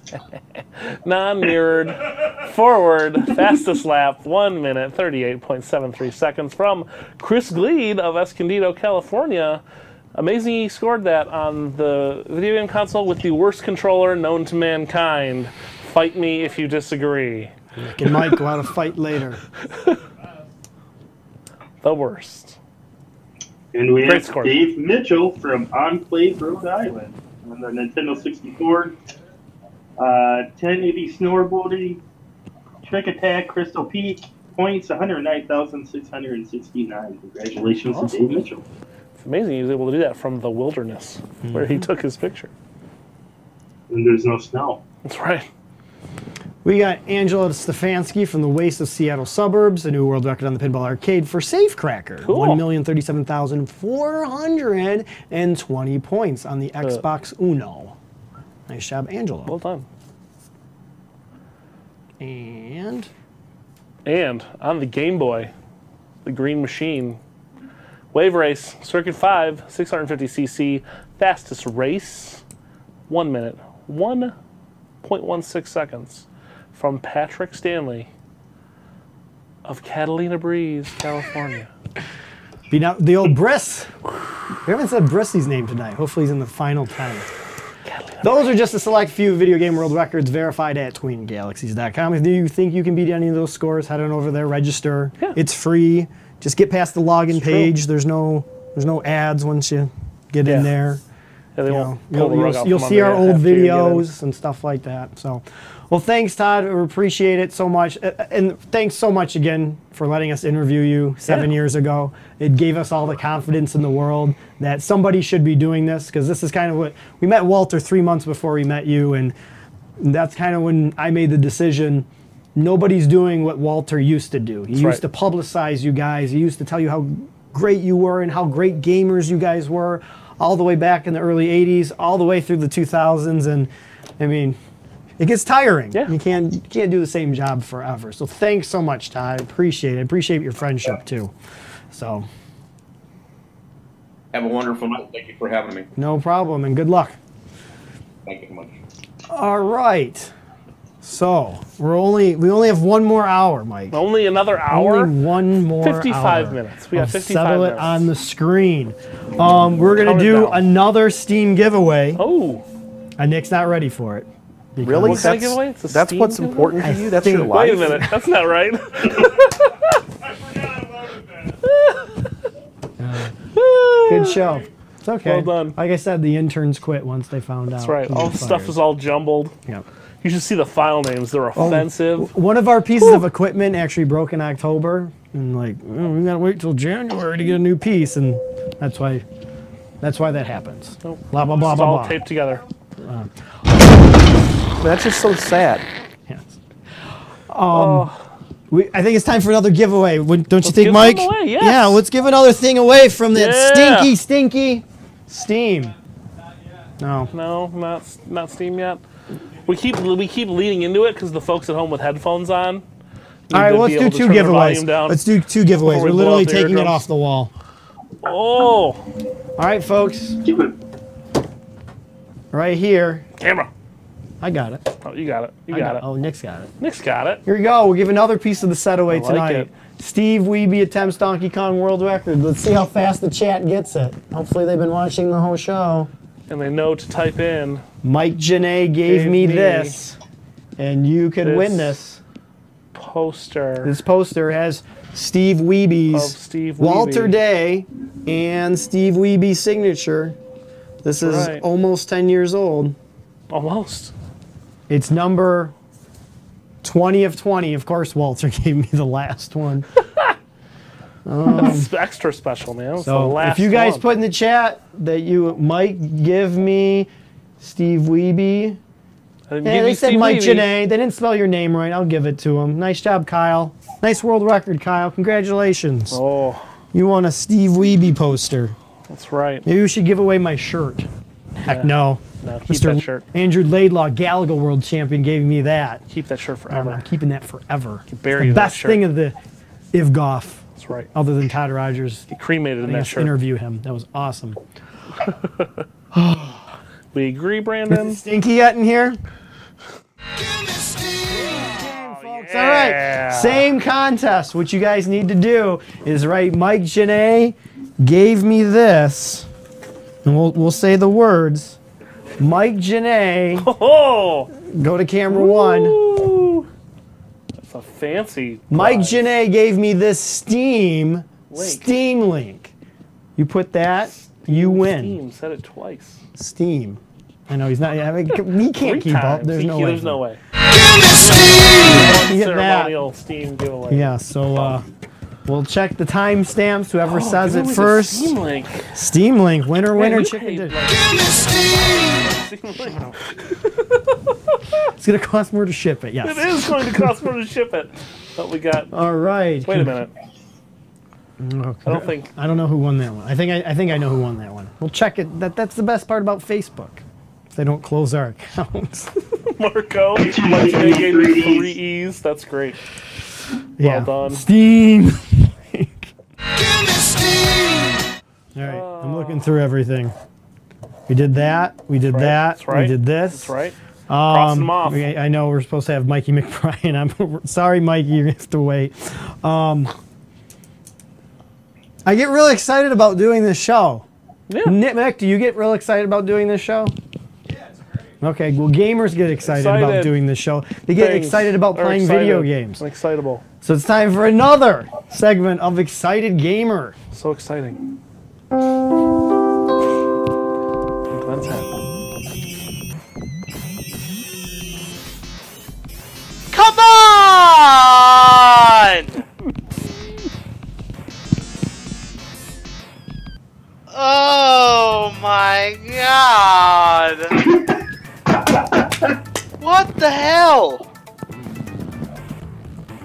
Non mirrored, forward, fastest lap, 1 minute, 38.73 seconds from Chris Gleed of Escondido, California. Amazing he scored that on the video game console with the worst controller known to mankind. Fight me if you disagree.
Nick and Mike go out a fight later.
The worst.
And we
Great
have
score.
Dave Mitchell from Enclave, Rhode Island, on the Nintendo 64. Uh, 1080 snowboarding, trick attack, Crystal Peak, points 109,669. Congratulations to
Awesome.
Dave Mitchell.
It's amazing he was able to do that from the wilderness where
Mm-hmm.
he took his picture.
And there's no snow.
That's right.
We got Angela Stefanski from the Waste of Seattle Suburbs, a new world record on the Pinball Arcade for Safecracker.
Cool.
1,037,420 points on the Xbox Uno. Nice job, Angela. Well
Uh. done.
And
And on the Game Boy, the Green Machine, Wave Race, Circuit 5, 650cc, fastest race, 1 minute, 1.16 seconds from Patrick Stanley of Catalina Breeze, California.
beat out the old Briss. We haven't said Brissy's name tonight. Hopefully, he's in the final 10. Those are just a select few video game world records verified at tweengalaxies.com. If you think you can beat any of those scores, head on over there, register. It's free. Just get past the login
true.
page. There's no there's no ads once you get
Yeah.
in there.
Yeah, they
You
won't
know,
pull the
you'll-
rug out
you'll you'll
from
see
under
our
you
old
after you get in.
videos and stuff like that. So, well, thanks, Todd. We appreciate it so much, A- a- and thanks so much again for letting us interview you seven
Yeah.
years ago. It gave us all the confidence in the world that somebody should be doing this because this is kind of what we met Walter three months before we met you, and that's kind of when I made the decision. Nobody's doing what Walter used to do. He
That's
used
right.
to publicize you guys. He used to tell you how great you were and how great gamers you guys were, all the way back in the early '80s, all the way through the 2000s, and I mean, it gets tiring. Yeah. You can't you can't do the same job forever. So thanks so much, Todd. Appreciate it. Appreciate your friendship too. So
Have a wonderful night. Thank you for having me.
no problem, and good luck.
Thank you so much.
All right. So we're only we only have one more hour, Mike.
Only another hour?
Only one more
55
hour
minutes. We got
of
55
settle
minutes.
it on the screen. Um, we're gonna
Count it
do
down.
another Steam giveaway.
Oh,
and Nick's not ready for it.
Really?
because-
That's, that's what's important to you? That's your life?
Wait a minute, that's not right.
Good show. It's okay.
Well done.
Like I said, the interns quit once they found
That's
out.
right.
we
All
were
the stuff
fired.
is all jumbled.
Yeah.
You should see the file names. They're
Oh,
offensive.
w- One of our pieces of equipment actually broke in October, and like "Oh, we gotta wait till January to get a new piece, and that's why, that's why that happens. Blah blah blah
it's
blah
Oh, all
blah.
taped together.
Uh,
That's just so sad.
Um,
Oh.
we, I think it's time for another giveaway. Wouldn't- Don't you
Let's
think,
give
Mike?
them away,
Yeah,
yes.
let's give another thing away from that
Yeah.
stinky, stinky steam. No.
No, not not Steam yet. We keep we keep leading into it because the folks at home with headphones on. need
All right,
to
well, let's
be
do
able to
two
turn their volume
giveaways.
down.
Let's do two giveaways.
before
We're
we blow
literally
out their
taking it
eardrums.
off the wall.
Oh.
All right, folks. Right here.
Camera.
I got it.
Oh, you got it. You
I
got,
got-
it.
Oh, Nick's got it.
Nick's got it.
Here we go. We'll give another piece of the set away
I like
tonight.
it.
Steve Weeby attempts Donkey Kong World Record. Let's see how fast the chat gets it. Hopefully, they've been watching the whole show.
And they know to type in.
Mike Janae gave,
Gave
me,
me
this, and you could win this.
this Poster.
This poster has Steve Weeby's,
Of Steve
Walter
Wiebe.
Day, and Steve Weeby's signature. This is
Right.
almost 10 years old.
Almost.
It's number 20 of 20. Of course, Walter gave me the last one. Um,
That's extra special, man. It's the
so
last
if you guys
one.
put in the chat that you might give me Steve Weeby.
I didn't
Yeah,
give
they
you
said
Steve
Mike
Levy.
Janae. They didn't spell your name right. I'll give it to him. Nice job, Kyle. Nice world record, Kyle. Congratulations.
Oh.
You won a Steve Weeby poster.
That's right.
Maybe we should give away my shirt. Heck
Yeah.
no.
No, keep that shirt.
Andrew Laidlaw, Galaga World Champion, gave me that.
Keep that shirt
Um,
forever.
I'm keeping that forever.
bury
the
that
best
shirt.
thing of the Ivgoff,
That's right.
other than Todd Rogers.
He cremated in
letting
that
us
shirt.
interview him. That was awesome.
We agree, Brandon.
Stinky yet in here? It's all
Yeah.
right. Same contest. What you guys need to do is write Mike Janae gave me this. And we'll, we'll say the words. Mike Janae.
Oh!
Go to camera one.
That's a fancy.
Mike
prize.
Janae gave me this Steam
Link.
Steam link. You put that, you win.
Steam said it twice.
Steam. I know he's not. I mean, he can't
Three
keep up.
times.
There's
He-
no
he-
way.
There's no way.
You get that.
Ceremonial Steam giveaway.
Yeah. So uh, we'll check the timestamps. Whoever
Oh,
says
give
it
away the
first.
Steam link.
Steam link. Winner,
Man,
winner,
you
chicken
paid,
dinner.
like-
It's gonna cost more to ship it.
It
Yes.
is going to cost more to ship it. But we got.
All right.
Wait a minute.
Okay.
I don't think-
I don't know who won that one. I think I, I think I know who won that one. We'll check it. That that's the best part about Facebook. They don't close our accounts.
Marco. Mike Janae gave me three E's. That's great.
yeah.
Well done.
Steam. All right.
Oh.
I'm looking through everything. We did that. We did that.
That's right.
We did this.
That's right.
Um,
them off.
we- I know we're supposed to have Mikey McBride. I'm sorry, Mikey. You have to wait. Um, I get really excited about doing this show.
Yeah.
Nick, Mick, do you get real excited about doing this show? Okay, well, gamers get excited, about
Excited.
doing this show. They get
Things
excited about
are
playing video
excited.
games.
Excitable.
So it's time for another segment of Excited Gamer.
So exciting. Glenn's hat.
Come on! Oh my god! what the hell?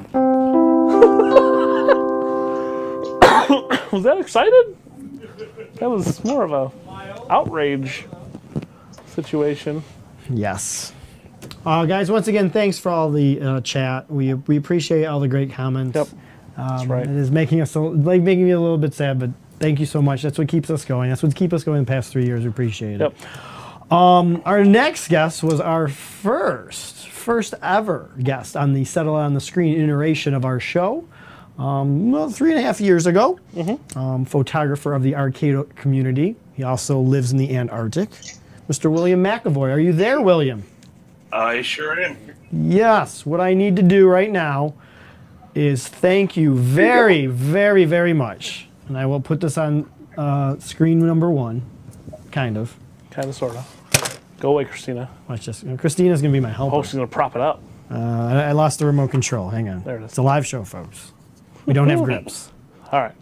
was that excited? That was more of a outrage situation.
Yes. Uh, guys, once again, thanks for all the uh, chat. We we appreciate all the great comments. Yep. Um, That's
right.
It is making us a- like making me a little bit sad, but thank you so much. That's what keeps us going. That's what keeps us going the past three years. We appreciate it. Yep. Um, our next guest was our first first ever guest on the Settle on the Screen iteration of our show. Um, well, three and a half years ago, um, photographer of the Arcado community. He also lives in the Antarctic. Mr. William McAvoy, are you there, William?
I sure am.
Yes, what I need to do right now is thank you very, very, very much. And I will put this on uh, screen number one, kind of.
Kind of, sort of. Go away, Christina.
Watch this. Uh, Christina's going to be my helper.
Oh, she's gonna prop it up.
Uh, I I lost the remote control. Hang on.
There it is.
It's a live show, folks. We don't have grips.
All right.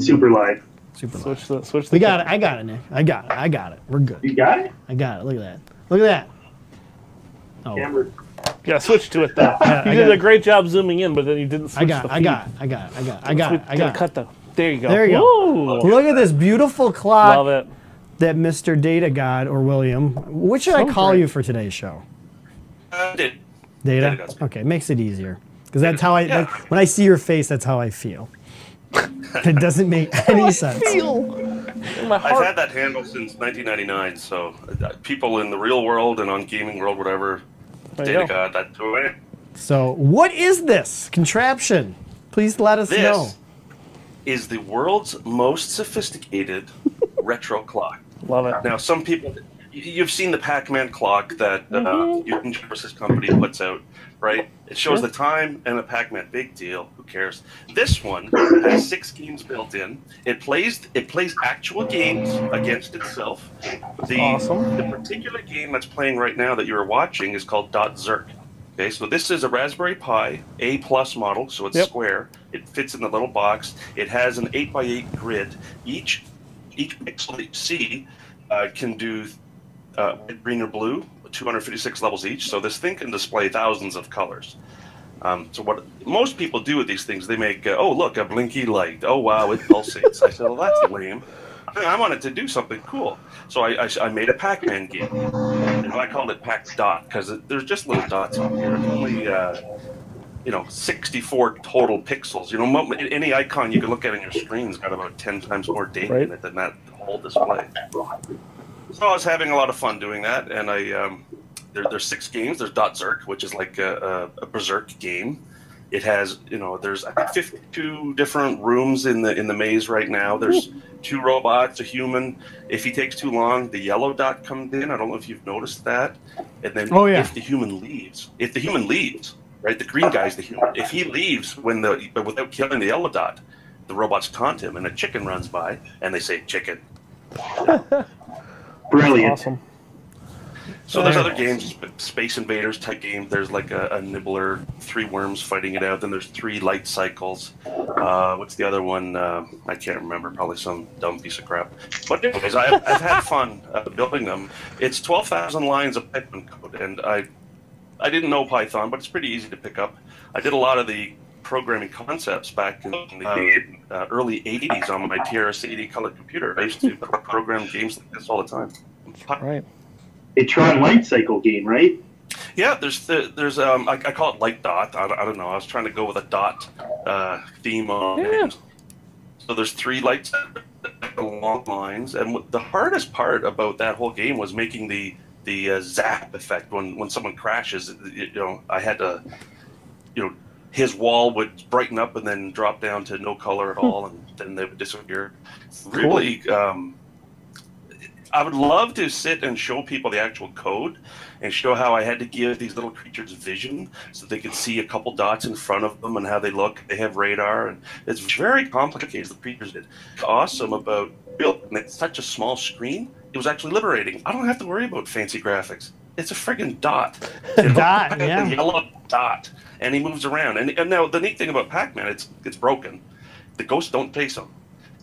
Super live.
Er, Super
Switch the switch. The
We got it. I got it, Nick. I got it. I got it. We're good.
You got it?
I got it. Look at that. Look at that. Oh.
Yeah, switch to it though.
Yeah,
you
I
did
got
a great job zooming in, but then you didn't switch
I got
the
it. I
feed.
got it. I got it. I got it. I got it. I got it.
Cut the. There you go.
There you go.
Woo!
Look at this beautiful clock
Love it.
that Mr. Data God or William. What should I
So
call
great.
you for today's show?
Data.
Data. Okay, makes it easier because that's how I. that- when I see your face, that's how I feel. it doesn't make any sense.
I've had that handle since 1999, so uh, people in the real world and on gaming world, whatever,
There you
data
go.
got that to it.
So, what is this contraption? Please let us
This
know.
is the world's most sophisticated retro clock.
Love it.
Now, some people, y- you've seen the Pac-Man clock that uh,
Mm-hmm.
Mhm.
Newton Genesis Company puts out, right? It shows
Sure.
the time and the Pac-Man. Big deal. Who cares? This one has six games built in. It plays it plays actual games against itself. The, the particular game that's playing right now that you're watching is called Dot Zerk. Okay, so this is a Raspberry Pi A plus model, so it's
Yep.
square. It fits in the little box. It has an eight by eight grid. Each each pixel that you see uh, can do uh, red, green, or blue, 256 levels each. So this thing can display thousands of colors. Um, so what most people do with these things, they make, uh, oh look, a blinky light. Oh wow, it pulsates. I said, well that's lame. I wanted to do something cool, so I, I, I made a Pac-Man game. And I called it Pac Dot because there's just little dots on here. It's only uh, you know 64 total pixels. You know, mo- any icon you can look at on your screen's got about 10 times more data in it than that whole display. So I was having a lot of fun doing that, and I um, there, there's six games. There's Dot Zerk, which is like a, a, a Berserk game. It has you know there's I think 52 different rooms in the in the maze right now. There's two robots, a human. If he takes too long, the yellow dot comes in. I don't know if you've noticed that. And then
Oh, yeah.
if the human leaves, if the human leaves, right, the green guy's the human. If he leaves when the but without killing the yellow dot, the robots taunt him, and a chicken runs by, and they say chicken.
Brilliant.
Awesome.
So there's other games, sp- Space Invaders type game. There's like a, a Nibbler, three worms fighting it out. Then there's three light cycles. Uh, what's the other one? Uh, I can't remember. Probably some dumb piece of crap. But anyways, I, I've had fun uh, building them. It's twelve thousand lines of Python code, and I I didn't know Python, but it's pretty easy to pick up. I did a lot of the programming concepts back in the uh, uh, early 80s on my TRS-80 color computer. I used to pro- program games like this all the time.
Right.
A Tron Light Cycle game, right?
Yeah, there's the, there's um I, I call it light dot. I, don't- I don't know. I was trying to go with a dot uh, theme on it. So there's three lights along lines, and what- the hardest part about that whole game was making the the uh, zap effect when when someone crashes. it- You know, I had to, you know, his wall would brighten up and then drop down to no color at all, and then they would disappear. Really, um, I would love to sit and show people the actual code and show how I had to give these little creatures vision so they could see a couple dots in front of them and how they look. They have radar, and it's very complicated. The creatures did awesome about building it such a small screen. It was actually liberating. I don't have to worry about fancy graphics. It's a friggin' dot.
dot,
I have
yeah.
the yellow dot, and he moves around. And, and now the neat thing about Pac-Man, it's it's broken. The ghosts don't chase him.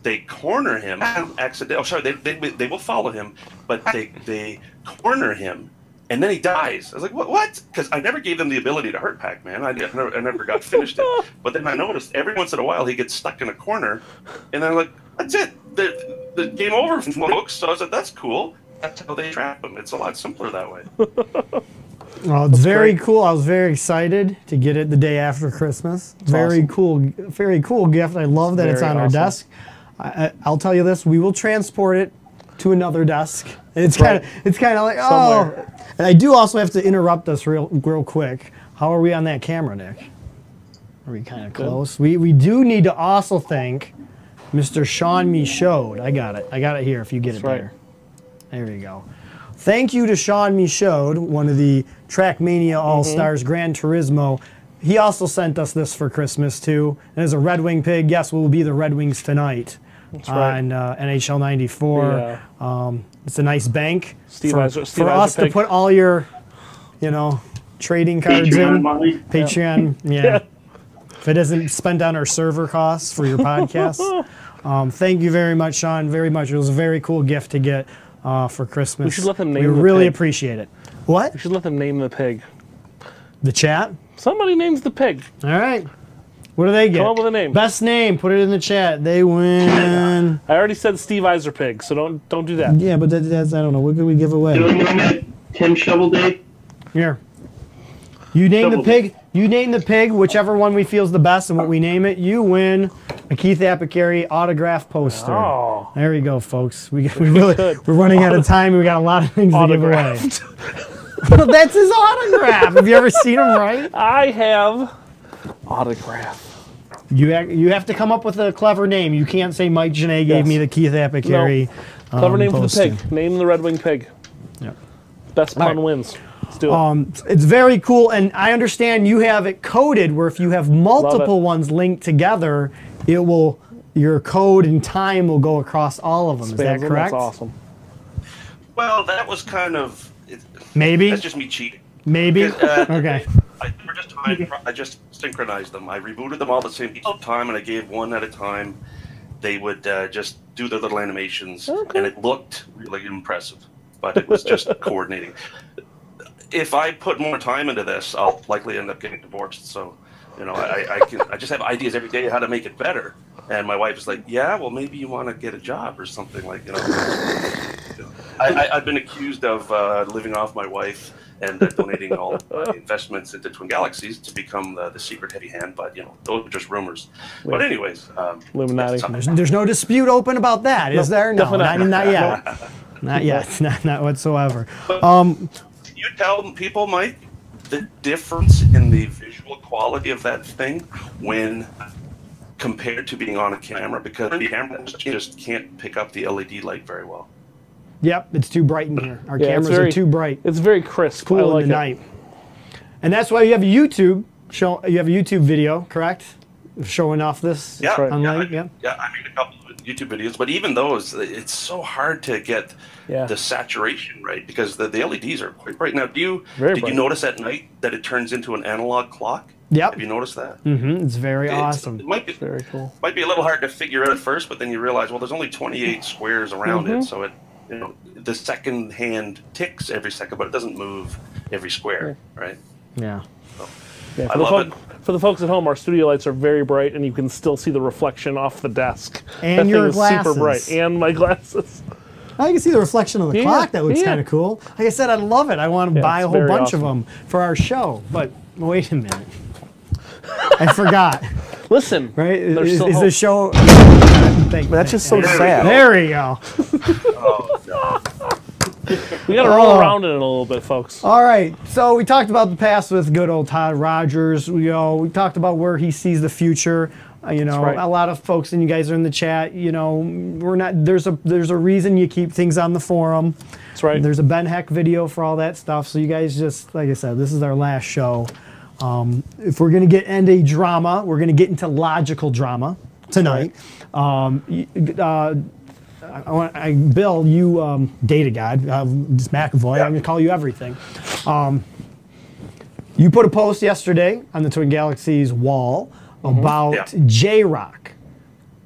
They corner him accidentally. Oh, sorry, they, they, they will follow him, but they they corner him, and then he dies. I was like, what? What? Because I never gave them the ability to hurt Pac-Man. I never, I never got finished it. But then I noticed every once in a while he gets stuck in a corner, and I'm like, that's it. The, the game over, folks. So I was like, that's cool. That's how they trap him. It's a lot simpler that way.
Well, it's very cool. I was very excited to get it the day after Christmas. very cool, very cool gift. I love that it's
Very
on our
awesome.
desk. I, I, I'll tell you this: we will transport it to another desk. And it's kind of, it's kind of like,
Somewhere.
oh. And I do also have to interrupt us real, real quick. How are we on that camera, Nick? Are we kind of close? We, we do need to also thank Mr. Sean Michaud. I got it. I got it here. If you get
That's
it
right.
better. There you go. Thank you to Sean Michaud, one of the
Mm-hmm.
Trackmania All Stars, Gran Turismo. He also sent us this for Christmas too. And as a Red Wing pig, yes, we'll be the Red Wings tonight
right.
on uh, NHL '94.
Yeah.
Um, it's a nice bank
Steve
for,
Eiser- Steve
for us to
Eiserpig.
put all your, you know, trading cards
Patreon
in
money.
Patreon. Yeah.
Yeah.
If it doesn't spend on our server costs for your podcast, Um, thank you very much, Sean. Very much. It was a very cool gift to get uh, for Christmas.
We should let them name
We
the
really
pig.
appreciate it. What?
We should let them name the pig.
The chat.
Somebody names the pig.
All right. What do they get?
Come up with a name.
Best name. Put it in the chat. They win.
I already said Steve Eiser pig, so don't don't do that.
yeah, but that, that's I don't know. What could we give away?
Tim Shovel Day.
Here. You name the
Double.
pig. You name the pig. Whichever one we feel is the best, and what we name it, you win a Keith Apicary autograph poster.
Oh.
There you go, folks. We, we really we're running out of time. We got a lot of things to give away.
Autographed.
Well, that's his autograph. Have you ever seen him right?
I have. Autograph.
You ha- you have to come up with a clever name. You can't say Mike Janae gave
Yes.
me the Keith Apicary.
Clever
um,
name
poster.
for the pig. Name the Red Wing pig.
Yep.
Best
All
pun wins. Let's do it.
Um, it's very cool, and I understand you have it coded where if you have multiple ones linked together, it will your code and time will go across all of them. Is
Spans
that
them,
correct?
That's awesome.
Well, that was kind of. It,
Maybe.
That's just me cheating.
Maybe.
Uh,
okay.
I, I just synchronized them. I rebooted them all at the same time, and I gave one at a time. They would uh, just do their little animations,
Oh,
and it looked really impressive. But it was just coordinating. If I put more time into this, I'll likely end up getting divorced. So, you know, I, I can I just have ideas every day how to make it better. And my wife is like, "Yeah, well, maybe you want to get a job or something like you know." I, I, I've been accused of uh, living off my wife and uh, donating all of my investments into Twin Galaxies to become the, the secret heavy hand, but you know those are just rumors. But anyways, um,
Illuminati.
There's, there's no dispute open about that, is
No,
there? No,
definitely
not,
not.
not yet. Not yet. Not, not whatsoever. Um,
you tell people, Mike, the difference in the visual quality of that thing when compared to being on a camera because the camera just can't pick up the LED light very well.
yep, it's too bright in here. Our
Yeah, it's
cameras
very-
are too bright.
It's very crisp.
Cool
I
in
like
the
it.
night. And that's why you have a YouTube show. You have a YouTube video, correct? Showing off this
Yeah, yeah,
online.
I-
Yeah.
Yeah, I made a couple of YouTube videos, but even those, it's so hard to get
Yeah.
the saturation right because the, the LEDs are quite bright. Now, do you
Very
did
bright.
you notice at night that it turns into an analog clock?
Yep.
Have you noticed that?
Mm-hmm. It's very
It's-
awesome.
It might be
very cool.
Might be a little hard to figure out at first, but then you realize, well, there's only 28 squares around it,
Mm-hmm.
Mhm.
so it, you know, the second hand ticks every second, but it doesn't move every square, right?
Yeah.
Yeah,
I
for, the
love
folk- for the folks at home, our studio lights are very bright, and you can still see the reflection off the desk.
And
that thing
your
is super bright,
glasses.
and my glasses.
I can see the reflection of the
Yeah,
clock. That looks
yeah.
kind of cool. Like I said, I love it. I want to
Yeah,
buy a
it's very
whole bunch of
awesome.
them for our show. But wait a minute. I forgot.
Listen,
right? Is,
there's
is,
still
is
hope.
the show?
That's just so
There we
sad.
go. There we go.
Oh.
We got to roll
Oh.
around in it a little bit, folks.
All right. So we talked about the past with good old Todd Rogers. We, you know, we talked about where he sees the future. Uh, you know,
right.
a lot of folks and you guys are in the chat. You know, we're not. There's a there's a reason you keep things on the forum.
That's right.
There's a Ben Heck video for all that stuff. So you guys just like I said, this is our last show. Um, if we're gonna get into drama, we're gonna get into logical drama tonight. Um, y- uh, I- I want, I, Bill, you um, data god, uh, just McAvoy. I'm gonna call you everything. Um, you put a post yesterday on the Twin Galaxies wall about
Yeah.
J Rock.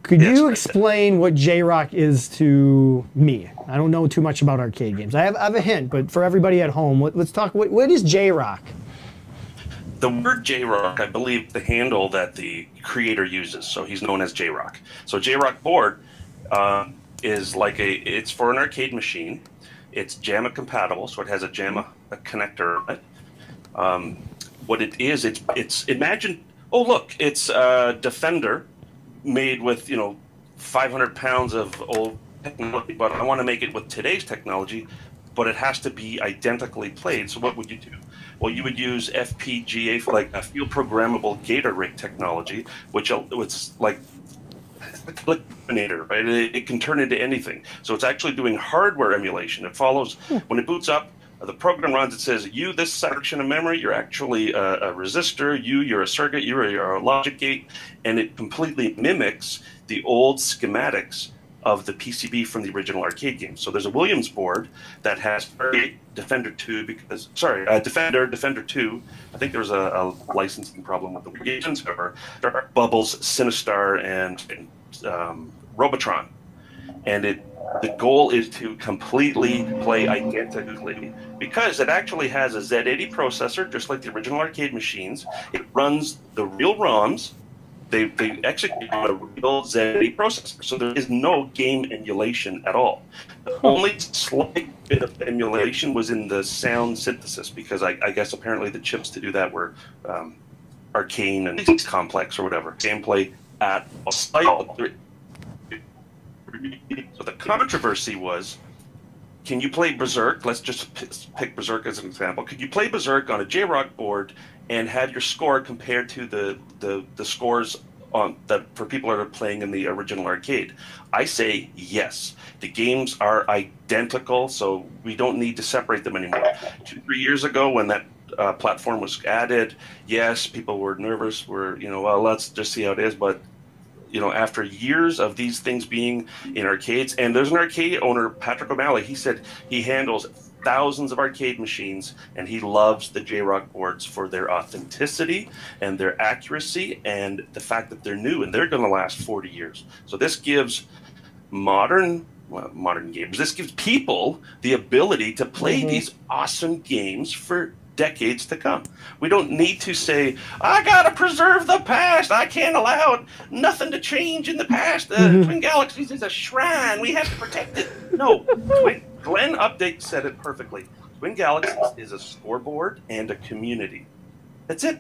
Could you explain what J Rock is to me? I don't know too much about arcade games. I have, I have a hint, but for everybody at home, let, us talk. What, what is J Rock?
The word J Rock, I believe, the handle that the creator uses, so he's known as J Rock. So J Rock board uh, is like a it's for an arcade machine. It's JAMA compatible, so it has a JAMA connector. on it. Um, what it is, it's it's imagine. Oh look, it's a Defender made with you know 500 pounds of old technology, but I want to make it with today's technology, but it has to be identically played. So what would you do? Well, you would use FPGA for like a field programmable gator rig technology, which al- it's like Clickinator, right? It, it can turn into anything. So it's actually doing hardware emulation. It follows when it boots up. uh, The program runs. It says, "You, this section of memory, you're actually a, a resistor. You, you're a circuit. You're a, you're a logic gate," and it completely mimics the old schematics of the PCB from the original arcade game. So there's a Williams board that has Stargate, Defender 2 because sorry, uh, Defender, Defender 2. I think there was a, a licensing problem with the Williams cover. There are Bubbles, Sinistar, and, and um, Robotron, and it the goal is to completely play identically because it actually has a Z80 processor, just like the original arcade machines. It runs the real ROMs. They they execute on a real Z80 processor, so there is no game emulation at all. The only slight bit of emulation was in the sound synthesis because I, I guess apparently the chips to do that were um, arcane and complex or whatever gameplay at a slight. So the controversy was, can you play Berserk? Let's just p- pick Berserk as an example. Could you play Berserk on a J-Rock board and have your score compared to the the, the scores on that for people that are playing in the original arcade? I say yes. The games are identical, so we don't need to separate them anymore. Two three years ago, when that uh, platform was added, yes, people were nervous. Were you know, well, let's just see how it is, but you know, after years of these things being in arcades, and there's an arcade owner, Patrick O'Malley, he said he handles thousands of arcade machines and he loves the J Rock boards for their authenticity and their accuracy and the fact that they're new and they're going to last 40 years. So this gives modern. Well, modern games. This gives people the ability to play these awesome games for decades to come. We don't need to say, I gotta preserve the past. I can't allow nothing to change in the past. The
Mhm.
Twin Galaxies is a shrine. We have to protect it. No, Twin, Glenn Update said it perfectly. Twin Galaxies is a scoreboard and a community. That's it.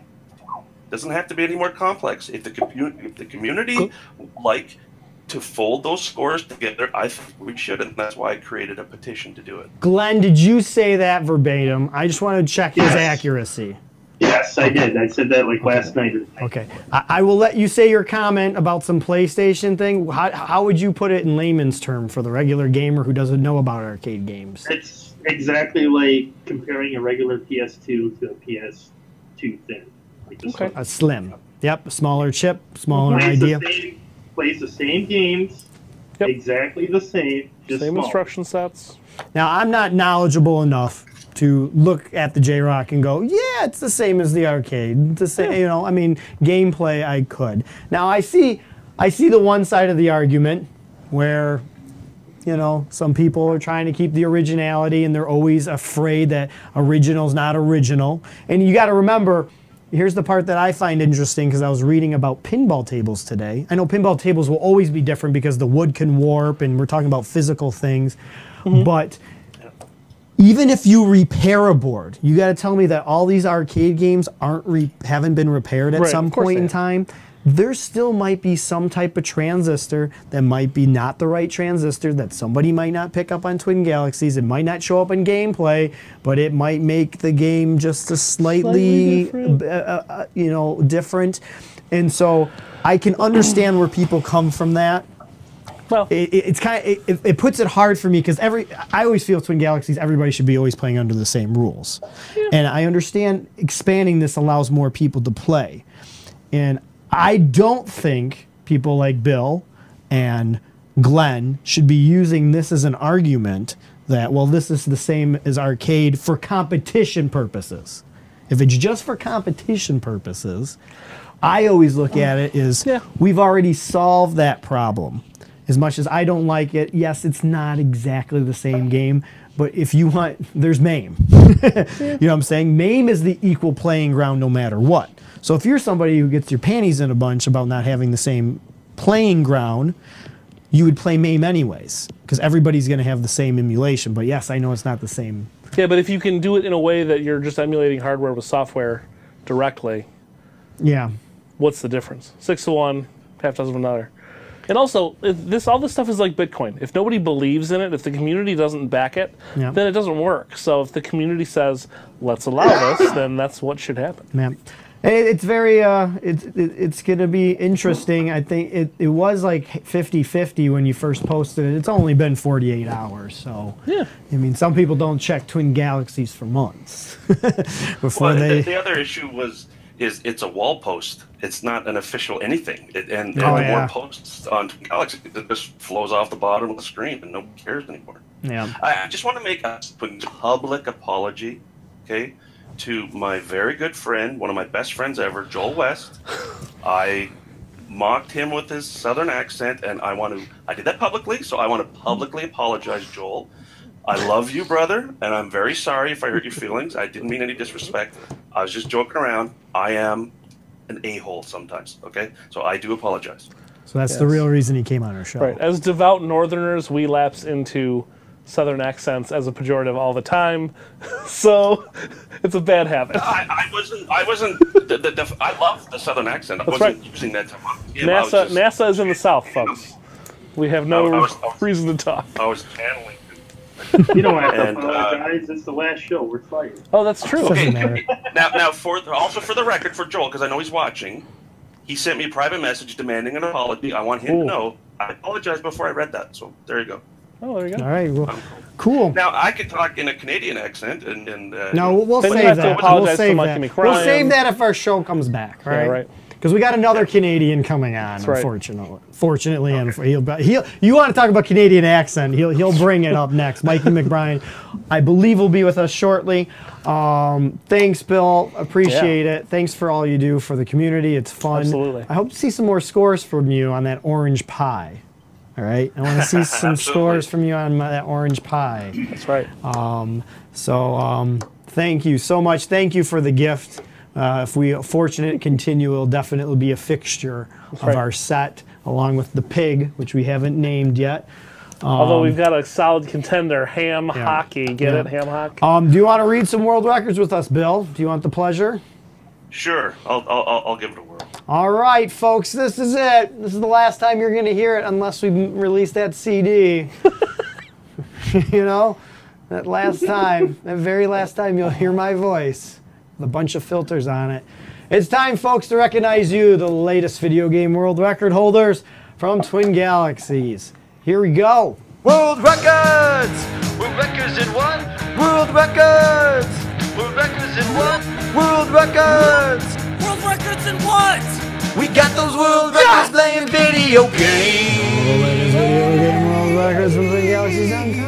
Doesn't have to be any more complex. If the, commu- if the community would like to fold those scores together, I think we should, and that's why I created a petition to do it.
Glenn, did you say that verbatim? I just want to check his accuracy.
Yes, I did. I said that like last night.
Okay. I, I will let you say your comment about some PlayStation thing. How, how would you put it in layman's term for the regular gamer who doesn't know about arcade games?
It's exactly like comparing a regular PS2 to a PS2 thin. Like the
Okay. A slim. Yep. Smaller chip, smaller
plays
idea.
The same, plays the same games, exactly the same. Just
Same
smaller.
instruction sets.
Now, I'm not knowledgeable enough to look at the J Rock and go, yeah, it's the same as the arcade. It's the same, you know, I mean, gameplay I could. Now, I see, I see the one side of the argument where, you know, some people are trying to keep the originality and they're always afraid that original's not original. And you got to remember, Here's the part that I find interesting because I was reading about pinball tables today. I know pinball tables will always be different because the wood can warp and we're talking about physical things. But even if you repair a board, you got to tell me that all these arcade games aren't re- haven't been repaired at
Right,
some
of course
point
they
in time. There still might be some type of transistor that might be not the right transistor that somebody might not pick up on Twin Galaxies. It might not show up in gameplay, but it might make the game just a slightly, uh, uh, uh, you know, different. And so I can understand where people come from that.
Well,
it, it- it's kind of it, it puts it hard for me because every I always feel Twin Galaxies everybody should be always playing under the same rules, and I understand expanding this allows more people to play, and I don't think people like Bill and Glenn should be using this as an argument that well this is the same as arcade for competition purposes. If it's just for competition purposes, I always look at it as we've already solved that problem. As much as I don't like it, yes, it's not exactly the same game, but if you want, there's MAME. You know what I'm saying? MAME is the equal playing ground no matter what. So if you're somebody who gets your panties in a bunch about not having the same playing ground, you would play MAME anyways, because everybody's going to have the same emulation. But yes, I know it's not the same
Yeah, but if you can do it in a way that you're just emulating hardware with software directly,
Yeah.
what's the difference? Six to one, half dozen of another. And also, if this all this stuff is like Bitcoin. If nobody believes in it, if the community doesn't back it,
Yeah.
then it doesn't work. So if the community says, "Let's allow this," then that's what should happen.
Yeah. It- It's very, uh, it's, it, it's going to be interesting. I think it, it was like 50 50 when you first posted it. It's only been 48 hours. So,
yeah.
I mean, some people don't check Twin Galaxies for months before
Well, the,
they.
the other issue was is it's a wall post. It's not an official anything. It, and and
Oh,
the
yeah.
more posts on Galaxy, it just flows off the bottom of the screen, and no one cares anymore.
yeah.
I, I just want to make a public apology, okay, to my very good friend, one of my best friends ever, Joel West. I mocked him with his southern accent, and I want to. I did that publicly, so I want to publicly apologize, Joel. I love you, brother, and I'm very sorry if I hurt your feelings. I didn't mean any disrespect. I was just joking around. I am an a hole sometimes, okay? So I do apologize.
So that's the real reason he came on our show.
Right. As devout Northerners, we lapse into Southern accents as a pejorative all the time, so it's a bad habit.
I, I wasn't. I wasn't. the, the, the, I love the southern accent. I
That's
wasn't
right.
using that to mock him. I was
NASA,
just- Oh,
NASA is in the South, folks. We have no
I was- I
reason to talk.
I was channeling.
You don't have to
And, uh,
apologize. it's the last show. We're fired.
Oh, that's true.
now, now for the, also for the record, for Joel, because I know he's watching, he sent me a private message demanding an apology. I want him
Ooh.
to know I apologized before I read that. So there you go.
Oh, there you
All right. Well, cool.
Now I could talk in a Canadian accent, and, and uh,
No, we'll, we'll
But you
save
have to
that.
apologize
We'll
for
save
making me
that.
cry.
We'll save that if our show comes back. All
Yeah,
right.
right.
Because we got another Canadian coming on,
right.
unfortunately. Fortunately, and he'll, be- he'll you want to talk about Canadian accent? He'll he'll bring it up next. Mikey McBride, I believe, will be with us shortly. Um, thanks, Bill. Appreciate it. Thanks for all you do for the community. It's fun.
Absolutely.
I hope to see some more scores from you on that orange pie. All right. I want to see some scores from you on my, that orange pie. That's
right.
Um, so um, thank you so much. Thank you for the gift. Uh, if we are fortunate, continue, will definitely be a fixture of
right.
our set, along with the pig, which we haven't named yet.
Although
Um,
we've got a solid contender, ham hockey. Get
yeah.
it, ham hockey.
Um, do you want to read some world records with us, Bill? Do you want the pleasure?
Sure, I'll, I'll, I'll- I'll give it a whirl.
All right, folks, this is it. This is the last time you're going to hear it unless we m- release that CD. you know, that last time, that very last time you'll hear my voice with a bunch of filters on it. It's time, folks, to recognize you, the latest video game world record holders from Twin Galaxies. Here we go.
World records! World records in one! World records! World records in one! World records! World records in what? We got those world records playing video games!
Video game world records from Twin Galaxies. Uncut.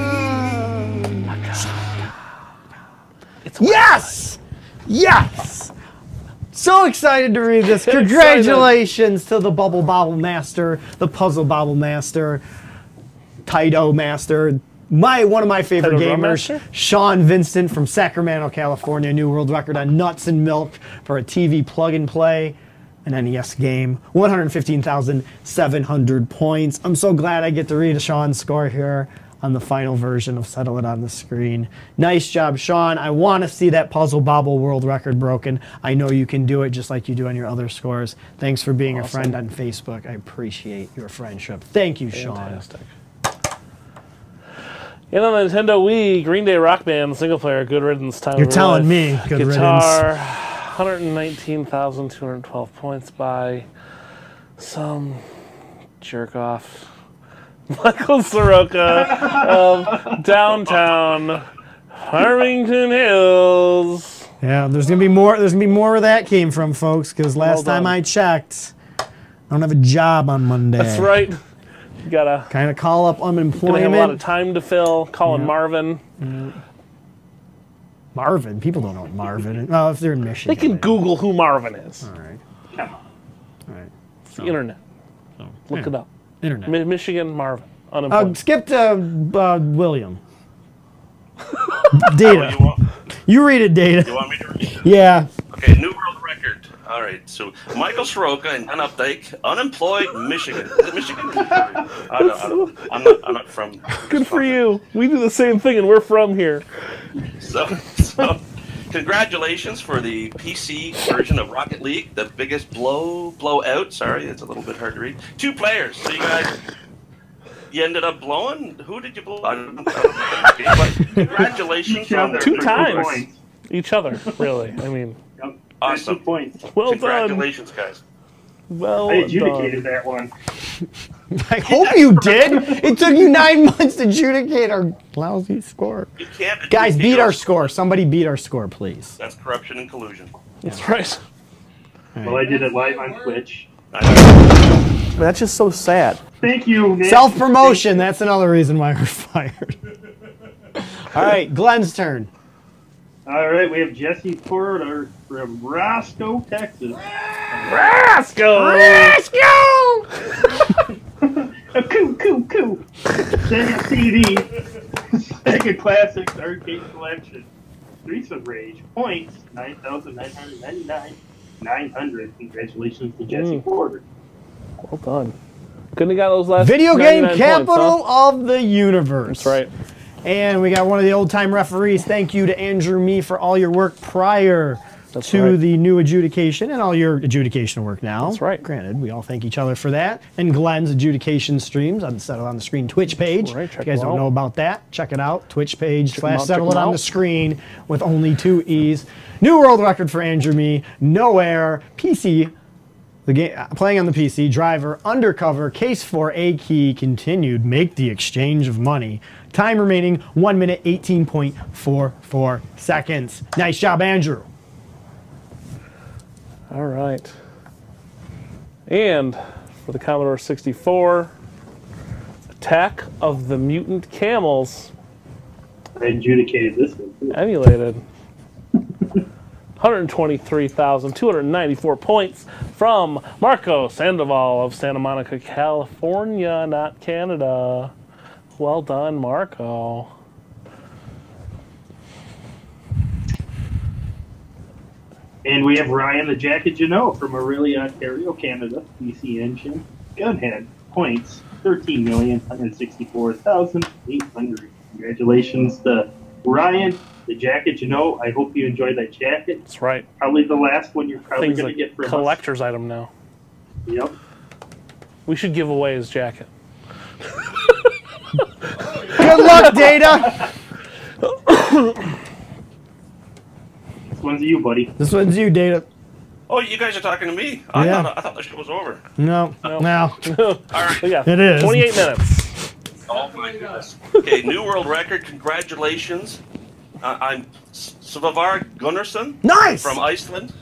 Yes! Yes! So excited to read this.
Excited.
Congratulations to the Bubble Bobble Master, the Puzzle Bobble Master, Taito Master, my one of my favorite
Taito Drum
gamers,
Master?
Sean Vincent from Sacramento, California, new world record on nuts and milk for a TV plug and play, an NES game, 115,700 points. I'm so glad I get to read Sean's score here on the final version of Settle It on the Screen. Nice job, Sean. I want to see that Puzzle Bobble world record broken. I know you can do it just like you do on your other scores. Thanks for being a friend on Facebook. I appreciate your friendship. Thank you, Sean.
And on the Nintendo Wii, Green Day Rock Band single player, Good Riddance Time. of
You're
Your
telling
Life.
me, Good Riddance.
Guitar, 119,212 points by some jerk off. Michael Soroka of downtown Farmington Hills.
Yeah, there's gonna be more. There's gonna be more where that came from, folks. Because last
Well
time
done.
I checked, I don't have a job on Monday.
That's right. You gotta,
Kind of call up
gonna have a lot of
unemployment.
time to fill. Calling
Yeah. Mm.
Marvin.
Marvin. People don't know what Marvin. is. Well, if they're in
They
Michigan.
can Google who Marvin is. All
right. All right.
It's the internet. Look
yeah.
it up.
Internet.
Mi- Michigan Marvin.
Uh,
Unemployed.
skip to uh, William. data. You read it, data.
Oh, You want me to read it?
Yeah.
Okay, new world record. All right, so Michael Soroka and Dan Updike, unemployed, Michigan. Is it Michigan? I don't, I don't, I'm not. I'm not from.
Good for you. We do the same thing, and we're from here.
So, so, congratulations for the PC version of Rocket League, the biggest blow blowout. Sorry, it's a little bit hard to read. Two players. So you guys, you ended up blowing. Who did you blow? I don't, I don't know. But congratulations. on the-
Two times. Each other, really. I mean,
Awesome.
Well done.
congratulations, guys.
well.
I adjudicated
done.
that one.
I hope you did. It took you nine months to adjudicate our lousy score. Guys, beat our score. Somebody beat our score, please.
That's corruption and collusion.
That's right.
Well, I did it live on Twitch.
I mean, that's just so sad.
Thank you, Nick.
Self promotion. That's another reason why we're fired. All right, Glenn's turn.
All right, we have Jesse Porter from Roscoe, Texas.
Rasco!
A coo coo coo. Sega CD, Sega Classics Arcade Collection, Streets of Rage, points nine thousand nine hundred ninety nine, nine hundred. Congratulations to
Mm.
Jesse Porter.
Well done. Couldn't have got those last.
Video game
99
capital
Points,
of the universe. That's right. And we got one of the old time referees. Thank you to Andrew Me for all your work prior to
right.
the new adjudication and all your adjudication work now. That's right. Granted, we all thank each other for that. And Glenn's adjudication streams on the Settle on the Screen Twitch page. Right, check if you guys
them
don't
out.
know about that, check it out. Twitch page
Check 'em
slash
out,
Settle
check
It
'em
on the
out.
Screen with only two E's. New world record for Andrew Me. Nowhere. PC the game uh, playing on the PC, driver, undercover, case for A key continued, make the exchange of money. Time remaining 1 minute 18.44 seconds. Nice job, Andrew.
huh? All right. And for the Commodore 64, Attack of the Mutant Camels.
I adjudicated this one. Too.
Emulated. 123,294 points from Marco Sandoval of Santa Monica, California, not Canada. Well done, Marco.
And we have Ryan the Jacket Janot from Aurelia, Ontario, Canada, PC Engine, Gunhead, points, 13,164,800. Congratulations to Ryan the Jacket Janot. I hope you enjoyed that jacket.
That's right.
Probably the last one you're probably
Thing's
going
a
to get from us.
collector's item now.
Yep.
We should give away his jacket.
Good luck, Data.
This one's you, buddy.
This one's you, Data.
Oh, you guys are talking to me? I,
Yeah.
thought, I thought the show was over.
No, no.
All right. We got
It is.
28 minutes.
Oh my goodness. Okay, new world record. Congratulations. Uh, I'm Svavar Gunnarsson.
Nice!
From Iceland.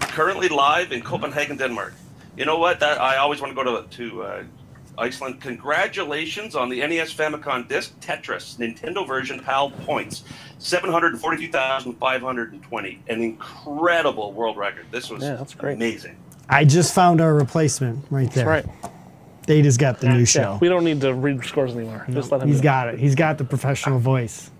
Currently live in Copenhagen, Denmark. You know what? That I always want to go to to uh, Iceland. Congratulations on the NES Famicom disc Tetris Nintendo version PAL points. 742,520. An incredible world record. This was
Yeah, that's great.
amazing.
I just found our replacement right there.
right.
Data's got the new
Yeah,
show.
we don't need to read scores anymore. Just let him.
He's
do
got it. He's got the professional voice.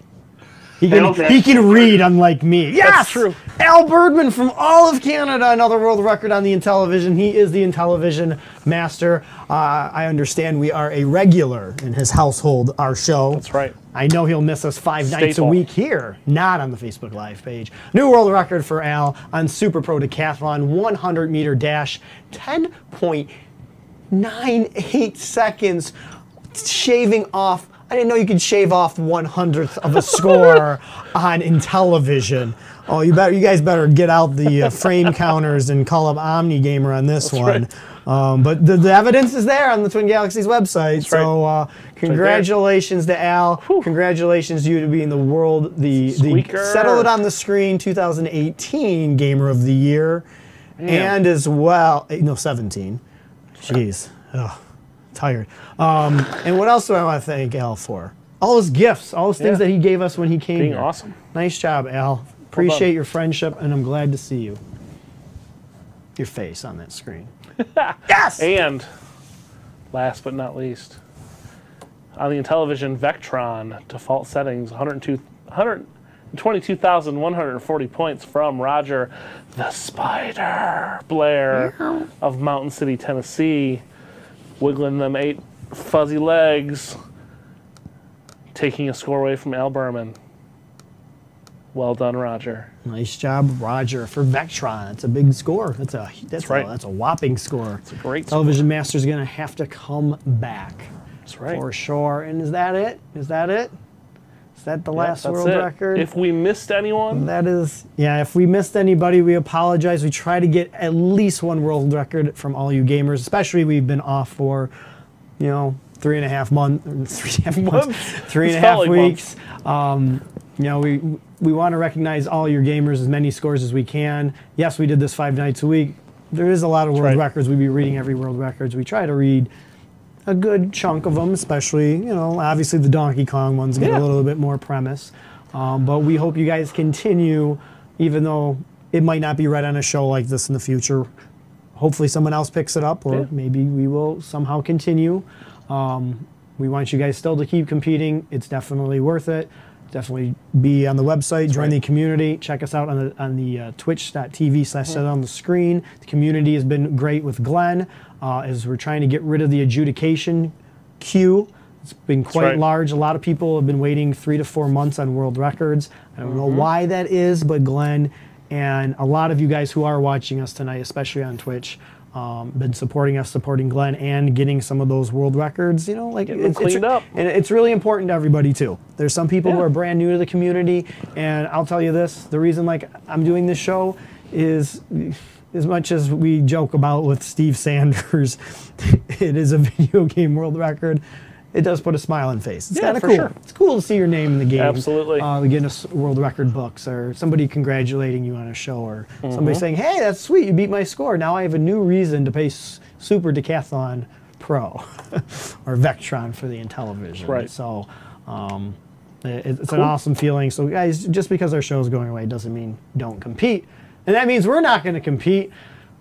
He
Hell,
can,
that's
he can read, unlike me. Yes,
That's true.
Al Birdman from all of Canada, another world record on the Intellivision. He is the Intellivision master. Uh, I understand we are a regular in his household. Our show. That's
right.
I know he'll miss us five nights a
Staple.
week here, not on the Facebook Live page. New world record for Al on Super Pro Decathlon 100 meter dash, 10.98 seconds, shaving off. I didn't know you could shave off one hundredth of a score on Intellivision. Oh, you better, you guys better get out the uh, frame counters and call up Omni Gamer on this one. Um, but the, the evidence is there on the Twin Galaxies website. so uh, congratulations to Al. Congratulations to you to being the world the
Squeaker.
the settle it on the screen 2018 Gamer of the Year,
Man.
and as well eh, no 17. Jeez, Ugh, tired. Um, and what else do I want to thank Al for? All his gifts, all those things
Yeah.
that he gave us when he came.
Being
here.
awesome.
Nice job, Al. Appreciate your friendship, and I'm glad to see you. Your face on that screen. yes.
And last but not least, on the Intellivision Vectron default settings, 102 122,140 points from Roger the Spider Blair of Mountain City, Tennessee, wiggling them eight fuzzy legs, taking a score away from Al Berman. Well done, Roger.
Nice job, Roger, for Vectron. That's a big score. That's a that's,
right.
a, that's a whopping score. It's a
great
Television Master's gonna have to come back.
That's right.
For sure. And is that it? Is that it? Is that the
Yep,
last
that's
world
it.
record?
If we missed anyone,
that is Yeah, if we missed anybody, we apologize. We try to get at least one world record from all you gamers, especially we've been off for, you know, three and a half months, three and a half months, three and a
It's felt like
half weeks. Um, you know, we we want to recognize all your gamers as many scores as we can. Yes, we did this five nights a week. There is a lot of world records. We'd be reading every world records. We try to read a good chunk of them, especially you know, obviously the Donkey Kong one's get
Yeah.
a little bit more premise. Um, but we hope you guys continue, even though it might not be read on a show like this in the future. Hopefully, someone else picks it up, or
Yeah.
maybe we will somehow continue. Um, we want you guys still to keep competing. It's definitely worth it. Definitely be on the website, join the community, check us out on the on the uh, twitch.tv slash set on the screen. The community has been great with Glenn uh, as we're trying to get rid of the adjudication queue. It's been
That's
quite
right.
large. A lot of people have been waiting three to four months on world records. I don't
Mm-hmm.
know why that is, but Glenn and a lot of you guys who are watching us tonight, especially on Twitch, um, been supporting us, supporting Glenn, and getting some of those world records. You know, like
Getting them cleaned up.
and it's really important to everybody too. There's some people who
Yeah.
are brand new to the community, and I'll tell you this: the reason like I'm doing this show is. As much as we joke about with Steve Sanders, it is a video game world record. It does put a smile on face. It's
Yeah,
kind of
for
cool.
sure.
It's cool to see your name in the game.
Absolutely.
Uh, the Guinness World Record books, or somebody congratulating you on a show, or somebody
Mhm.
saying, "Hey, that's sweet. You beat my score. Now I have a new reason to pay S- Super Decathlon Pro or Vectron for the Intellivision."
Right.
So. Um, it- it's
Cool.
an awesome feeling. So, guys, just because our show's going away doesn't mean don't compete. And that means we're not going to compete.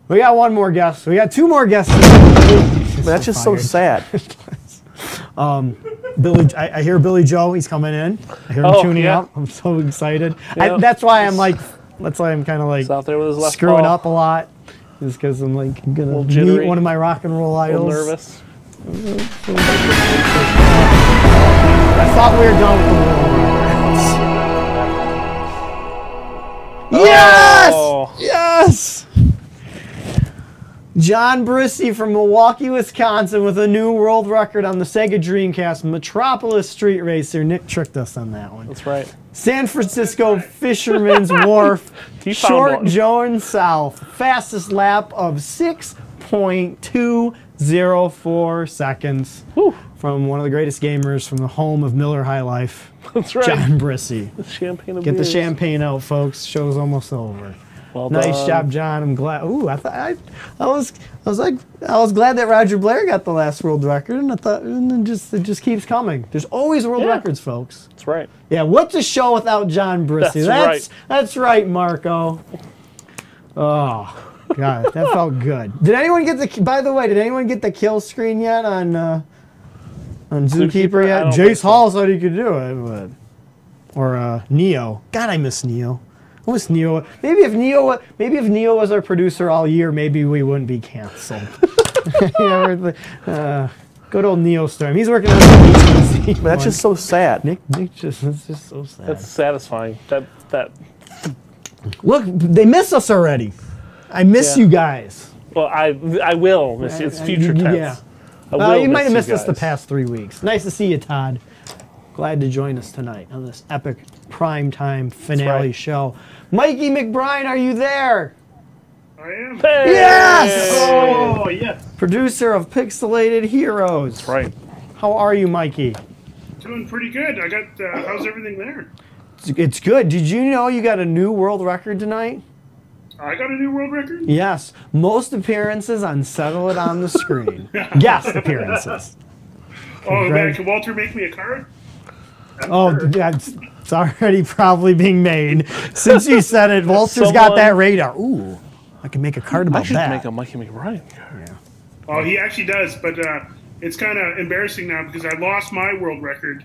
We got one more guest. We got two more guests.
That's just so sad.
Um, Billy, I, I hear Billy Joe. He's coming in. I hear him
Oh,
tuning
yeah.
out. I'm so excited. I,
Yeah.
that's why I'm like. That's why I'm kind of like
out there with his left
screwing
paw.
up a lot. Is because I'm like gonna
Little
meet
jittery.
one of my rock and roll
A little
idols.
nervous.
I thought we were done with the world records. Yes!
Oh.
Yes! John Brissy from Milwaukee, Wisconsin, with a new world record on the Sega Dreamcast Metropolis Street Racer. Nick tricked us on that one.
That's right.
San Francisco Fisherman's Wharf,
He found
Short
one.
Joan South, fastest lap of 6.204 seconds from one of the greatest gamers from the home of Miller High Life,
That's right.
John Brissy.
Champagne of
Get the
beers.
champagne out, folks. Show's almost over.
Well
nice
done.
job, John. I'm glad. Ooh, I thought I, I was, I was like, I was glad that Roger Blair got the last world record, and I thought, and it just it just keeps coming. There's always world records, folks.
That's right.
Yeah, what's a show without John Brissy?
That's
that's, that's right, Marco. Oh, God, that felt good. Did anyone get the? By the way, did anyone get the kill screen yet on uh, on Zookeeper,
Zookeeper? I
yet?
don't think
Jace
so.
Hall said he could do it, but or uh, Neo. God, I miss Neo. I miss Neo. Maybe if Neo, maybe if Neo was our producer all year, maybe we wouldn't be canceled. You know, we're the- uh, good old Neo Storm. He's working on. the
That's just so sad.
Nick, Nick just, that's just so sad.
That's satisfying. That that.
Look, they miss us already. I miss
Yeah.
you guys.
Well, I I will. It's, it's
I- I-
future tense.
yeah.
I
Well,
will
you might have
miss
missed
you
us the
guys.
past three weeks. Nice to see you, Todd. Glad to join us tonight on this epic primetime finale
right.
show. Mikey McBride, are you there?
I am.
Hey!
Yes!
Oh, yes.
Producer of Pixelated Heroes. That's
right.
How are you, Mikey?
Doing pretty good. I got, uh, how's everything there?
It's- It's good. Did you know you got a new world record tonight?
I got a new world record?
Yes. Most appearances on Settle It on the Screen. Guest appearances.
Oh, man,
Congrats.
can Walter make me a card?
Oh, that's it's already probably being made. Since you said it, Walter's got that
Someone-
radar. Ooh, I can make a card
I
about
should
that.
make a Mikey McBride.
Oh, he actually does, but uh, it's kind of embarrassing now because I lost my world record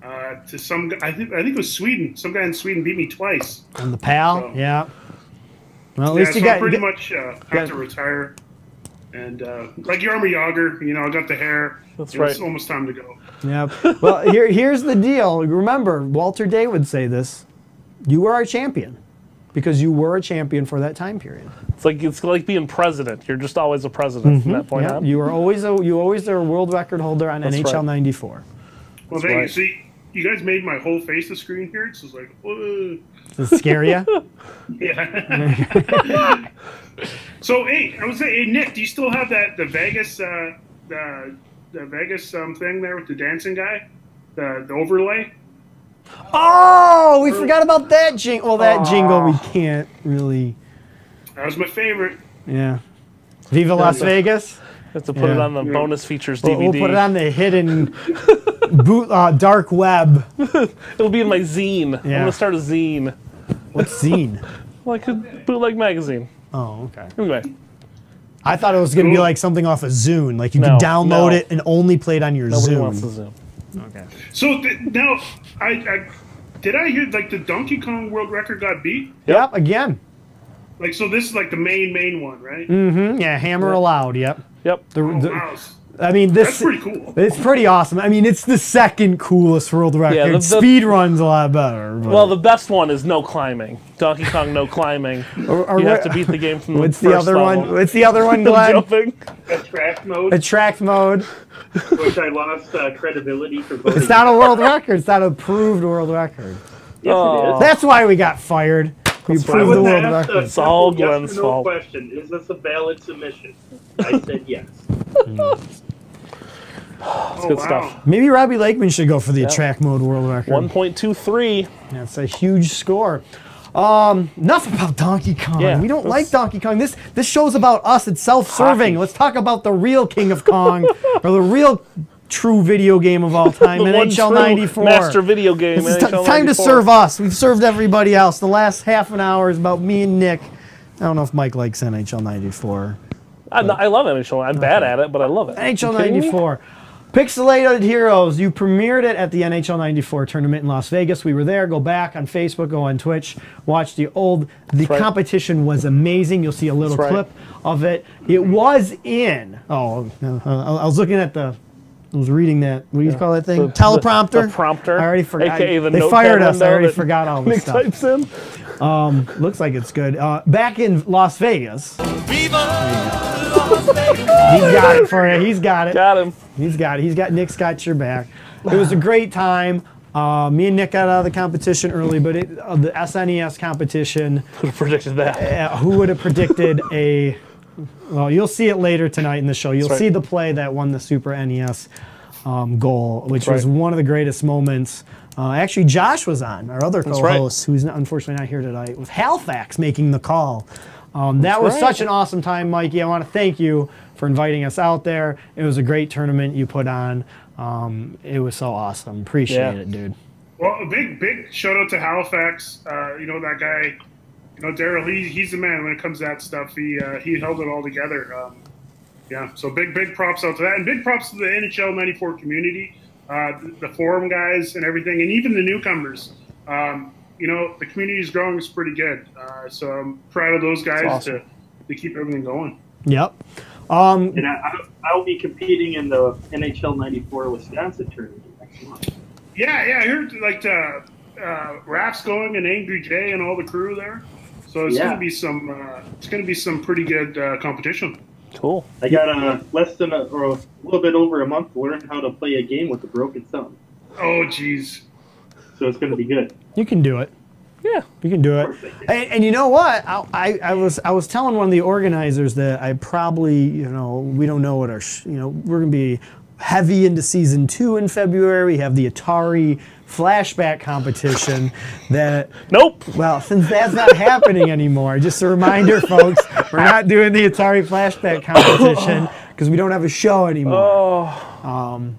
uh, to some. gu- I think I think it was Sweden. Some guy in Sweden beat me twice.
On the pal,
So-
yeah.
yeah,
Well, at least
so
you
I
got.
pretty
you
much uh, have
got-
to retire. And uh, like Yarmer Yager, you know, I got the hair.
That's
it It's
right.
almost time to go.
got- yep. Well, here, here's the deal. Remember, Walter Day would say this: "You were our champion, because you were a champion for that time period.
It's like it's like being president. You're just always a president from that point
Mm-hmm. Hmm? Yeah,
on.
you were always a you always are a world record holder on
That's
NHL
right.
'94.
Well,
That's
thank you.
right.
See, you guys made my whole face a screen here. It's just like, uh. whoa.
Does it scare you?
Yeah. so, hey, I was saying, hey, Nick, do you still have that the Vegas uh, the, the Vegas um, thing there with the dancing guy, the, the overlay?
oh, we forgot about that jingle. Well, that jingle we can't really.
That was my favorite.
Yeah. Viva Las
Yeah.
Vegas.
have to put it
Yeah.
on the bonus features
We'll,
DVD.
we'll put it on the hidden boot uh, dark web.
It'll be in my zine. I'm
Yeah.
gonna start a zine.
What zine?
like a bootleg magazine.
Oh, okay.
Anyway,
I thought it was gonna be like something off of Zune, like you
No,
could download
no.
it and only play it on your
Nobody
Zune.
wants to Zoom.
Okay.
So th- now, I, I did I hear like the Donkey Kong world record got beat?
Yep. Again.
Like so, this is like the main main one, right?
Mm-hmm. Yeah. Hammer allowed. Yep.
Yep.
The,
Oh,
the-
wow.
I mean, this
That's pretty cool.
It's pretty awesome. I mean, it's the second coolest world record.
the- the-
Speed runs a lot better. but-
Well, the best one is no climbing. Donkey Kong, no climbing.
Or- or
you have
what-
to beat the game from
What's
the
the
first
other one?
level.
What's the other one,
No
Glenn?
jumping.
Attract mode,
attract mode.
which I lost uh, credibility for voting.
It's not a world record. It's not an approved world record.
Yes, it is.
That's why we got fired. We
I
approved
was
the world
asked
record.
a simple yes or no question: Is this a valid submission? I said yes. Oh,
It's good stuff.
Maybe Robbie Lakeman should go for the
Yeah.
attract mode world record.
1.23.
That's a huge score. Um, enough about Donkey Kong.
Yeah,
we don't
let's-
like Donkey Kong. This this show's about us. It's self-serving. Let's talk about the real King of Kong, or the real true video game of all time,
The one
NHL
true
'94.
master video game,
This is
NHL
ti- time to
94.
serve us. We've served everybody else. The last half an hour is about me and Nick. I don't know if Mike likes NHL '94.
I, I love NHL. I'm bad at it, but I love it.
NHL
You kidding me?
'94. Pixelated Heroes, you premiered it at the NHL 94 tournament in Las Vegas. We were there. Go back on Facebook, go on Twitch, watch the old. The
right.
competition was amazing. You'll see a little
That's right.
clip of it. It was in. Oh, uh, I I was looking at the. I was reading that. What do you
Yeah.
call that thing?
The-
Teleprompter.
the- the prompter,
I already forgot.
AKA the
they
notepad
fired us. I
window
already
that
forgot all
Nick
this stuff.
types in.
Um, looks like it's good. Uh, back in Las Vegas. He's got it for you. He's got it.
Got him.
He's got it. He's got Nick's got your back. It was a great time. Uh, me and Nick got out of the competition early, but it, uh, the SNES competition.
Who predicted that?
Uh, who would have predicted a? Well, you'll see it later tonight in the show. You'll
That's
see
right.
the play that won the Super NES um, goal, which
That's
was
right.
one of the greatest moments. Uh, actually, Josh was on our other
That's right.
co-host, who's not, unfortunately not here tonight, with Halifax making the call. Um, that
That's
was
right.
such an awesome time, Mikey. I want to thank you for inviting us out there. It was a great tournament you put on. Um, it was so awesome. Appreciate
Yeah.
it, dude.
Well, a big big shout out to Halifax. Uh, you know that guy, you know Daryl. He, he's the man when it comes to that stuff. He uh, he held it all together. Um, yeah, so big big props out to that, and big props to the NHL '94 community, uh, the, the forum guys, and everything, and even the newcomers. Um, you know the community is growing; it's pretty good. Uh, so I'm proud of those guys
awesome.
to to keep everything going.
Yep. Um,
And I, I- I'll be competing in the NHL '94 Wisconsin tournament next month.
Yeah, yeah, I heard like uh, uh, Raps going and Angry Jay and all the crew there. So it's
Yeah.
gonna be some uh, it's gonna be some pretty good uh, competition.
Cool.
I got uh, less than a, or a little bit over a month to learn how to play a game with a broken thumb.
Oh, jeez.
So it's going to be good.
You can do it.
Yeah,
you can do it. And, and you know what? I, I, I was I was telling one of the organizers that I probably you know we don't know what our sh- you know we're gonna be heavy into season two in February. We have the Atari flashback competition. that
nope.
Well, since that's not happening anymore, just a reminder, folks, we're not doing the Atari flashback competition because we don't have a show anymore.
Oh.
Um,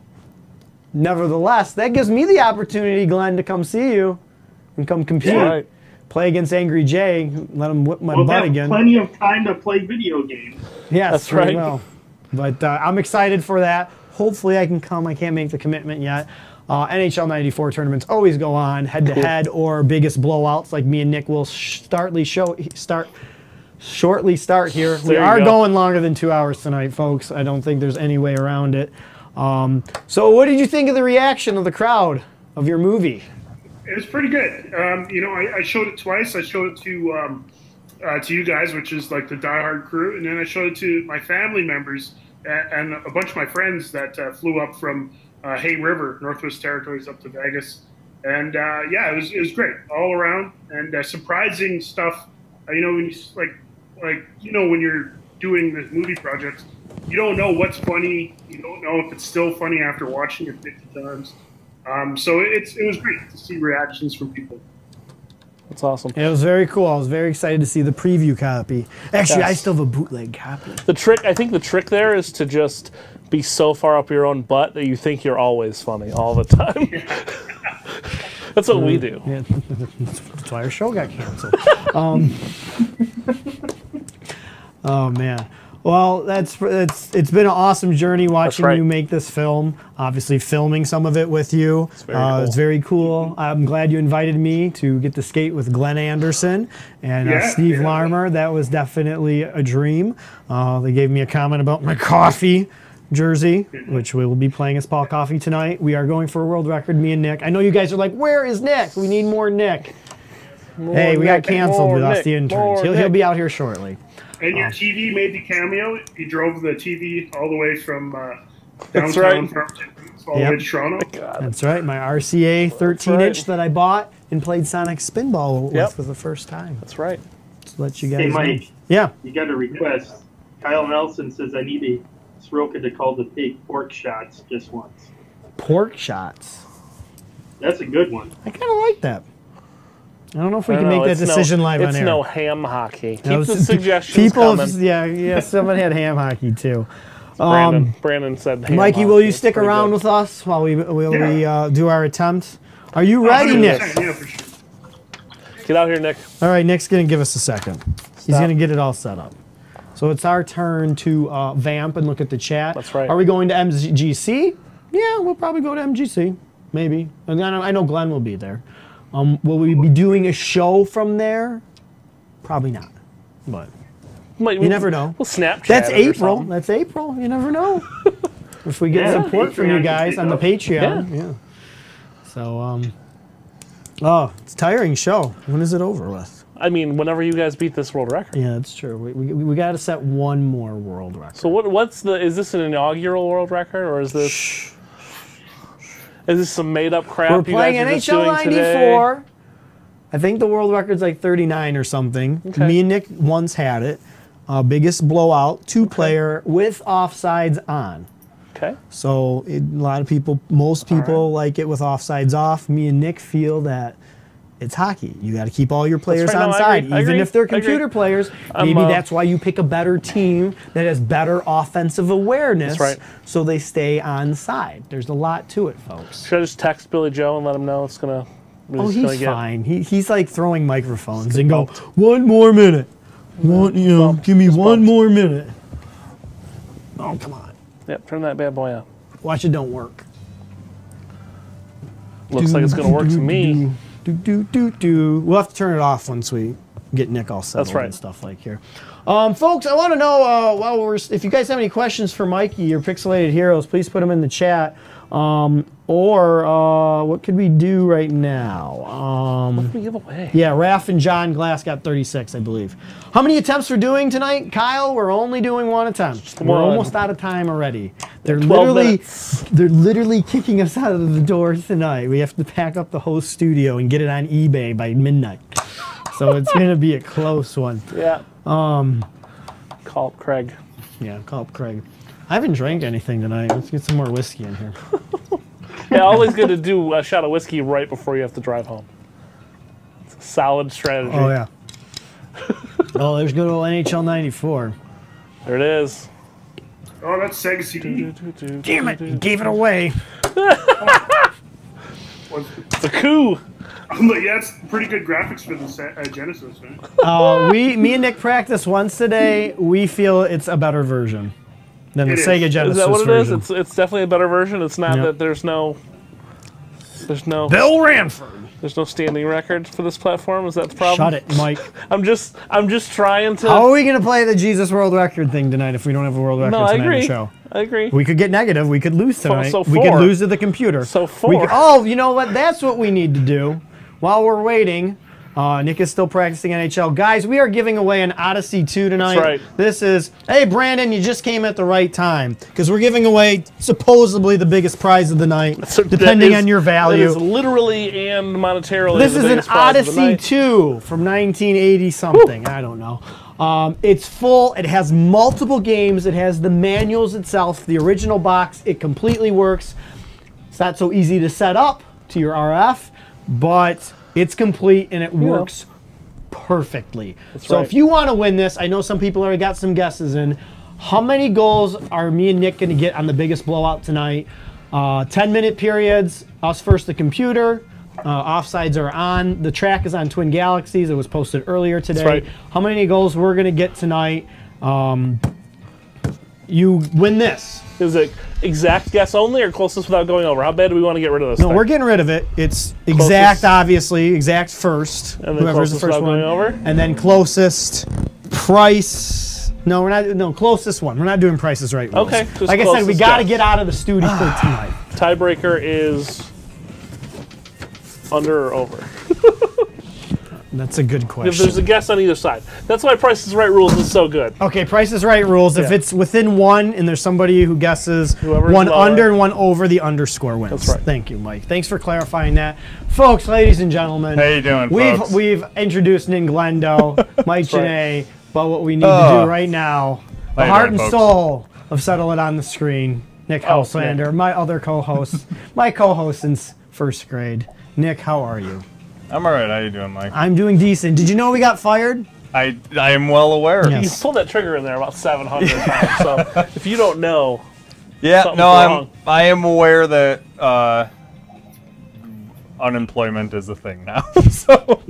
nevertheless, that gives me the opportunity, Glenn, to come see you and come compete.
Yeah. Right.
Play against Angry Jay, let him whip my
we'll
butt
have
again.
plenty of time to play video games.
yes,
That's
we
right.
will. But uh, I'm excited for that. Hopefully, I can come. I can't make the commitment yet. Uh, NHL 94 tournaments always go on head to head or biggest blowouts, like me and Nick will sh- startly show start shortly start here. we
There you
are
go.
going longer than two hours tonight, folks. I don't think there's any way around it. Um, so, what did you think of the reaction of the crowd of your movie?
It was pretty good. Um, you know, I, I showed it twice. I showed it to um, uh, to you guys, which is like the diehard crew, and then I showed it to my family members and, and a bunch of my friends that uh, flew up from uh, Hay River, Northwest Territories, up to Vegas. And uh, yeah, it was it was great all around, and uh, surprising stuff. Uh, you know, when you s- like like you know when you're doing this movie project, you don't know what's funny. You don't know if it's still funny after watching it 50 times. Um, so it's it was great to see reactions from people.
That's awesome.
It was very cool. I was very excited to see the preview copy. Actually, I
Yes.
still have a bootleg copy.
The trick, I think, the trick there is to just be so far up your own butt that you think you're always funny all the time. That's what we do.
Um, Yeah, that's why our show got canceled. um, oh man. Well, that's it's it's been an awesome journey watching
right.
you make this film. Obviously, filming some of it with you. It's
very
uh,
cool.
It's very cool. I'm glad you invited me to get to skate with Glenn Anderson and uh,
Yeah,
Steve Larmer. That was definitely a dream. Uh, they gave me a comment about my coffee jersey, which we will be playing as Paul Coffee tonight. We are going for a world record, me and Nick. I know you guys are like, where is Nick? We need more Nick. hey, we got canceled with us, the interns. He'll, he'll be out here shortly.
And your TV made the cameo. You drove the TV all the way from uh, downtown
That's right.
Farmington Heights all the
Yep.
way to Toronto.
That's right, my RCA 13 inch that I bought and played Sonic Spinball with
Yep.
for the first time.
That's right.
Just to let you guys
Hey,
know.
Mike.
Yeah.
You got a request. Kyle Nelson says I need a Soroka to call the big pork shots just once.
Pork shots.
That's a good one.
I kind of like that. I don't know if we
I
can
know,
make that
it's no-
decision live on
it's
air.
no ham hockey. Keep
That was-
the suggestions
people,
coming.
yeah, yeah. Someone had ham hockey too. Um,
Brandon, Brandon said, ham
Mikey, will
hockey.
you
It's
stick
pretty
around
good.
with us while we will we uh, do our attempt? Are you ready, Nick?
100%, Yeah, for sure.
Get out here, Nick.
All right, Nick's gonna give us a second. He's gonna get it all set up. So it's our turn to uh, vamp and look at the chat. That's right. Are we going to MGC? Yeah, we'll probably go to MGC, maybe. And I know, I know Glenn will be there. Um, will we be doing a show from there? Probably not. But
Might-
You
we-
never know.
We'll Snapchat.
That's
it or
April.
something.
That's April. You never know. if we get
Yeah,
support
Patreon
from you
can
guys
take
on the
up.
Patreon. Yeah. So, um, oh, it's a tiring show. When is it over with?
I mean, whenever you guys beat this world record.
Yeah, that's true. We, we, we got to set one more world record.
So what? What's the? Is this an inaugural world record, or is this? Is this some made-up crap
We're
you guys
playing
are just
NHL
doing today?
'94. I think the world record's like 39 or something. Me and Nick once had it. Uh, biggest blowout, two player with offsides on.
Okay.
So it, a lot of people, most people like it with offsides off. Me and Nick feel that it's hockey. You got to keep all your players
right, no,
on
I
side,
agree, I
even
agree,
if they're
I agree.
computer players.
I'm,
Maybe
uh,
that's why you pick a better team that has better offensive awareness.
That's right.
So they stay on side. There's a lot to it, folks.
Should I just text Billy Joe and let him know it's gonna?
Oh,
it's gonna
he's
get-
fine. He, he's like throwing microphones and go, one more minute. One, you know, give me one more minute. Oh, come on.
Yep. Turn that bad boy up.
Watch it don't work.
Looks like it's gonna work to me.
Do, do, do, do. We'll have to turn it off once we get Nick all settled
right.
and stuff like here. Um, folks, I want to know uh, while we're, if you guys have any questions for Mikey or Pixelated Heroes, please put them in the chat. Um, or uh, what could we do right now? Um,
What did we give away?
Yeah, Raph and John Glass got 36, I believe. How many attempts we're doing tonight, Kyle? We're only doing one attempt. We're
one.
almost out of time already. They're
12
literally, they're literally kicking us out of the door tonight. We have to pack up the host studio and get it on eBay by midnight. So it's gonna be a close one.
Yeah.
Um,
Call up Craig.
Yeah, call up Craig. I haven't drank anything tonight. Let's get some more whiskey in here.
Yeah. Always good to do a shot of whiskey right before you have to drive home. It's a solid strategy.
Oh yeah. oh, there's good old NHL '94.
There it is.
Oh, that's Sega CD.
Damn it! He gave it away.
It's a coup.
um, But yeah, it's pretty good graphics for the Se- uh, Genesis, man.
uh, we, me and Nick practice once today. We feel it's a better version than the
It is.
Sega Genesis
Is that what it is?
version.
It's, it's definitely a better version. It's not
Yep.
that there's no, there's no
Bill Ranford.
There's no standing record for this platform. Is that the problem?
Shut it, Mike.
I'm just, I'm just trying to.
How are we gonna play the Jesus World Record thing tonight if we don't have a world record
No, I
tonight on
agree.
the show?
I agree.
We could get negative. We could lose
So-
tonight.
so
we could
four.
lose to the computer. So
four.
oh, you know what? That's what we need to do. While we're waiting, uh, Nick is still practicing NHL. Guys, we are giving away an Odyssey 2 tonight.
right.
This is, hey, Brandon, you just came at the right time because we're giving away supposedly the biggest prize of the night, depending
That is-
on your value.
That is literally and monetarily.
This
the
is an
biggest prize of the
Odyssey
night.
2 from 1980 something. I don't know. Um, it's full. It has multiple games. It has the manuals itself, the original box. It completely works. It's not so easy to set up to your RF, but It's complete and it works perfectly. so
right.
if you want to win this, I know some people already got some guesses in. How many goals are me and Nick going to get on the biggest blowout tonight? Uh, 10 minute periods, us versus the computer. Uh, offsides are on. The track is on Twin Galaxies. It was posted earlier today.
right.
How many goals we're going to get tonight? Um, you win this.
Is it exact guess only or closest without going over? How bad do we want to get rid of this?
No,
thing?
we're getting rid of it. It's exact, obviously. Exact first.
And then
whoever's the
closest
first
without
one.
going over?
And then closest price. No, we're not. No, closest one. We're not doing prices right. rules.
Okay, just
Like I said, we
closest
got to
guess. Ah.
get out of the studio for tonight.
Tiebreaker is under or over.
That's a good question.
If there's a guess on either side, that's why Price is Right rules is so good.
Okay, Price is Right rules. If
Yeah.
it's within one and there's somebody who guesses
Whoever's
one
lower.
under and one over, the underscore wins.
That's right.
Thank you, Mike. Thanks for clarifying that, folks, ladies and gentlemen.
How you doing,
We've
folks?
we've introduced Nin Glendo, Mike Janae, but what we need to
Oh.
do right now,
How
the
you
heart
doing,
and
folks?
soul of Settle It on the Screen, Nick
Oh,
Helslander, my other co-host, my co-host since first grade. Nick, how are you?
I'm all right. How you doing, Mike?
I'm doing decent. Did you know we got fired?
I I am well aware.
You pulled that trigger in there about 700 times. So if you don't know,
Yeah,
Something's
no,
wrong.
I'm I am aware that uh, unemployment is a thing now. so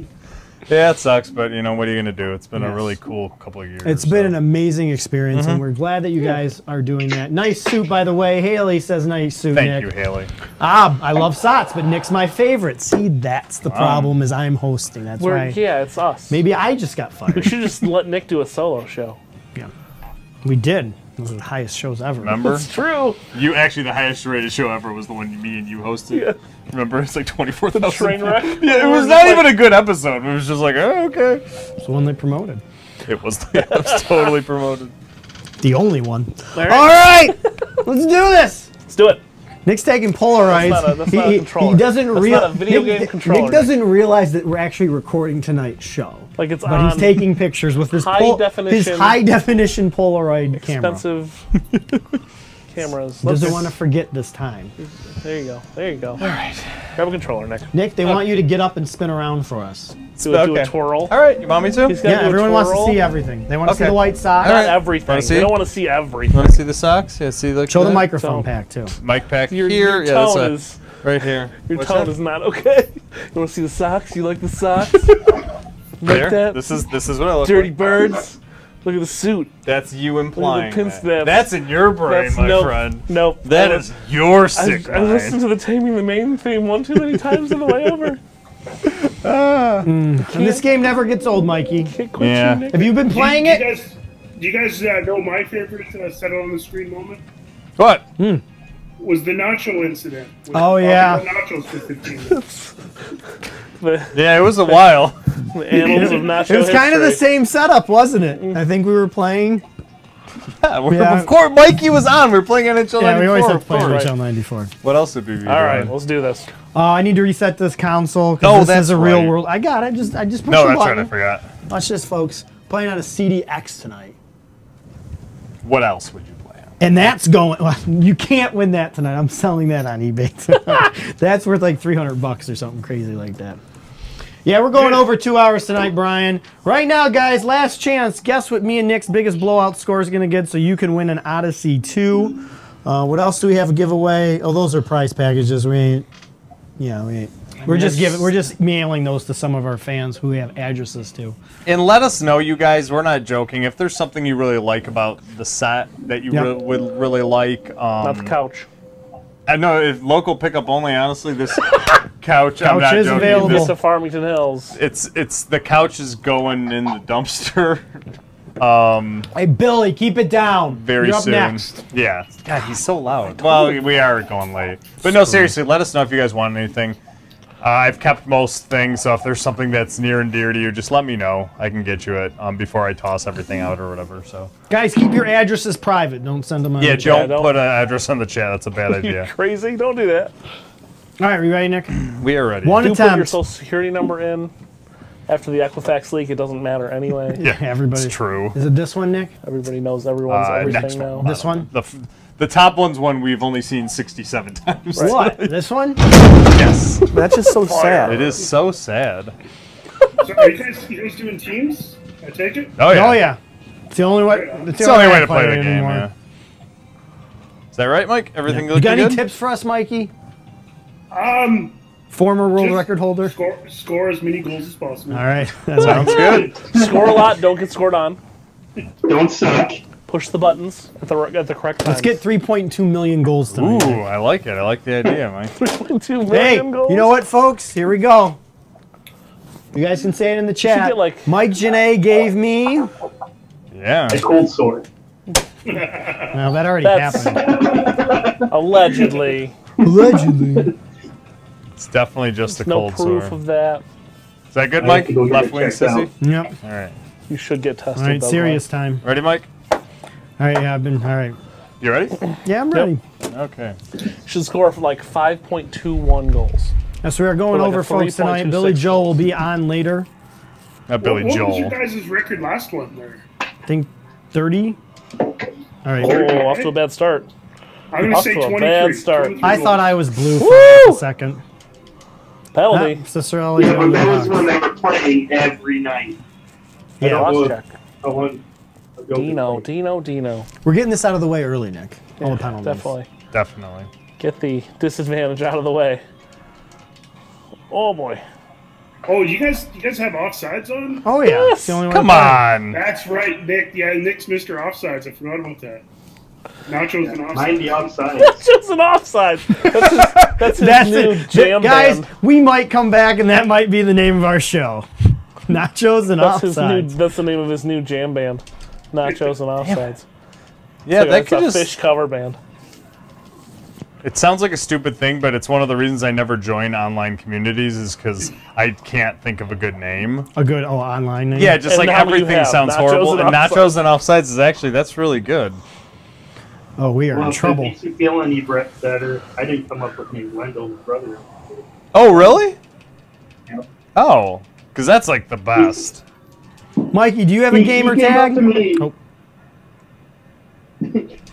yeah, it sucks, but you know what are you gonna do? It's been a
Yes.
really cool couple of years.
It's been an amazing experience,
Mhm.
Mm-hmm.
and we're glad that you guys are doing that. Nice suit, by the way. Haley says nice suit.
Thank
Nick.
you, Haley.
Ah, I love Sots, but Nick's my favorite. See, that's the problem is I'm hosting. That's
we're,
why.
yeah, it's us.
Maybe I just got fired.
We should just let Nick do a solo show.
Yeah. We did. Those are the highest shows ever.
Remember?
It's true.
You actually the highest rated show ever was the one me and you hosted. Remember? It's like twenty four thousand.
train wreck?
Yeah, it was not even a good episode. It was just like, oh okay.
It's the one they promoted.
It was, it was totally promoted.
The only one.
All
right, let's do this.
Let's do it.
Nick's taking Polaroids.
That's not a- that's
he,
not a
he-
controller.
he doesn't
That's
real-
not a video
Nick,
game
Nick
controller.
doesn't realize that we're actually recording tonight's show.
Like it's
but
on
he's taking pictures with his
high
pol-
definition-
his high definition Polaroid camera.
expensive cameras.
Doesn't
Let's-
want to forget this time.
There you go. There you go. All right. Grab a controller, Nick.
Nick, they
Okay.
want you to get up and spin around for us.
Do a, do a twirl.
All right. You want me to?
He's gotta
Yeah,
do a
everyone wants to
twirl.
see everything. They want to see
Okay.
the white sock.
Not everything.
see?
They don't want to see everything.
Want to see the socks? Yeah, see the.
Show the microphone pack too.
Mic pack
Your-
here.
your
yeah, that's
tone
a-
is-
right here.
Your
What's
tone
that?
is not okay. You want to see the socks? You like the socks? like
There.
that?
This is this is what I look
Dirty
like.
birds. Look at the suit.
That's you implying.
pin
that.
snaps.
That's in your brain,
That's-
my
nope,
friend.
Nope.
That
I
is
lis-
your sick
I, I
line.
listened to the Taming the Main theme one too many times on the way over.
Mm. And this game never gets old, Mikey.
Ah. Yeah.
Have you been
Do
playing
do
it?
You guys, do you guys uh, know my favorite uh, settle on the screen moment?
What?
Was the nacho incident. with
Oh,
all
yeah.
the Nachos for 15 minutes.
Yeah, it was a while.
the annals of nacho
It was kind of the
history. Mm.
same setup, wasn't it? I think we were playing.
Yeah, we're,
Yeah.
Of course, Mikey was on. We were playing NHL 94.
Yeah, we always have to
of
play
course.
NHL 94.
What else would we be
All right,
doing?
let's do this.
Uh, I need to reset this console
Oh,
because this
that's
is a real
right.
world. I got it. Just I just pushed
No,
the
that's right.
button.
I forgot.
Watch this, folks. Playing on a CDX tonight,
What else would you play?
and that's going. Well, you can't win that tonight. I'm selling that on eBay. tonight. that's worth like 300 bucks or something crazy like that. Yeah, we're going over two hours tonight, Brian. Right now, guys, last chance. Guess what me and Nick's biggest blowout score is going to get so you can win an Odyssey 2. Uh, what else do we have a giveaway? Oh, those are prize packages. We ain't, yeah, we ain't. We're just giving, we're just mailing those to some of our fans who we have addresses to.
And let us know, you guys. We're not joking. If there's something you really like about the set that you
Yep.
re- would really like, um,
Not the couch.
I know if local pickup only. Honestly, this couch. I'm
Couch
not
is
joking.
available.
This-
Vista Farmington Hills.
it's it's the couch is going in the dumpster. Um,
Hey, Billy, keep it down.
very
You're up
soon.
next.
Yeah. God, he's so loud. Well, we are going late. But no, seriously, let us know if you guys want anything. Uh, I've kept most things, so if there's something that's near and dear to you, just let me know. I can get you it um, before I toss everything out or whatever. So
Guys, keep your addresses private. Don't send them out.
yeah, don't,
don't-
put an address on the chat. That's a bad
You
idea.
crazy? Don't do that.
All right, are you ready, Nick?
we are ready.
One
do put your
attempt.
social security number in. After the Equifax leak, it doesn't matter anyway.
Yeah,
everybody.
It's true.
Is it this one, Nick?
Everybody knows everyone's
Uh, next
everything
one.
now.
This one?
The, f- the top one's one we've only seen 67 times.
Oh, What? This one?
Yes.
That's just so sad.
It is so sad.
So are you guys, you guys doing teams? I take it.
Oh, yeah.
Oh yeah. It's the only way.
It's the only way to
I
play the
it
game,
anymore.
yeah. Is that right, Mike? Everything
You
looking
got any
good?
tips for us, Mikey?
Um,
Former world record holder.
Score, score as many goals as possible.
All right.
Sounds
good.
Score a lot, don't get scored on.
Don't suck.
Push the buttons at the, at the correct time.
Let's get 3.2 million goals tonight.
Ooh, Oh, I like it. I like the idea, Mike.
Two
Hey,
million goals.
you know what, folks? Here we go. You guys can say it in the chat.
get, like-
Mike Janae gave me.
Yeah.
A cold sword.
No, that already
That's-
happened.
Allegedly.
Allegedly.
It's definitely just a
No
cold sore.
proof of that.
Is that good,
I
Mike?
have to go get
Left
it
wing
checked out.
sissy?
Yep.
All right.
You should get tested.
All right,
though,
serious
Mike.
time.
Ready, Mike?
All right, yeah, I've been. All right.
You ready?
Yeah, I'm
Yep.
ready.
Okay.
Should score for like 5.21 goals.
Yes, we are going
For like a
over, folks, tonight.
3.26.
Billy Joel will be on later.
Not
what, what was your guys' record last one there?
I think 30. All right.
Oh, off to a bad start.
I'm gonna
off
say
to a
23.
bad start.
I thought I was blue for
Woo!
a second.
Penalty.
Not necessarily.
Yeah, but that was when they were playing every night.
Yeah.
Yeah,
Well,
loss check.
I won.
Dino, Dino, Dino.
We're getting this out of the way early, Nick. All the penalties.
Definitely.
Definitely.
Get the disadvantage out of the way. Oh boy.
Oh, you guys, you guys have offsides on?
Oh yeah.
Yes.
It's the only way
Come
to play.
on.
That's right, Nick. Yeah, Nick's Mr. Offsides. I forgot about that. Nacho's an offside.
Mind the outside.
That's just an offside. That's his, that's his
That's
new
it.
jam
Guys,
band.
we might come back and that might be the name of our show. Nachos and
That's his new.
offsides.
That's the name of his new jam band. Nachos and offsides.
Yeah,
It's like-
that
it's
could
a
just.
fish cover band.
It sounds like a stupid thing, but it's one of the reasons I never join online communities is because I can't think of a good name.
A good oh online name.
Yeah, just
And
like
now you
everything
have
sounds
nachos
horrible.
and
And
offsides.
nachos and offsides is actually that's really good.
Oh, we are
Well,
in
if it
trouble.
makes you feel any bre- better, I didn't come up with any Wendell brother.
Oh, really?
Yep.
Oh, because that's like the best.
Mikey, do you have a
He- he
gamer
came
tag?
up to me-
Oh.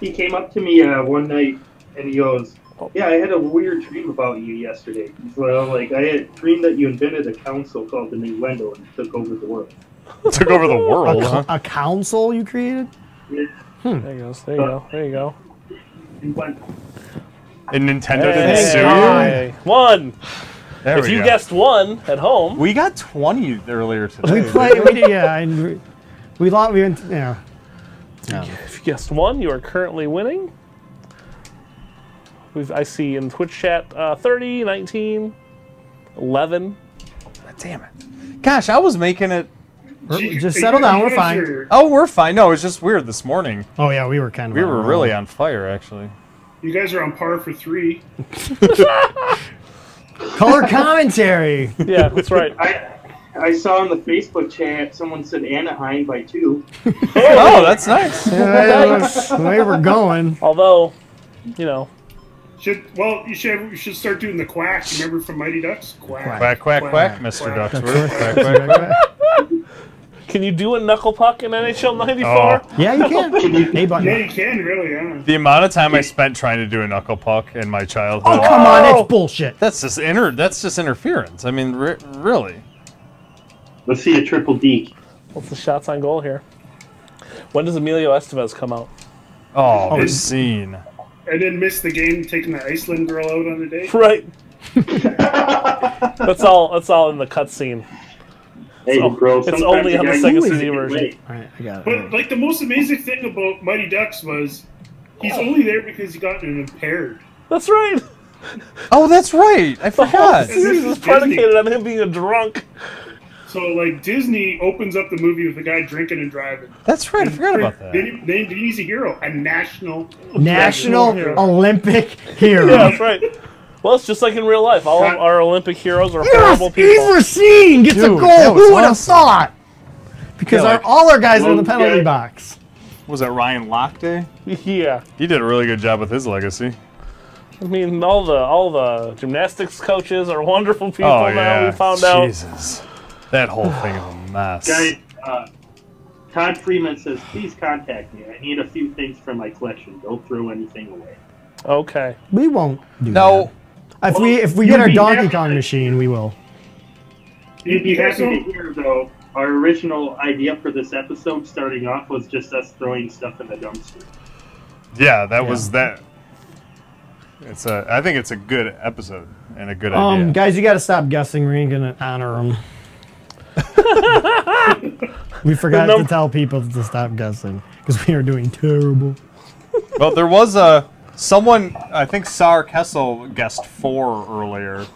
he came up to me uh, one night and he goes, "Yeah, I had a weird dream about you yesterday." Well, like I had dreamed that you invented a council called the New Wendell and took over the world.
Took over the
A,
world. huh?
co- a council you created? Hmm.
There you go. There you go. There you go.
And went,
And Nintendo didn't
Hey,
sue. you?
hey, one.
There
if
we
you
go.
guessed one at home,
we got twenty earlier today.
We played. we did, yeah, and we- we lost. We went. Yeah.
Oh.
if you guessed one, you are currently winning. We've, I see in Twitch chat uh, 30, 19, 11.
Damn it! Gosh, I was making it.
We're- Just settle down. We're fine.
Oh, we're fine. No, it's just weird this morning.
Oh yeah, we were oh, kind of.
We
on a
were
roll.
really on fire, actually.
You guys are on par for three.
color commentary.
Yeah, that's right.
I I saw in the Facebook chat someone said Anaheim by two.
Oh, that's nice.
Yeah, the way we're going.
Although, you know,
Should well, you should you should start doing the quack. Remember from Mighty Ducks? Quack.
Quack, quack, quack, Mr. Ducksworth. Quack, quack, quack.
can you do a knuckle puck in NHL
Oh.
94?
Yeah, you can. A
Yeah,
button.
you can really. Yeah.
The amount of time I spent trying to do a knuckle puck in my childhood.
Oh come on, that's bullshit.
That's just inter. That's just interference. I mean, re- really.
Let's see a triple D.
What's the shots on goal here? When does Emilio Estevez come out?
Oh,
Oh,
this scene.
And then miss the game taking the Iceland girl out on a date.
Right. that's all. That's all in the cutscene.
Hey,
So,
bro,
it's
sometimes
only on the
guy
Sega
moves
CD
it
version.
late.
All right, I got
But
it.
like the most amazing thing about Mighty Ducks was he's only there because he got an impaired.
That's right.
Oh, that's right. I
The whole
forgot.
series is predicated on him being a drunk.
So like Disney opens up the movie with a guy drinking and driving.
That's right. I forgot about that.
Then, then he's a hero, a national.
National
hero.
Olympic hero.
Yeah, that's right. Well, it's just like in real life. All of our Olympic heroes are horrible
Yes,
people.
Eve Racine gets a
Dude, that
goal.
was
Who would have
awesome.
thought? Because
Yeah,
our,
like-
all our guys are in the
Well,
penalty
yeah.
box.
Was that Ryan Lochte?
Yeah,
He did a really good job with his legacy.
I mean, all the all the gymnastics coaches are wonderful people.
oh
now
yeah.
we found out.
Jesus. That whole thing is a mess.
Guys, uh, Todd Freeman says, please contact me. I need a few things from my collection. Don't throw anything away.
Okay,
We won't do
No.
that. If we if
Well,
we get our
you'd be
Donkey
happy-
Kong machine, we will.
You'd be happy to hear, though, our original idea for this episode starting off was just us throwing stuff in the dumpster.
Yeah, that was that. It's a. I think it's a good episode and a good idea.
Um, guys, you got to stop guessing. We ain't gonna honor them. we forgot
num-
to tell people to stop guessing because we are doing terrible.
Well, there was a someone. I think Sar Kessel guessed four earlier.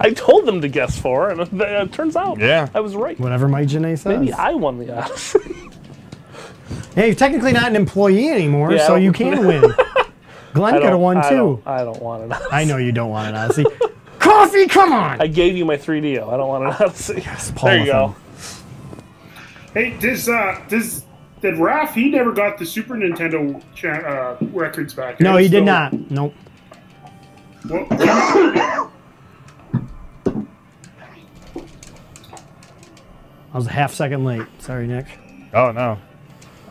I told them to guess four, and it uh, turns out
Yeah.
I was right.
Whatever Mike Janae says.
Maybe I won the odds.
Hey, you're technically not an employee anymore,
Yeah, I
so
don't-
you can win. Glenn
I
could have
don't-
won
I
too.
don't- I don't want an Odyssey.
I know you don't want an Odyssey. Coffee, come on!
I gave you my 3DO. I don't want an Odyssey. there you go.
Hey, does uh, does did Ralph? He never got the Super Nintendo cha- uh, records back.
No,
eh?
he did
So-
not. Nope.
Well,
I was a half second late. Sorry, Nick.
Oh no.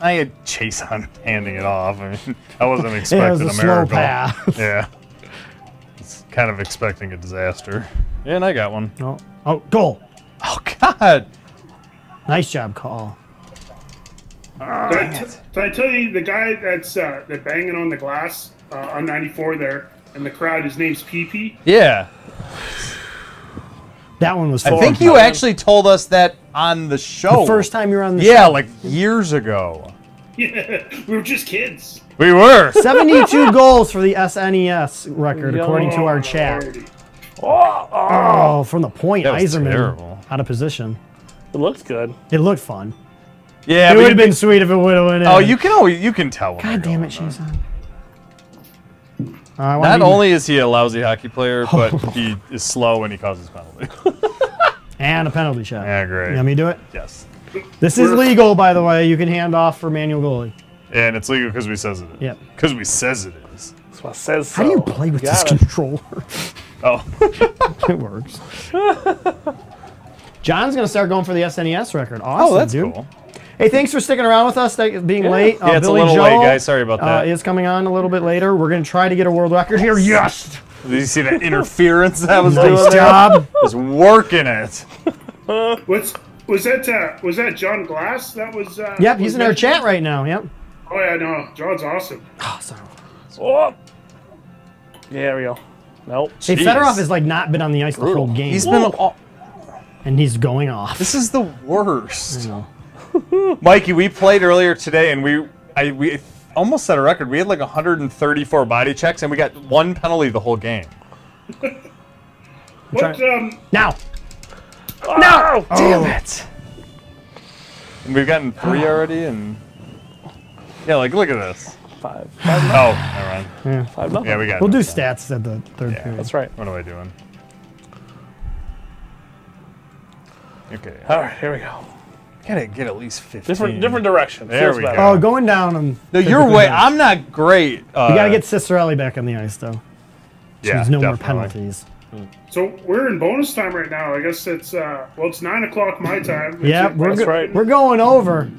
I had Chase on handing it off. I, mean, I wasn't
It was
expecting
a
a,
slow
miracle.
pass.
Yeah. It's kind of expecting a disaster. And I got one.
Oh, oh goal.
Oh God.
Nice job, call.
Ah,
did, I t- did I tell you the guy that's uh, that banging on the glass uh, on 94 there, and the crowd? His name's PP.
Yeah.
That one was.
I
four.
think you actually told us that on the show.
The first time you were on the
Yeah,
show.
like years ago.
Yeah, we were just kids.
We were.
72 goals for the SNES record, according to our chat. Oh, from the point,
That was
Iserman
terrible.
out of position.
It looks good.
It looked fun.
Yeah,
it
but
would have
you
been sweet if it would have went in.
Oh, you can always you can tell. When
God damn it, she's on. Uh, I wanna
Not
be-
only is he a lousy hockey player, but he is slow and he causes penalties.
and a penalty shot.
Yeah, great.
You want me to do it?
Yes.
This is legal, by the way. You can hand off for manual goalie.
And it's legal because we says it is.
Yep.
Because we says it is.
That's what says.
How do you play with this controller?
Oh.
it works. John's gonna start going for the SNES record. Awesome,
Oh, that's
dude.
cool.
Hey, thanks for sticking around with us. Thank being
Yeah.
late. Uh,
Yeah, it's a
Billy
little
Joel,
late, guys. Sorry about that.
Uh, is coming on a little bit later. We're gonna try to get a world record here. Yes.
Did you see that interference that was
Nice
doing? there?
job.
was working it.
What's was that? Uh, was that John Glass? That was. Uh,
Yep,
was
he's in our
that-
chat right now. Yep.
Oh yeah, no, John's awesome.
Ah,
Oh. Yeah, there we go. Nope.
Hey, Fedorov has like not been on the ice the whole game.
He's been
and he's going off.
This is the worst. Mikey, we played earlier today, and we I we almost set a record. We had like 134 body checks, and we got one penalty the whole game.
What? Um,
Now.
Oh.
No!
Damn it! And we've gotten three already, and yeah, like look at this.
Five.
Oh, never mind.
Yeah.
Five nothing.
Yeah, we got.
We'll
it.
do stats at the third period.
That's right.
What am I doing? Okay.
All right, here we go.
Gotta get at least 15.
Different, different direction.
There
Feels
we
better.
go.
Oh, going down him.
No, your way. I'm not great. Uh,
you gotta get Cicerelli back on the ice though. So
Yeah,
there's no
definitely.
more penalties.
so we're in bonus time right now. I guess it's uh, well, it's nine o'clock my time.
Yeah,
It's-
we're
that's
go- we're going over.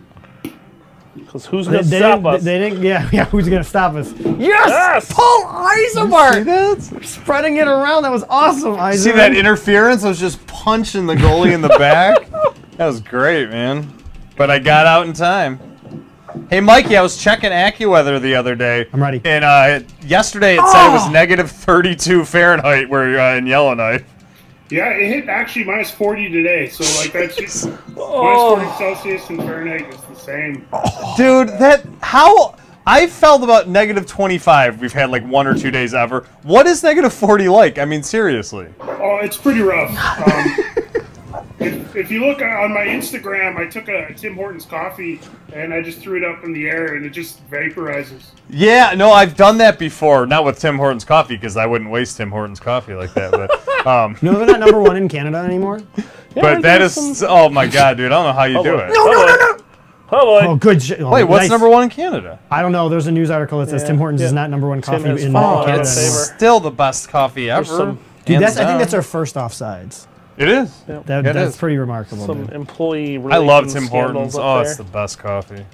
Because who's
They,
gonna
they
stop
didn't,
us? Oh,
They didn't. Yeah, yeah. Who's gonna stop us?
Yes!
Paul Eisenberg. Spreading it around. That was awesome, Eisenberg.
See that interference? I was just punching the goalie in the back. That was great, man. But I got out in time. Hey, Mikey, I was checking AccuWeather the other day. I'm
ready.
And uh, yesterday it said it was negative 32 Fahrenheit where you're uh, in Yellowknife.
Yeah, it hit actually minus forty today. So like that's just
Oh.
minus forty Celsius and Fahrenheit is the same.
Oh.
Dude, that how I felt about negative 25. We've had like one or two days ever. What is negative 40 like? I mean, seriously.
Oh, it's pretty rough. Um, if, if you look on my Instagram, I took a Tim Hortons coffee and I just threw it up in the air and it just vaporizes.
Yeah, no, I've done that before. Not with Tim Hortons coffee because I wouldn't waste Tim Hortons coffee like that. But um,
No, they're not number one in Canada anymore.
but that is oh my god, dude! I don't know how you do it.
no, no, no.
Oh,
oh good. sh- oh,
Wait, what's
nice.
number one in Canada?
I don't know. There's a news article that says Tim Hortons is not number one coffee in Canada.
it's
anymore.
still the best coffee ever.
There's some-
Dude,
hands
that's, I think
down.
that's our first offsides.
It is.
That,
It
that's
is.
pretty remarkable.
Some
dude.
employee.
I love
relations
Tim
scandals
Hortons.
up
Oh,
there.
it's the best coffee.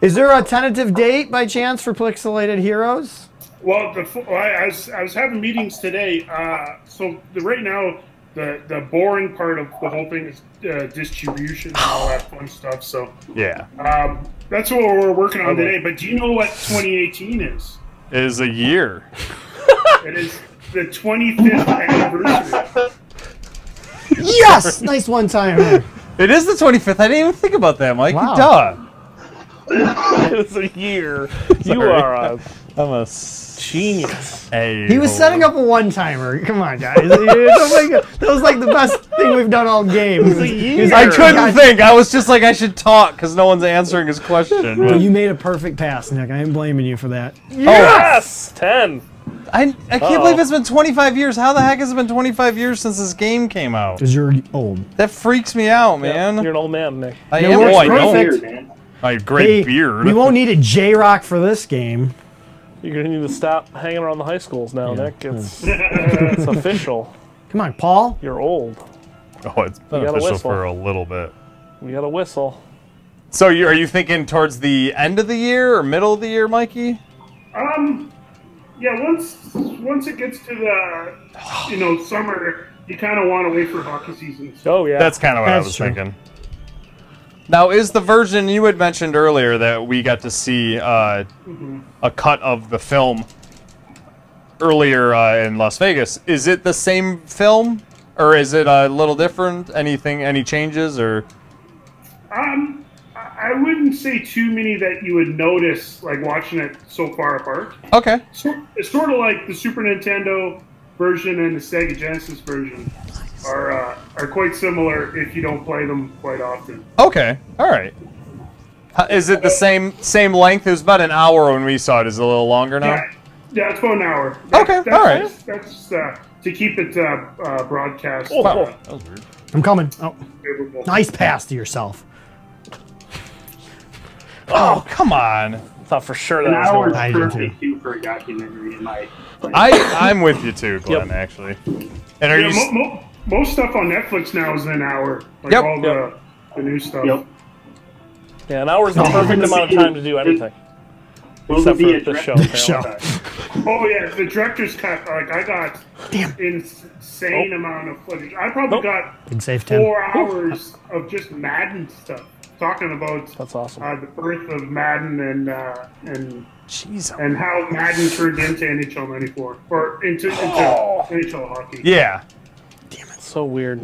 Is there a tentative date by chance for Pixelated Heroes?
Well, the, f- well, I, I was I was having meetings today. Uh, so the, right now, the the boring part of the whole thing is uh, distribution and all that fun stuff. So
Yeah.
um, that's what we're working on today. But do you know what 2018 is?
It is a year.
It is the 25th anniversary.
Yes, nice one timer.
It is the 25th. I didn't even think about that, Mike.
Wow.
Duh.
it's a year. You
Sorry.
are a oh,
I'm a s-
genius.
a-
He was setting up a one timer. Come on, guys. It's like- that was like the best thing we've done all game. He's
I
like,
couldn't
"God,
think. I was just like, I should talk because no one's answering his question. Oh.
Well, you made a perfect pass, Nick. I ain't blaming you for that.
Yes! 10.
I, I can't
Uh-oh.
believe it's been 25 years. How the heck has it been 25 years since this game came out?
Because you're old.
That freaks me out, man.
You're an old man, Nick.
I
It
am.
works
Oh, I know.
perfect.
A great
Hey,
beard.
We won't need a J Rock for this game.
You're going to need to stop hanging around the high schools now, Nick. It's, it's official.
Come on, Paul.
You're old.
Oh, it's
You
been
gotta
official
whistle.
for a little bit.
We got a whistle.
So, you, are you thinking towards the end of the year or middle of the year, Mikey?
Um, yeah. Once once it gets to the you know summer, you kind of want to wait for hockey season.
Oh yeah,
That's kind of what I
That's
was
true.
thinking. Now, is the version you had mentioned earlier that we got to see uh,
Mm-hmm.
a cut of the film earlier uh, in Las Vegas? Is it the same film, or is it a little different? Anything? Any changes? Or
Um, I I wouldn't say too many that you would notice like watching it so far apart.
okay,
So, it's sort of like the Super Nintendo version and the Sega Genesis version are uh, are quite similar if you don't play them quite often.
okay, all right. H- Is it the same same length? It was about an hour when we saw it. Is it a little longer now?
Yeah, yeah, it's about an hour.
Okay,
that's,
all right.
That's uh, to keep it uh, uh, broadcast
Oh,
uh,
that was weird.
I'm coming. Oh,
favorable.
nice pass to yourself.
Oh, come on!
Thought for sure that
An
was
hour
going
is
I do
perfect too for a documentary in my.
I I'm with you too, Glenn. Actually, and are
Yeah,
you?
mo- mo- most stuff on Netflix now is in an hour. Like
Yep.
all the, the new stuff. Yep.
Yeah, an hour is the
Oh,
perfect amount of time to do anything. Except
be
for
a
the
direct-
show.
This show.
apparently.
Oh yeah, the director's cut. Like I got insane amount of footage. I probably got
Good save, Tim.
four hours of just Madden stuff, talking about
That's awesome.
uh, the birth of Madden and uh, and
Jeez.
and how Madden turned into NHL '94 or into, into NHL hockey.
yeah.
So weird.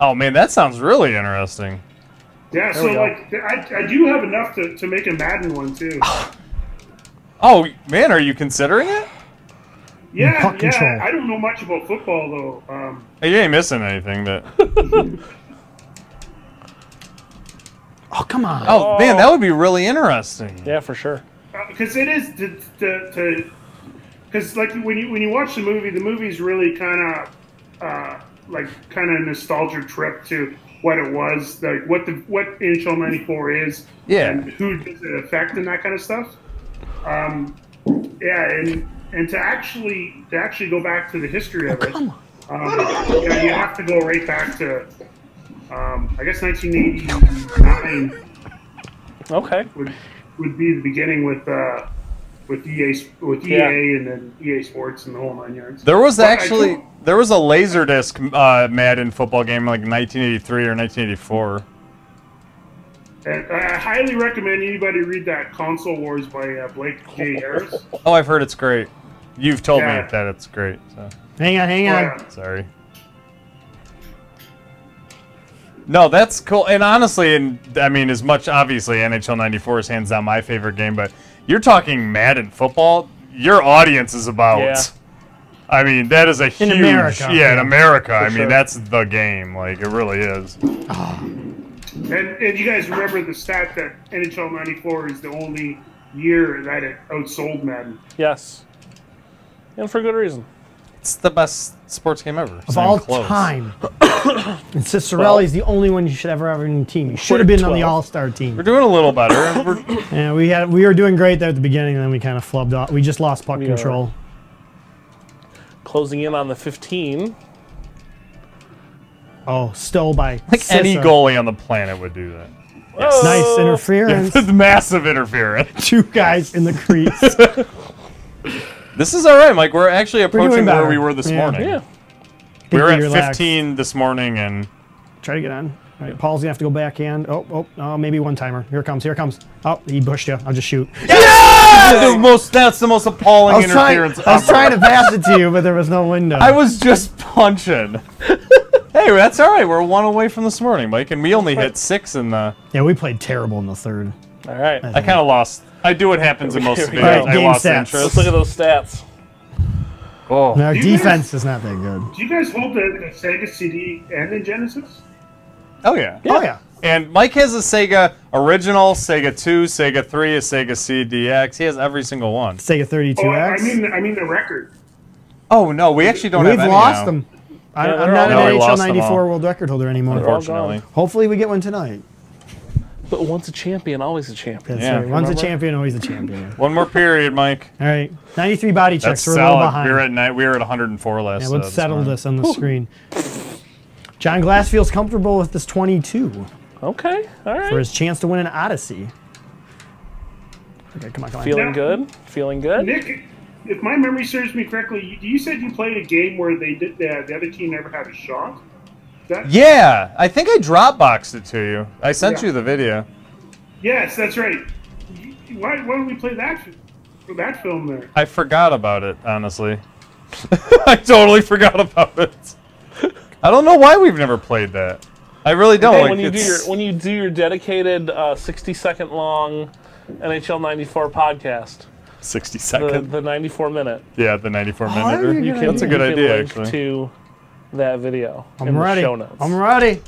Oh man, that sounds really interesting.
Yeah, so
we go.
like th- I, I do have enough to, to make a Madden one too.
Oh man, are you considering it?
Yeah,
Puck control.
yeah. I don't know much about football though. Um,
You ain't missing anything, but
Oh, come on.
oh man, that would be really interesting.
Yeah, for sure.
because it is the the because like when you when you watch the movie, the movie's really kind of uh, like kind of nostalgia trip to what it was, like what the what NHL '94 is,
Yeah.
and who does it affect and that kind of stuff. Um, yeah, and and to actually to actually go back to the history of it, um, yeah, you have to go right back to um, I guess 1989
Okay.
would would be the beginning with uh, with EA with EA
Yeah.
and then EA Sports and the whole nine yards.
There was
But I
actually
don't-
there was a Laserdisc uh, Madden football game like 1983 or 1984.
and I highly recommend anybody read that Console Wars by uh, Blake J Harris.
Oh, I've heard it's great. You've told
Yeah.
me that it's great. So
Hang on, hang on.
Yeah.
sorry. No, that's cool. And honestly, and I mean, as much obviously NHL '94 is hands down my favorite game, but you're talking Madden football. Your audience is about.
Yeah.
I mean, that is a huge.
America,
yeah, in
yeah.
America. I mean,
sure.
that's the game. Like, it really is.
And, and you guys remember the stat that NHL '94 is the only year that it outsold Madden.
Yes. And for good reason.
It's the best sports game ever.
Of all time. and Cicerelli's the only one you should ever have on the team. You should have
We're
been on the
12.
All Star
We're
team.
doing a little better. We're-
Yeah, we had we were doing great there at the beginning, and then we kind of flubbed off. We just lost puck
We are.
control.
Closing in on the 15.
Oh, stole by
like any
Cicer.
goalie on the planet would do that.
Nice
Yeah,
interference.
this is massive interference.
Two guys in the crease.
This is all right, Mike. We're actually
doing
approaching where
better.
we were this
Yeah.
morning.
Yeah.
We were at
Think we relaxed.
15 this morning, and
Try to get on. All right, Paul's gonna have to go back in. Oh, oh, oh, maybe one timer. Here it comes, here it comes. Oh, he bushed you. I'll just shoot.
the most, that's the most appalling
I was, trying,
interference
I was
ever.
trying to pass it to you, but there was no window.
I was just punching. hey, that's all right. We're one away from this morning, Mike, and we only hit six in the.
Yeah, we played terrible in the third.
All right.
I kind of lost. I do what happens in most
Here we
videos.
go.
I
Game
lost
stats.
Let's
interest.
look at those stats.
Oh.
Our defense is not that good.
Do you guys hold the, the Sega CD and the Genesis?
Oh yeah.
Oh yeah.
And Mike has a Sega original, Sega 2, Sega 3, a Sega CDX. He has every single one.
Sega
Oh, I
32X.
mean, I mean the record.
Oh no, we actually don't
We've
have any
lost
now.
them. I,
Yeah,
I'm
they're
not
all- No, we
an NHL
lost them all.
'94 world record holder anymore.
Unfortunately.
Hopefully, we get one tonight.
But once a champion, always a champion.
That's right. One's a
Remember?
champion, always a champion.
One more period, Mike.
All right, 93 body
That's
checks. We're a little
solid. We
behind.
were at night. We were at 104 last.
Yeah,
uh,
let's
this
settle
morning.
this on the screen. John Glass feels comfortable with this 22
Okay. All right.
for his chance to win an Odyssey. Okay, come on, come on.
Feeling good. Feeling good.
Nick, if my memory serves me correctly, you, you said you played a game where they did uh, the, the other team never had a shot. That,
Yeah, I think I Dropboxed it to you. I sent
Yeah.
you the video.
Yes, that's right. You- Why, why don't we play that fi- that film there?
I forgot about it, honestly. I totally forgot about it. I don't know why we've never played that. I really don't.
Hey,
like,
when you do
it's-
your when you do your dedicated uh, sixty second long NHL ninety four podcast,
60
the,
second.
the ninety four minute,
yeah, the 94
that'd be a
minute.
good
That's a
idea. You
good
can
idea,
link
actually.
to that video in
I'm
the
ready.
show notes.
I'm ready.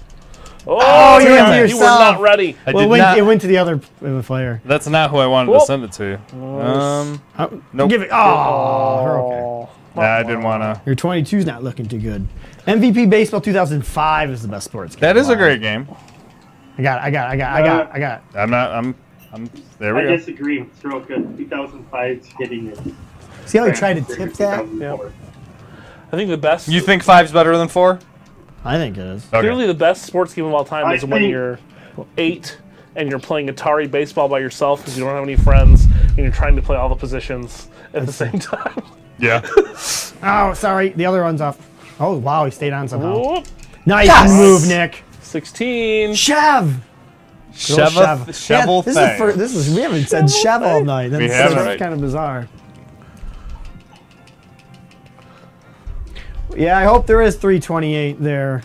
Oh,
Oh, you
damn
went to
it, you were
yourself.
not ready.
I
well,
did
it went,
not-
it went to the other uh, player.
That's not who I wanted
Whoop.
to send it to.
Oh,
Um,
Uh,
nope.
Give it. Oh, her okay.
Nah, I didn't want to.
Your 22's not looking too good. MVP Baseball 2005 is the best sports game.
That is a
Wow.
great game.
I got it, I got it, I got it, I got it, I got it.
I'm not. I'm. I'm. There we
I
go.
disagree with Soroka. 2005's hitting it.
See how he tried to tip that?
I think the best.
You think five's better than four?
I think it is.
Clearly, the best sports game of all time
I
is when
think-
you're eight and you're playing Atari baseball by yourself because you don't have any friends and you're trying to play all the positions at the same time.
Yeah.
Oh, sorry. The other one's off. Oh, wow. He stayed on somehow.
Whoop.
Nice
Yes!
move, Nick.
16.
Chev. Good old
Sheva- Shevel
this, is the
thing.
fir- this is, we haven't said Chev all night. That's,
We
that's
haven't.
kind of bizarre. Yeah, I hope there is 328 there,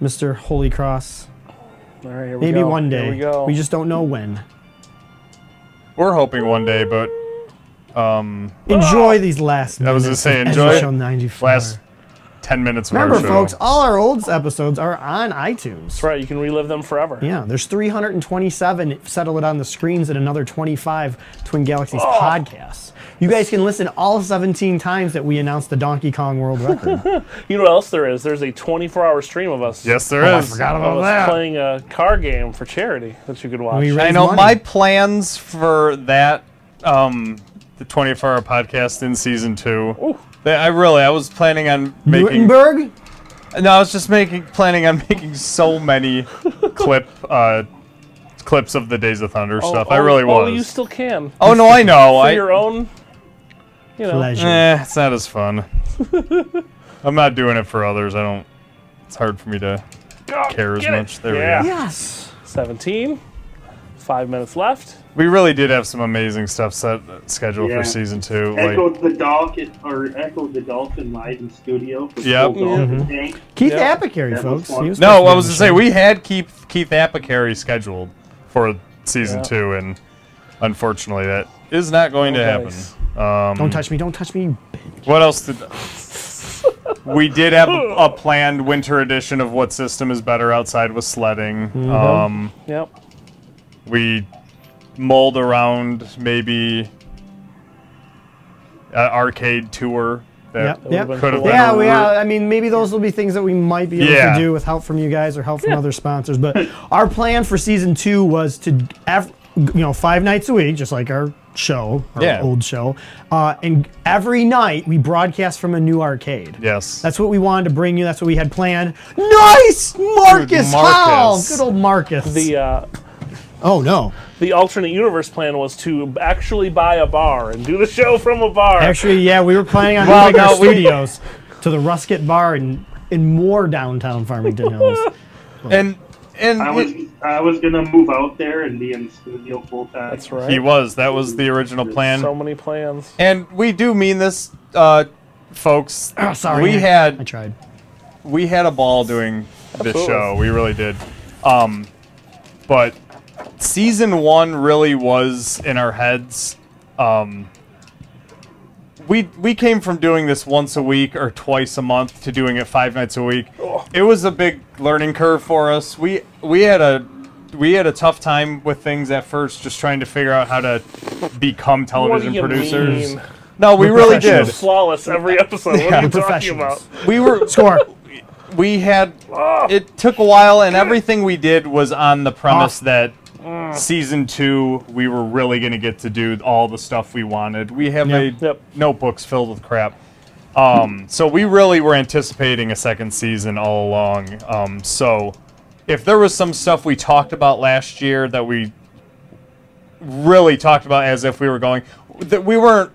Mr. Holy Cross.
All right, here we
Maybe
go.
one day.
Here we go. Ah!
just don't know when.
We're hoping one day, but um,
Enjoy these last
I
minutes.
was gonna say
of
enjoy
SHL 94.
last ten minutes. of our
Remember,
show.
folks, all our old episodes are on iTunes. That's
right. You can relive them forever.
Yeah, there's 327 settle it on the screens and another 25 Twin Galaxies
Oh.
podcasts. You guys can listen all 17 times that we announced the Donkey Kong world record.
You know what else there is? There's a 24 hour stream of us.
Yes, there
there
Oh,
is.
I is. forgot
of
about
us
that.
playing a car game for charity that you could watch.
I know my plans for that, um, the 24 hour podcast in season two. They, I really, I was planning on making.
Wittenberg?
No, I was just making, planning on making so many clip, uh, clips of the Days of Thunder
Oh,
stuff.
oh,
I really
oh,
was.
you still can.
Oh, no, I know.
For
I-
your own, you know.
Eh, it's not as fun. I'm not doing it for others. I don't. It's hard for me to care as
Get it.
much. There
yeah.
we go.
Yes.
17. Five minutes left.
We really did have some amazing stuff set uh, scheduled
Yeah.
for season two. Like,
Echoed the dolphin or echoed the dolphin live in studio. For
Yep.
Full Dolphin
Mhm.
Tank.
Mm-hmm. Keith
Yep.
Apicary,
That was
folks.
fun.
He was
no, I was gonna say we had Keith Keith Apicary scheduled for season
Yeah.
two, and unfortunately, that is not going to happen. Um,
don't touch me, don't touch me.
What else did? we did have a, a planned winter edition of what system is better outside with sledding.
Mm-hmm.
Mhm.
Um,
Yep.
we mulled around maybe an arcade tour that
Yep, yep.
could have been.
Yeah,
a
we,
route.
yeah, I mean, maybe those will be things that we might be able
Yeah.
to do with help from you guys or help from other sponsors. But our plan for season two was to, ev- you know, five nights a week, just like our show, our
Yeah.
old show, uh, and every night we broadcast from a new arcade.
Yes.
That's what we wanted to bring you. That's what we had planned. Nice, Marcus,
Dude,
Hall,
Marcus.
good old Marcus.
The uh,
Oh no!
The alternate universe plan was to actually buy a bar and do the show from a bar.
Actually, yeah, we were planning on
Well,
moving our
no, we-
studios to the Rusket Bar in, in more downtown Farmington Hills.
And and
I was I was gonna move out there and be in the studio full time. That's
right.
He was. That was the original plan.
So many plans.
And we do mean this, uh, folks.
Oh, sorry.
We had. I
tried.
We had a ball doing this
Absolutely.
show. We really did. Um, but season one really was in our heads. Um, we we came from doing this once a week or twice a month to doing it five nights a week. It was a big learning curve for us. We we had a we had a tough time with things at first, just trying to figure out how to become television
you
producers.
mean?
No, we really did.
Flawless every episode. What
Yeah.
are you
We're
talking about?
We were score. We had it took a while, and everything we did was on the premise that
Mm.
season two we were really going to get to do all the stuff we wanted. We have
Yep.
a notebooks filled with crap. Um, so we really were anticipating a second season all along. Um, so if there was some stuff we talked about last year that we really talked about as if we were going that we weren't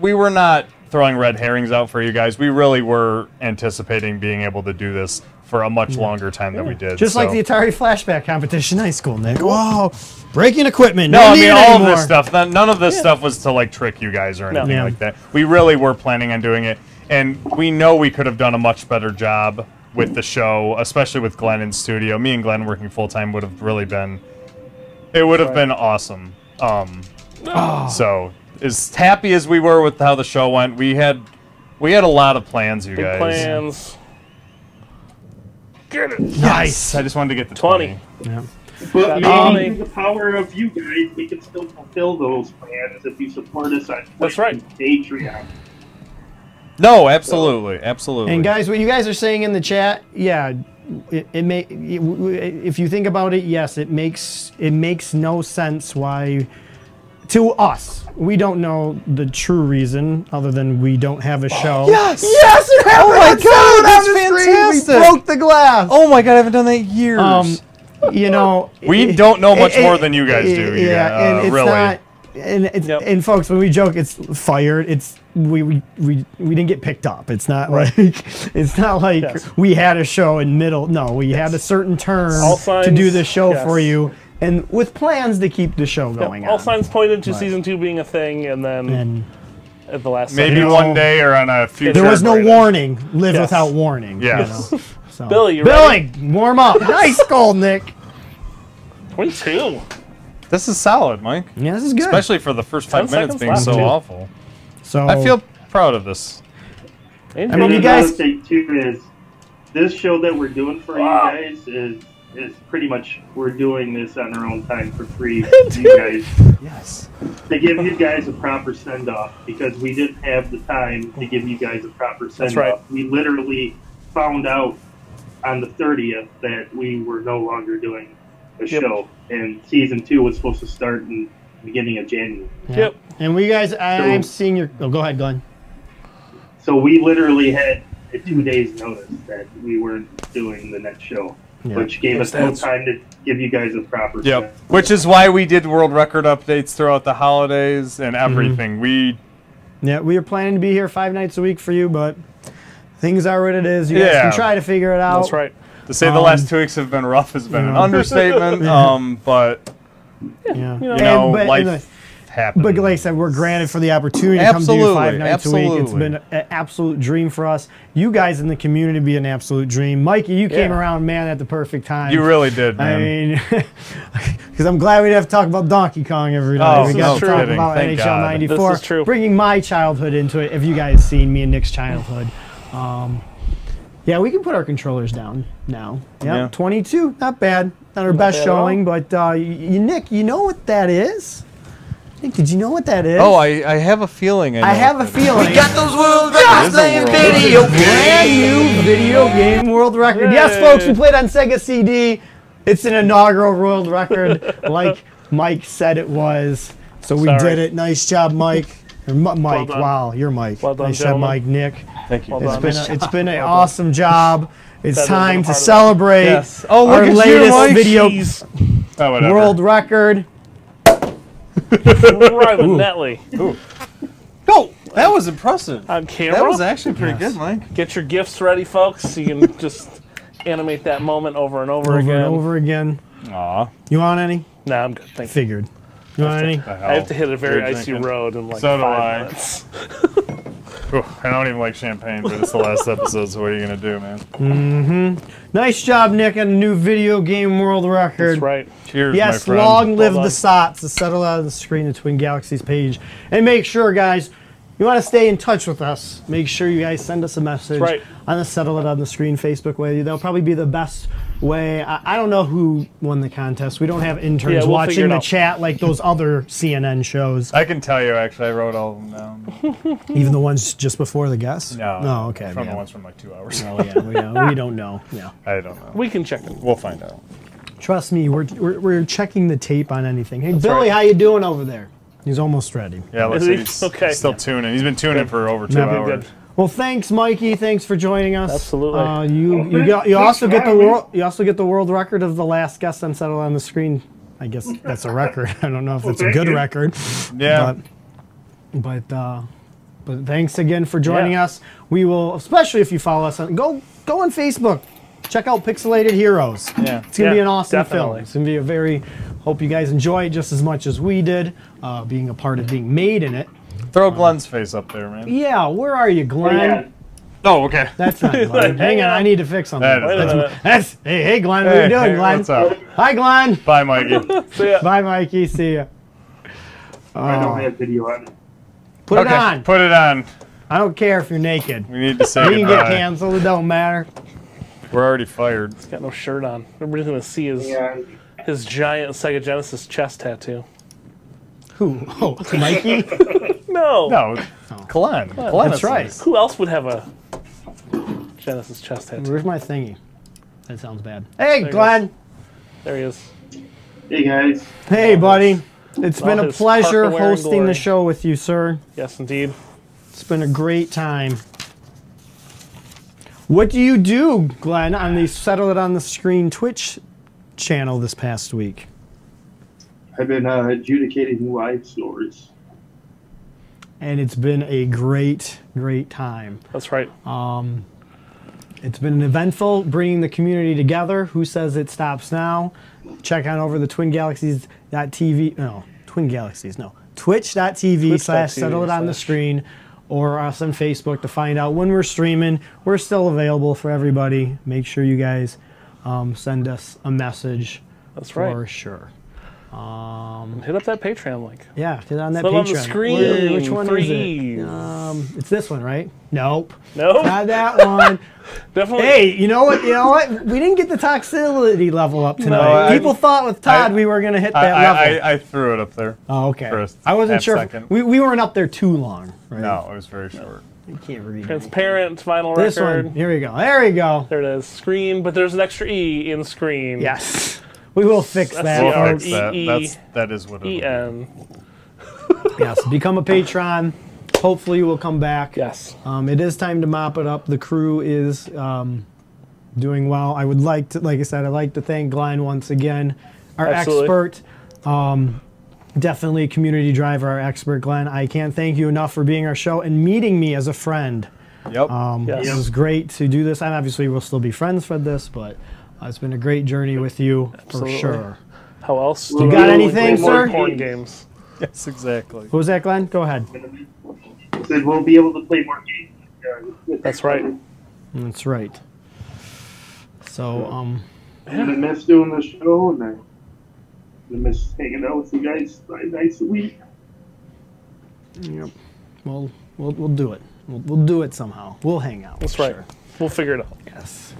we were not throwing red herrings out for you guys. We really were anticipating being able to do this for a much longer time than we did.
Just like
so-
the Atari Flashback Competition High School, Nick. Whoa! Breaking equipment.
No, I
need
mean
it
all of
anymore.
this stuff. None, none of this stuff was to like trick you guys or
No.
anything
Yeah.
like that. We really were planning on doing it, and we know we could have done a much better job with the show, especially with Glenn in studio. Me and Glenn working full time would have really been. It would have
Right.
been awesome. Um, So as happy as we were with how the show went, we had we had a lot of plans, you
Big
guys.
plans. Get it.
Nice. I just wanted to get the twenty.
But maybe
Um,
through the power of you guys, we can still fulfill those plans if you support us on That's right. Patreon.
No, absolutely, absolutely.
And guys, what you guys are saying in the chat, yeah, it, it may. It, w- w- if you think about it, yes, it makes it makes no sense why. To us, we don't know the true reason other than we don't have a show.
Yes!
Yes! It
happened
oh my
on
god,
Saturday
that's
on the screen! We
fantastic!
broke
the glass.
Oh my god, I haven't done that in years.
Um, you know,
We
it-
don't know much
it-
more than you guys
it-
do, you
Yeah,
guys,
and
uh,
it's
really.
not. And it's, and folks, when we joke, it's fired. It's we we, we, we didn't get picked up. It's not like it's not like we had a show in middle. No, we had a certain term
All
to do
signs,
the show for
yes.
you, and with plans to keep the show
Yep,
going.
All signs pointed to
Right.
season two being a thing, and then at the last
Maybe
second-
one day or on a future.
There was no warning. Live
Yes.
without warning. you
Yes.
know, so.
Billy, you
Billy, warm up. nice goal, Nick.
Twenty-two.
This is solid, Mike.
Yeah, this is good.
Especially for the first five
Ten
minutes
seconds
being
left,
so
too.
awful.
So
I feel proud of this.
And then another thing too is this show that we're doing for you guys is is pretty much we're doing this on our own time for free. for you guys,
yes,
to give you guys a proper send off because we didn't have the time to give you guys a proper send off.
right.
We literally found out on the thirtieth that we were no longer doing the
Yep.
show, and season two was supposed to start in the beginning of January.
Yep.
And we guys, I,
So-
I'm seeing your. Oh, go ahead, Glenn.
So we literally had a two days notice that we weren't doing the next show,
Yeah.
which gave us no
That's-
time to give you guys a proper.
Yep. Which is why we did world record updates throughout the holidays and
Mhm.
everything. We
Yeah, we were planning to be here five nights a week for you, but things are what it is. You guys
Yeah.
can try to figure it out.
To say the
Um,
last two weeks have been rough has been an
yeah.
understatement.
Yeah.
Um, but
Yeah.
you know,
And- but-
life
and
happens.
But like I said, we're granted for the opportunity to come do
Absolutely,
five nights a week. It's
absolutely.
been an absolute dream for us. You guys in the community be an absolute dream. Mikey, you came
Yeah.
around, man, at the perfect time.
You really did,
I
man.
mean, because I'm glad we didn't have to talk about Donkey Kong every night.
Oh,
we
this is
got to
true.
talk
Kidding.
about
Thank
NHL
God.
'94.
This is true.
Bringing my childhood into it. If you guys seen me and Nick's childhood. Um, yeah, we can put our controllers down now.
Yeah.
yeah, 22, not bad. Not our best
bad at all.
showing, but uh, y- you, Nick, you know what that is? Nick, did you know what that is?
oh, I, I have a feeling. I,
I have a feeling. We got
those world
records
playing
video Brand new video game world record. Yes, folks, we played on Sega CD. It's an inaugural world record, like Mike said it was. So we
Sorry.
did it. Nice job, Mike. Or M- Mike,
done.
wow, you're Mike.
Well done,
nice
gentlemen.
job, Mike, Nick.
Thank
you. Well
It's
done.
been,
Nice
a, it's
job.
been an
Well done.
awesome job.
That
It's
is a
time to
part of it.
celebrate
Yes. Oh, look
our
at you,
latest
Mike.
video.
Jeez.
Oh, whatever.
World record.
right with Netley.
Go. That was impressive.
On camera.
That was actually pretty good, Mike.
Get your gifts ready, folks. You can just animate that moment over and over,
Over
again.
and over again.
Aw.
You want any?
No, I'm good. Thank you.
Figured. You want any?
I have to hit a very
You're
icy
drinking.
road in like
So do I.
five minutes.
Whew, I don't even like champagne, but it's the last episode, so what are you gonna do, man?
hmm Nice job, Nick, on a new video game world record. That's
right.
Cheers, my
Yes,
friend.
long live
Hold
the
on.
SOTS, the Settle Out of the Screen, the Twin Galaxies page. And make sure, guys, you want to stay in touch with us. Make sure you guys send us a message
That's right.
on the Settle It on the Screen Facebook way. That'll probably be the best way. I, I don't know who won the contest. We don't have interns
Yeah, we'll figure
watching
it
the
out.
chat like those other CNN shows,
I can tell you, actually, I wrote all of them down.
even the ones just before the guess.
No,
No, okay.
From
yeah.
the ones from like two hours.
Oh, yeah, we, uh, we don't know. Yeah.
I don't know.
We can check it.
We'll find out.
Trust me, we're, we're, we're checking the tape on anything. Hey,
That's
Billy,
right.
how you doing over there? He's almost ready.
Yeah, let's see. He's okay. still tuning. He's been tuning for over two
Never
hours.
Well, thanks, Mikey. Thanks for joining us.
Absolutely.
Uh, you you
thanks-
got you
thanks
also
for
get the
having me.
world you also get the world record of the last guest unsettled on the screen. I guess that's a record. I don't know if
Well,
it's a
thank
good
you.
record.
Yeah.
But but, uh, but thanks again for joining us. We will especially if you follow us on go go on Facebook. Check out Pixelated Heroes.
Yeah.
It's gonna be
Yeah,
an awesome film.
definitely.
It's gonna be a very hope you guys enjoy it just as much as we did, uh, being a part of being made in it. Um,
Throw Glenn's face up there, man.
Yeah, where are you, Glenn?
Oh, okay.
That's not Glenn. Hang on, I need to fix something.
That is-
that's,
Wait a minute.
that's- hey, hey, Glenn, what are
Hey,
you doing,
hey,
Glenn?
what's up?
Hi, Glenn.
Bye, Mikey.
Bye, Mikey. See ya.
I
Uh,
don't have video on it.
put it
Okay,
on.
Put it on.
I don't care if you're naked.
We need to say
you can get
goodbye.
canceled. It don't matter.
We're already fired.
He's got no shirt on. Everybody's gonna see his his giant Sega Genesis chest tattoo.
Who? Oh, Mikey?
no.
No. Kalon. Kalon
That's
is-
right.
Who else would have a Genesis chest tattoo?
Where's my thingy? That sounds bad. Hey,
There he
Glenn.
is. There he is.
Hey guys.
Hey, buddy. It's
all
been a
his
pleasure
Parker wearing
hosting the
glory.
show with you, sir.
Yes, indeed.
It's been a great time. What do you do, Glenn, on the Settle It on the Screen Twitch channel this past week?
I've been uh, adjudicating live snores.
And it's been a great, great time.
That's right.
Um, it's been an eventful bringing the community together. Who says it stops now? Check on over the Twin Galaxies TV. No, Twin Galaxies. No, Twitch.tv slash Settle It on the
slash-
Screen, or us on Facebook to find out when we're streaming. We're still available for everybody. Make sure you guys um, send us a message.
That's
for
right.
sure. Um,
Hit up that Patreon link.
yeah, hit on that
Slip
Patreon.
on the screen,
Where- which one is
please.
it? Um, it's this one, right? Nope.
Nope.
Not that one.
Definitely.
Hey, you know what? You know what? We didn't get the toxicity level up tonight.
I-
People thought with Todd we were gonna hit
I,
that
I,
level.
I, I threw it up there.
Oh, okay.
First,
I wasn't
half
sure. if-
Second.
we, we weren't up there too long.
No, it was very short.
You can't read.
Transparent vinyl
This
record.
one. Here we go. There we go.
There it is. Screen, but there's an extra E in screen.
Yes. We will fix
That's
that.
the
We'll
folks.
fix that. That's, that is what it
E
is.
N.
yes, become a patron. Hopefully, we'll come back.
Yes.
Um, it is time to mop it up. The crew is um, doing well. I would like to, like I said, I'd like to thank Glenn once again, our
Absolutely.
expert. Um, definitely a community driver, our expert, Glenn. I can't thank you enough for being our show and meeting me as a friend.
Yep.
Um,
Yes.
It was great to do this. And obviously, we'll still be friends for this, but uh, it's been a great journey with you
Absolutely.
for sure.
How else?
You
do
got
we
anything,
play more
sir?
Porn games.
Yes, exactly.
What was that, Glenn? Go ahead.
Said we'll be able to play more games. Uh,
That's right.
That's right. So, um,
And I miss doing the show, and I, I miss hanging out with you guys five nights a week.
Yep. We'll we'll, we'll do it. We'll, we'll do it somehow. We'll hang out.
That's right. We'll figure it out.
Yes.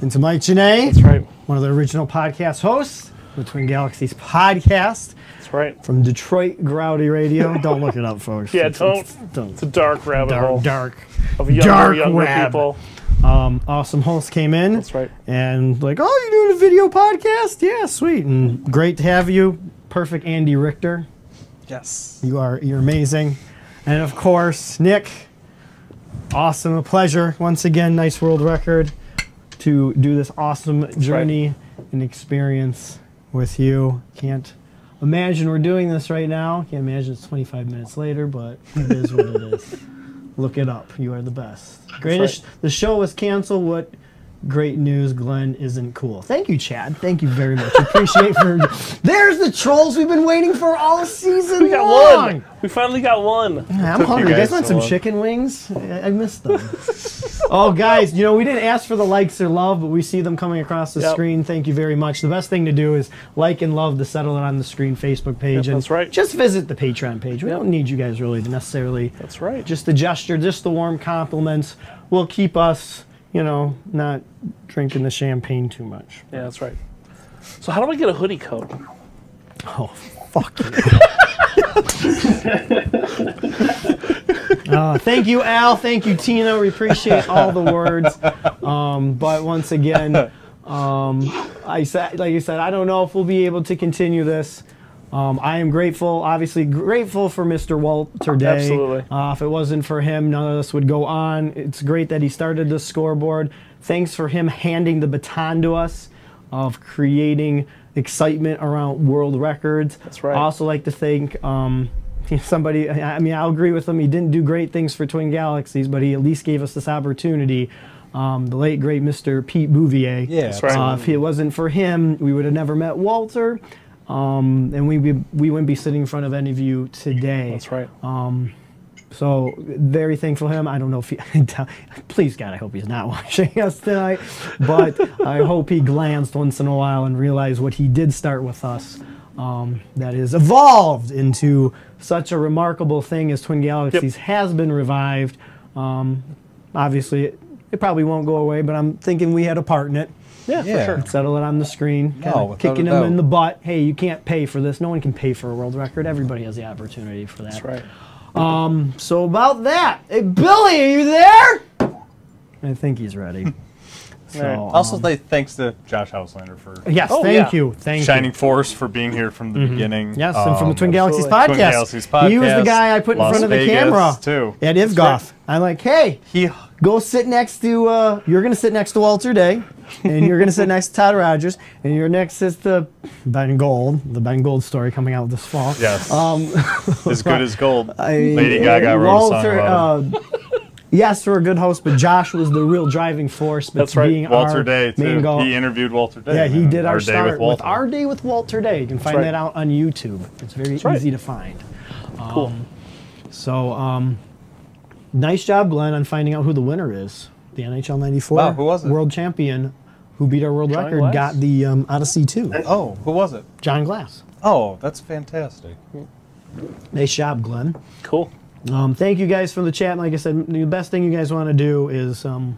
And to Mike Janae. That's
right.
One of the original podcast hosts, the Twin Galaxies podcast.
That's right.
From Detroit Grouty Radio. don't look it up, folks.
Yeah,
It's-
don't.
it's- don't.
It's a dark rabbit
Dark-
hole.
Dark.
Of younger,
dark
younger
web.
people.
Um, awesome hosts came in. That's
right.
And like, oh, you're doing a video podcast? Yeah, sweet. And great to have you. Perfect Andy Richter.
Yes.
You are you're amazing. And of course, Nick. Awesome, a pleasure. Once again, nice world record to do this awesome journey and experience with you. Can't imagine we're doing this right now. Can't imagine it's 25 minutes later, but it is what it is. Look it up. You are the best. Greatest. The show was canceled. What great news? Glenn isn't cool. Thank you, Chad. Thank you very much. Appreciate for. There's the trolls we've been waiting for all season
We got
long.
one. We finally got one.
I'm hungry. You guys, want some chicken wings? I, I missed them. oh, guys, you know, we didn't ask for the likes or love, but we see them coming across the
Yep.
screen. Thank you very much. The best thing to do is like and love the Settle It on the Screen Facebook page.
Yep,
and
that's right.
Just visit the Patreon page. We don't need you guys really to necessarily. That's right. Just the gesture, just the warm compliments will keep us, you know, not drinking the champagne too much.
Yeah, that's right. So how do I get a hoodie code?
Oh, fuck you. Uh, thank you, Al. Thank you, Tina. We appreciate all the words. Um, but once again, um, I said, like I said, I don't know if we'll be able to continue this. Um, I am grateful, obviously grateful for Mr. Walter Day.
Absolutely.
Uh, if it wasn't for him, none of this would go on. It's great that he started the scoreboard. Thanks for him handing the baton to us of creating excitement around world records. That's right. I also like to thank um, somebody, I I mean, I'll agree with him. He didn't do great things for Twin Galaxies, but he at least gave us this opportunity. Um, the late, great Mr. Pete Bouvier.
Yeah, That's right.
Uh, if it wasn't for him, we would have never met Walter. Um, and we, we, we wouldn't be sitting in front of any of you today. That's right. Um, so very thankful for him. I don't know if he, please God, I hope he's not watching us tonight, but I hope he glanced once in a while and realized what he did start with us. Um, that has evolved into such a remarkable thing as Twin Galaxies has been revived. Um, obviously, it, it probably won't go away, but I'm thinking we had a part in it.
Yeah, for Yeah. sure.
Settle it on the screen.
No,
kinda
without
kicking
a
him
doubt.
in the butt. Hey, you can't pay for this. No one can pay for a world record. Everybody has the opportunity for that. That's right. Um, so about that. Hey, Billy, are you there? I think he's ready. So,
also,
um,
they, thanks to Josh Hauslander for
Yes, Oh, thank yeah. you, thank you.
Shining Force for being here from the
Mhm.
beginning.
Yes, and from the Twin
Um,
Galaxies podcast.
Twin Galaxies podcast.
He was the guy I put in
Las
front of the
Vegas,
camera
too.
at Ivgoff. I'm like, hey, go sit next to. Uh, you're gonna sit next to Walter Day, and you're gonna sit next to Todd Rogers, and your next is the Ben Gold, the Ben Gold story coming out this fall.
Yes.
Um,
As good as gold.
I-
Lady Gaga wrote a song
Walter.
about it.
uh, yes, we're a good host, but Josh was the real driving force. But
That's right.
Being
Walter
our
Day too.
Main goal.
He interviewed Walter Day.
Yeah, he
man.
did our,
day
start
with
with,
Walter.
Our Day with Walter Day. You can find
right.
that out on YouTube. It's very
right.
easy to find. Um,
Cool.
So, um, nice job, Glenn, on finding out who the winner is. The NHL 94
Wow, who was it?
world champion who beat our world
John
record
Glass?
got the um, Odyssey 2.
Oh, who was it?
John Glass.
Oh, that's fantastic.
Nice job, Glenn.
Cool.
Um, thank you guys from the chat. Like I said, the best thing you guys want to do is um,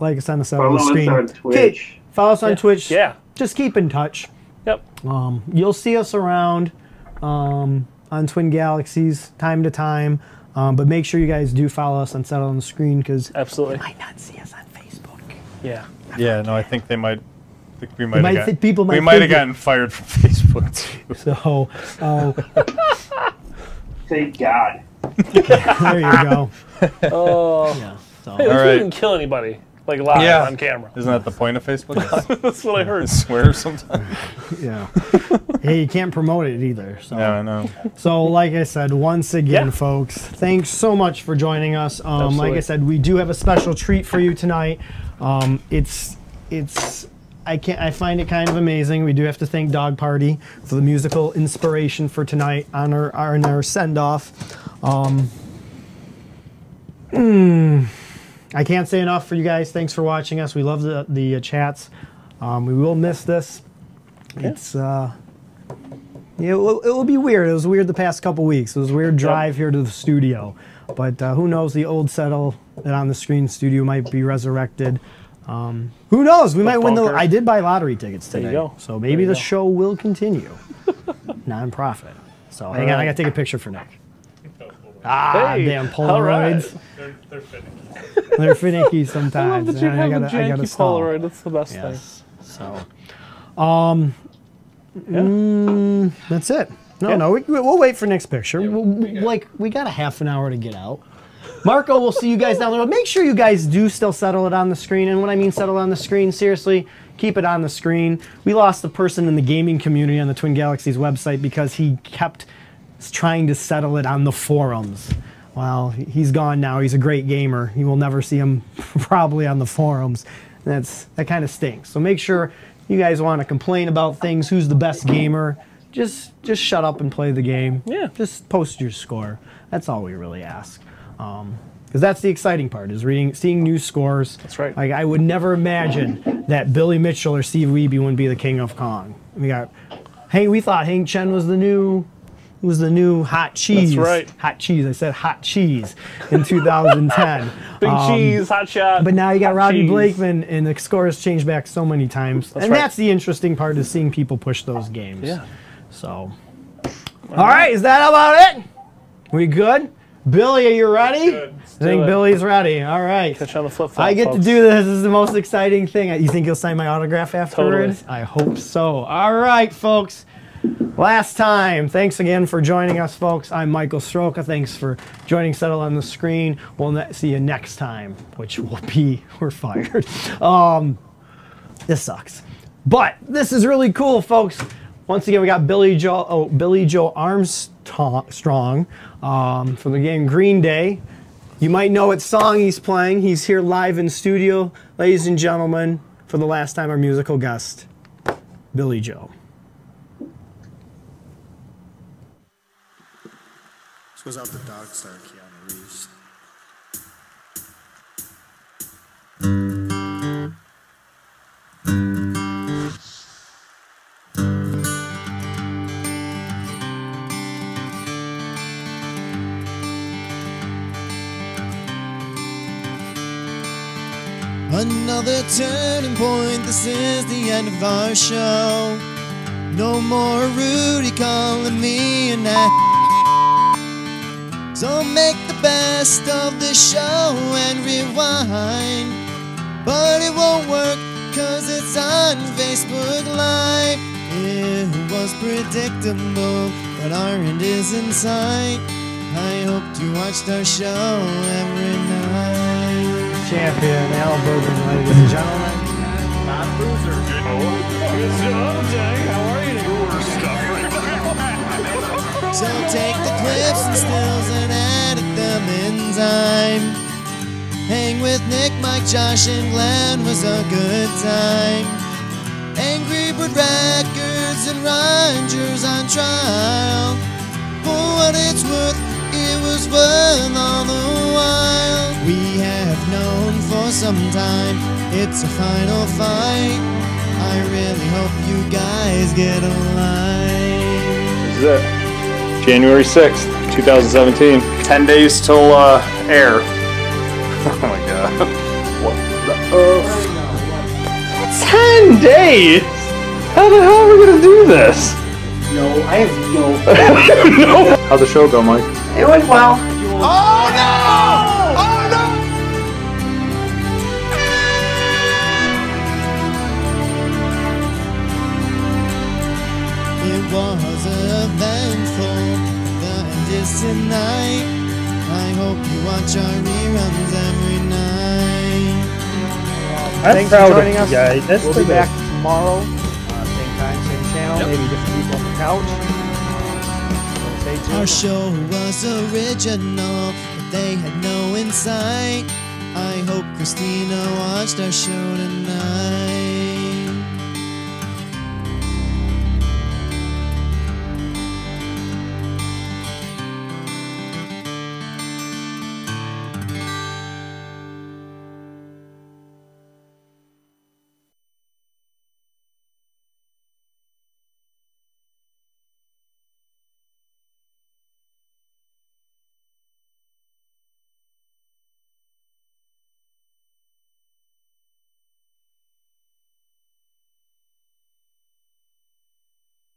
like us on the side
Follow
of the
us
screen.
on
Keep-
Twitch.
Follow us on
Yeah.
Twitch.
Yeah.
Just keep in touch.
Yep.
Um, you'll see us around um, on Twin Galaxies time to time, um, but make sure you guys do follow us on Settle on the Screen because
Absolutely.
might not see us on Facebook.
Yeah.
Yeah, no, I think they might. I think we
They
might
might
have gotten,
think- people
we
might
might have
think it-
gotten fired from Facebook. Too.
So, uh,
Thank God.
there you go.
Oh.
so-
Hey, at least
All
we
right.
didn't kill anybody like live
Yeah.
on camera.
Isn't that the point of Facebook?
That's what I heard.
swear sometimes.
yeah. hey, you can't promote it either. So.
Yeah, I know.
So, like I said, once again, folks, thanks so much for joining us. Um, like I
Absolutely.
said, we do have a special treat for you tonight. Um, it's it's I can I find it kind of amazing. We do have to thank Dog Party for the musical inspiration for tonight on our on our send off. Um, mm, I can't say enough for you guys. Thanks for watching us. We love the the uh, chats. Um, we will miss this. It's. Uh, yeah, it will, it will be weird. It was weird the past couple weeks. It was a weird drive here to the studio, but uh, who knows? The old settle that on the screen studio might be resurrected. Um, who knows? We might win the.
bunker.
I did buy lottery tickets
There you
today,
go.
so
There
maybe
you
the
go.
show will continue. Nonprofit. So hang on, I
Alright.
gotta take a picture for Nick. Ah,
Hey,
damn
all right.
Polaroids. They're finicky sometimes.
I love that you
and
have
gotta-
a
I
janky
gotta stall.
Polaroid. That's the best
Yes. So, um, mm, that's it. No,
Yeah.
no, we, we'll wait for next picture. We'll, like we got a half an hour to get out. Marco, we'll see you guys down the road. Make sure you guys do still settle it on the screen. And when I mean settle on the screen, seriously, keep it on the screen. We lost a person in the gaming community on the Twin Galaxies website because he kept s- trying to settle it on the forums. Well, he- he's gone now. He's a great gamer. You will never see him probably on the forums. That's that kind of stinks. So make sure you guys want to complain about things. Who's the best gamer? Just just shut up and play the game. Yeah. Just post your score. That's all we really ask. Um, because that's the exciting part is reading, seeing new scores. That's right. Like I would never imagine that Billy Mitchell or Steve Wiebe would be the king of Kong. We got, hey, we thought Hank Chen was the new, was the new hot cheese.
right.
Hot cheese. I said hot cheese in 2010.
Big
Um,
cheese, hot shot.
But now you got
hot
Robbie
cheese.
Blakeman, and the score has changed back so many times.
That's
and
right.
that's the interesting part is seeing people push those games.
Yeah.
So. All right, is that about it? We good? Billy, are you ready? I think
do it.
Billy's ready. All right. Catch
on the flip
I get to do this. This is the most exciting thing. You think you'll sign my autograph afterwards? I hope so. All right, folks. Last time. Thanks again for joining us, folks. I'm Michael Stroka. Thanks for joining Settle on the Screen. We'll ne- see you next time, which will be we're fired. Um, this sucks. But this is really cool, folks. Once again, we got Billy Joe, oh, Billy Joe Armstrong um, from the game Green Day. You might know what song he's playing. He's here live in studio, ladies and gentlemen. For the last time, our musical guest, Billy Joe.
This goes out to Dog Star Keanu Reeves.
Another turning point, this is the end of our show. No more Rudy calling me an a- So make the best of the show and rewind. But it won't work, cause it's on Facebook Live. It was predictable, but our end is in sight. I hoped you watched our show every night.
Champion Al Bergen, ladies and gentlemen.
So take the clips and stills and edit them in time. Hang with Nick, Mike, Josh, and Glenn was a good time. Angry Bird Records and Rogers on trial. For what it's worth, it was worth all the while. We have known for some time it's a final fight. I really hope you guys get alive.
This is it. January 6th, 2017. 10 days till uh, air. Oh my god. What the
Uh, Ten days? How the hell are we gonna do this? No, I have no. no.
How'd the show go, Mike?
It went well.
Oh no!
Oh no!
It was eventful, the end is tonight. I hope you watch our reruns every night.
Thanks for joining us. we'll be back tomorrow.
Uh, same time, same
channel, maybe different people on the couch.
Our show was original, but they had no insight. I hope Christina watched our show tonight.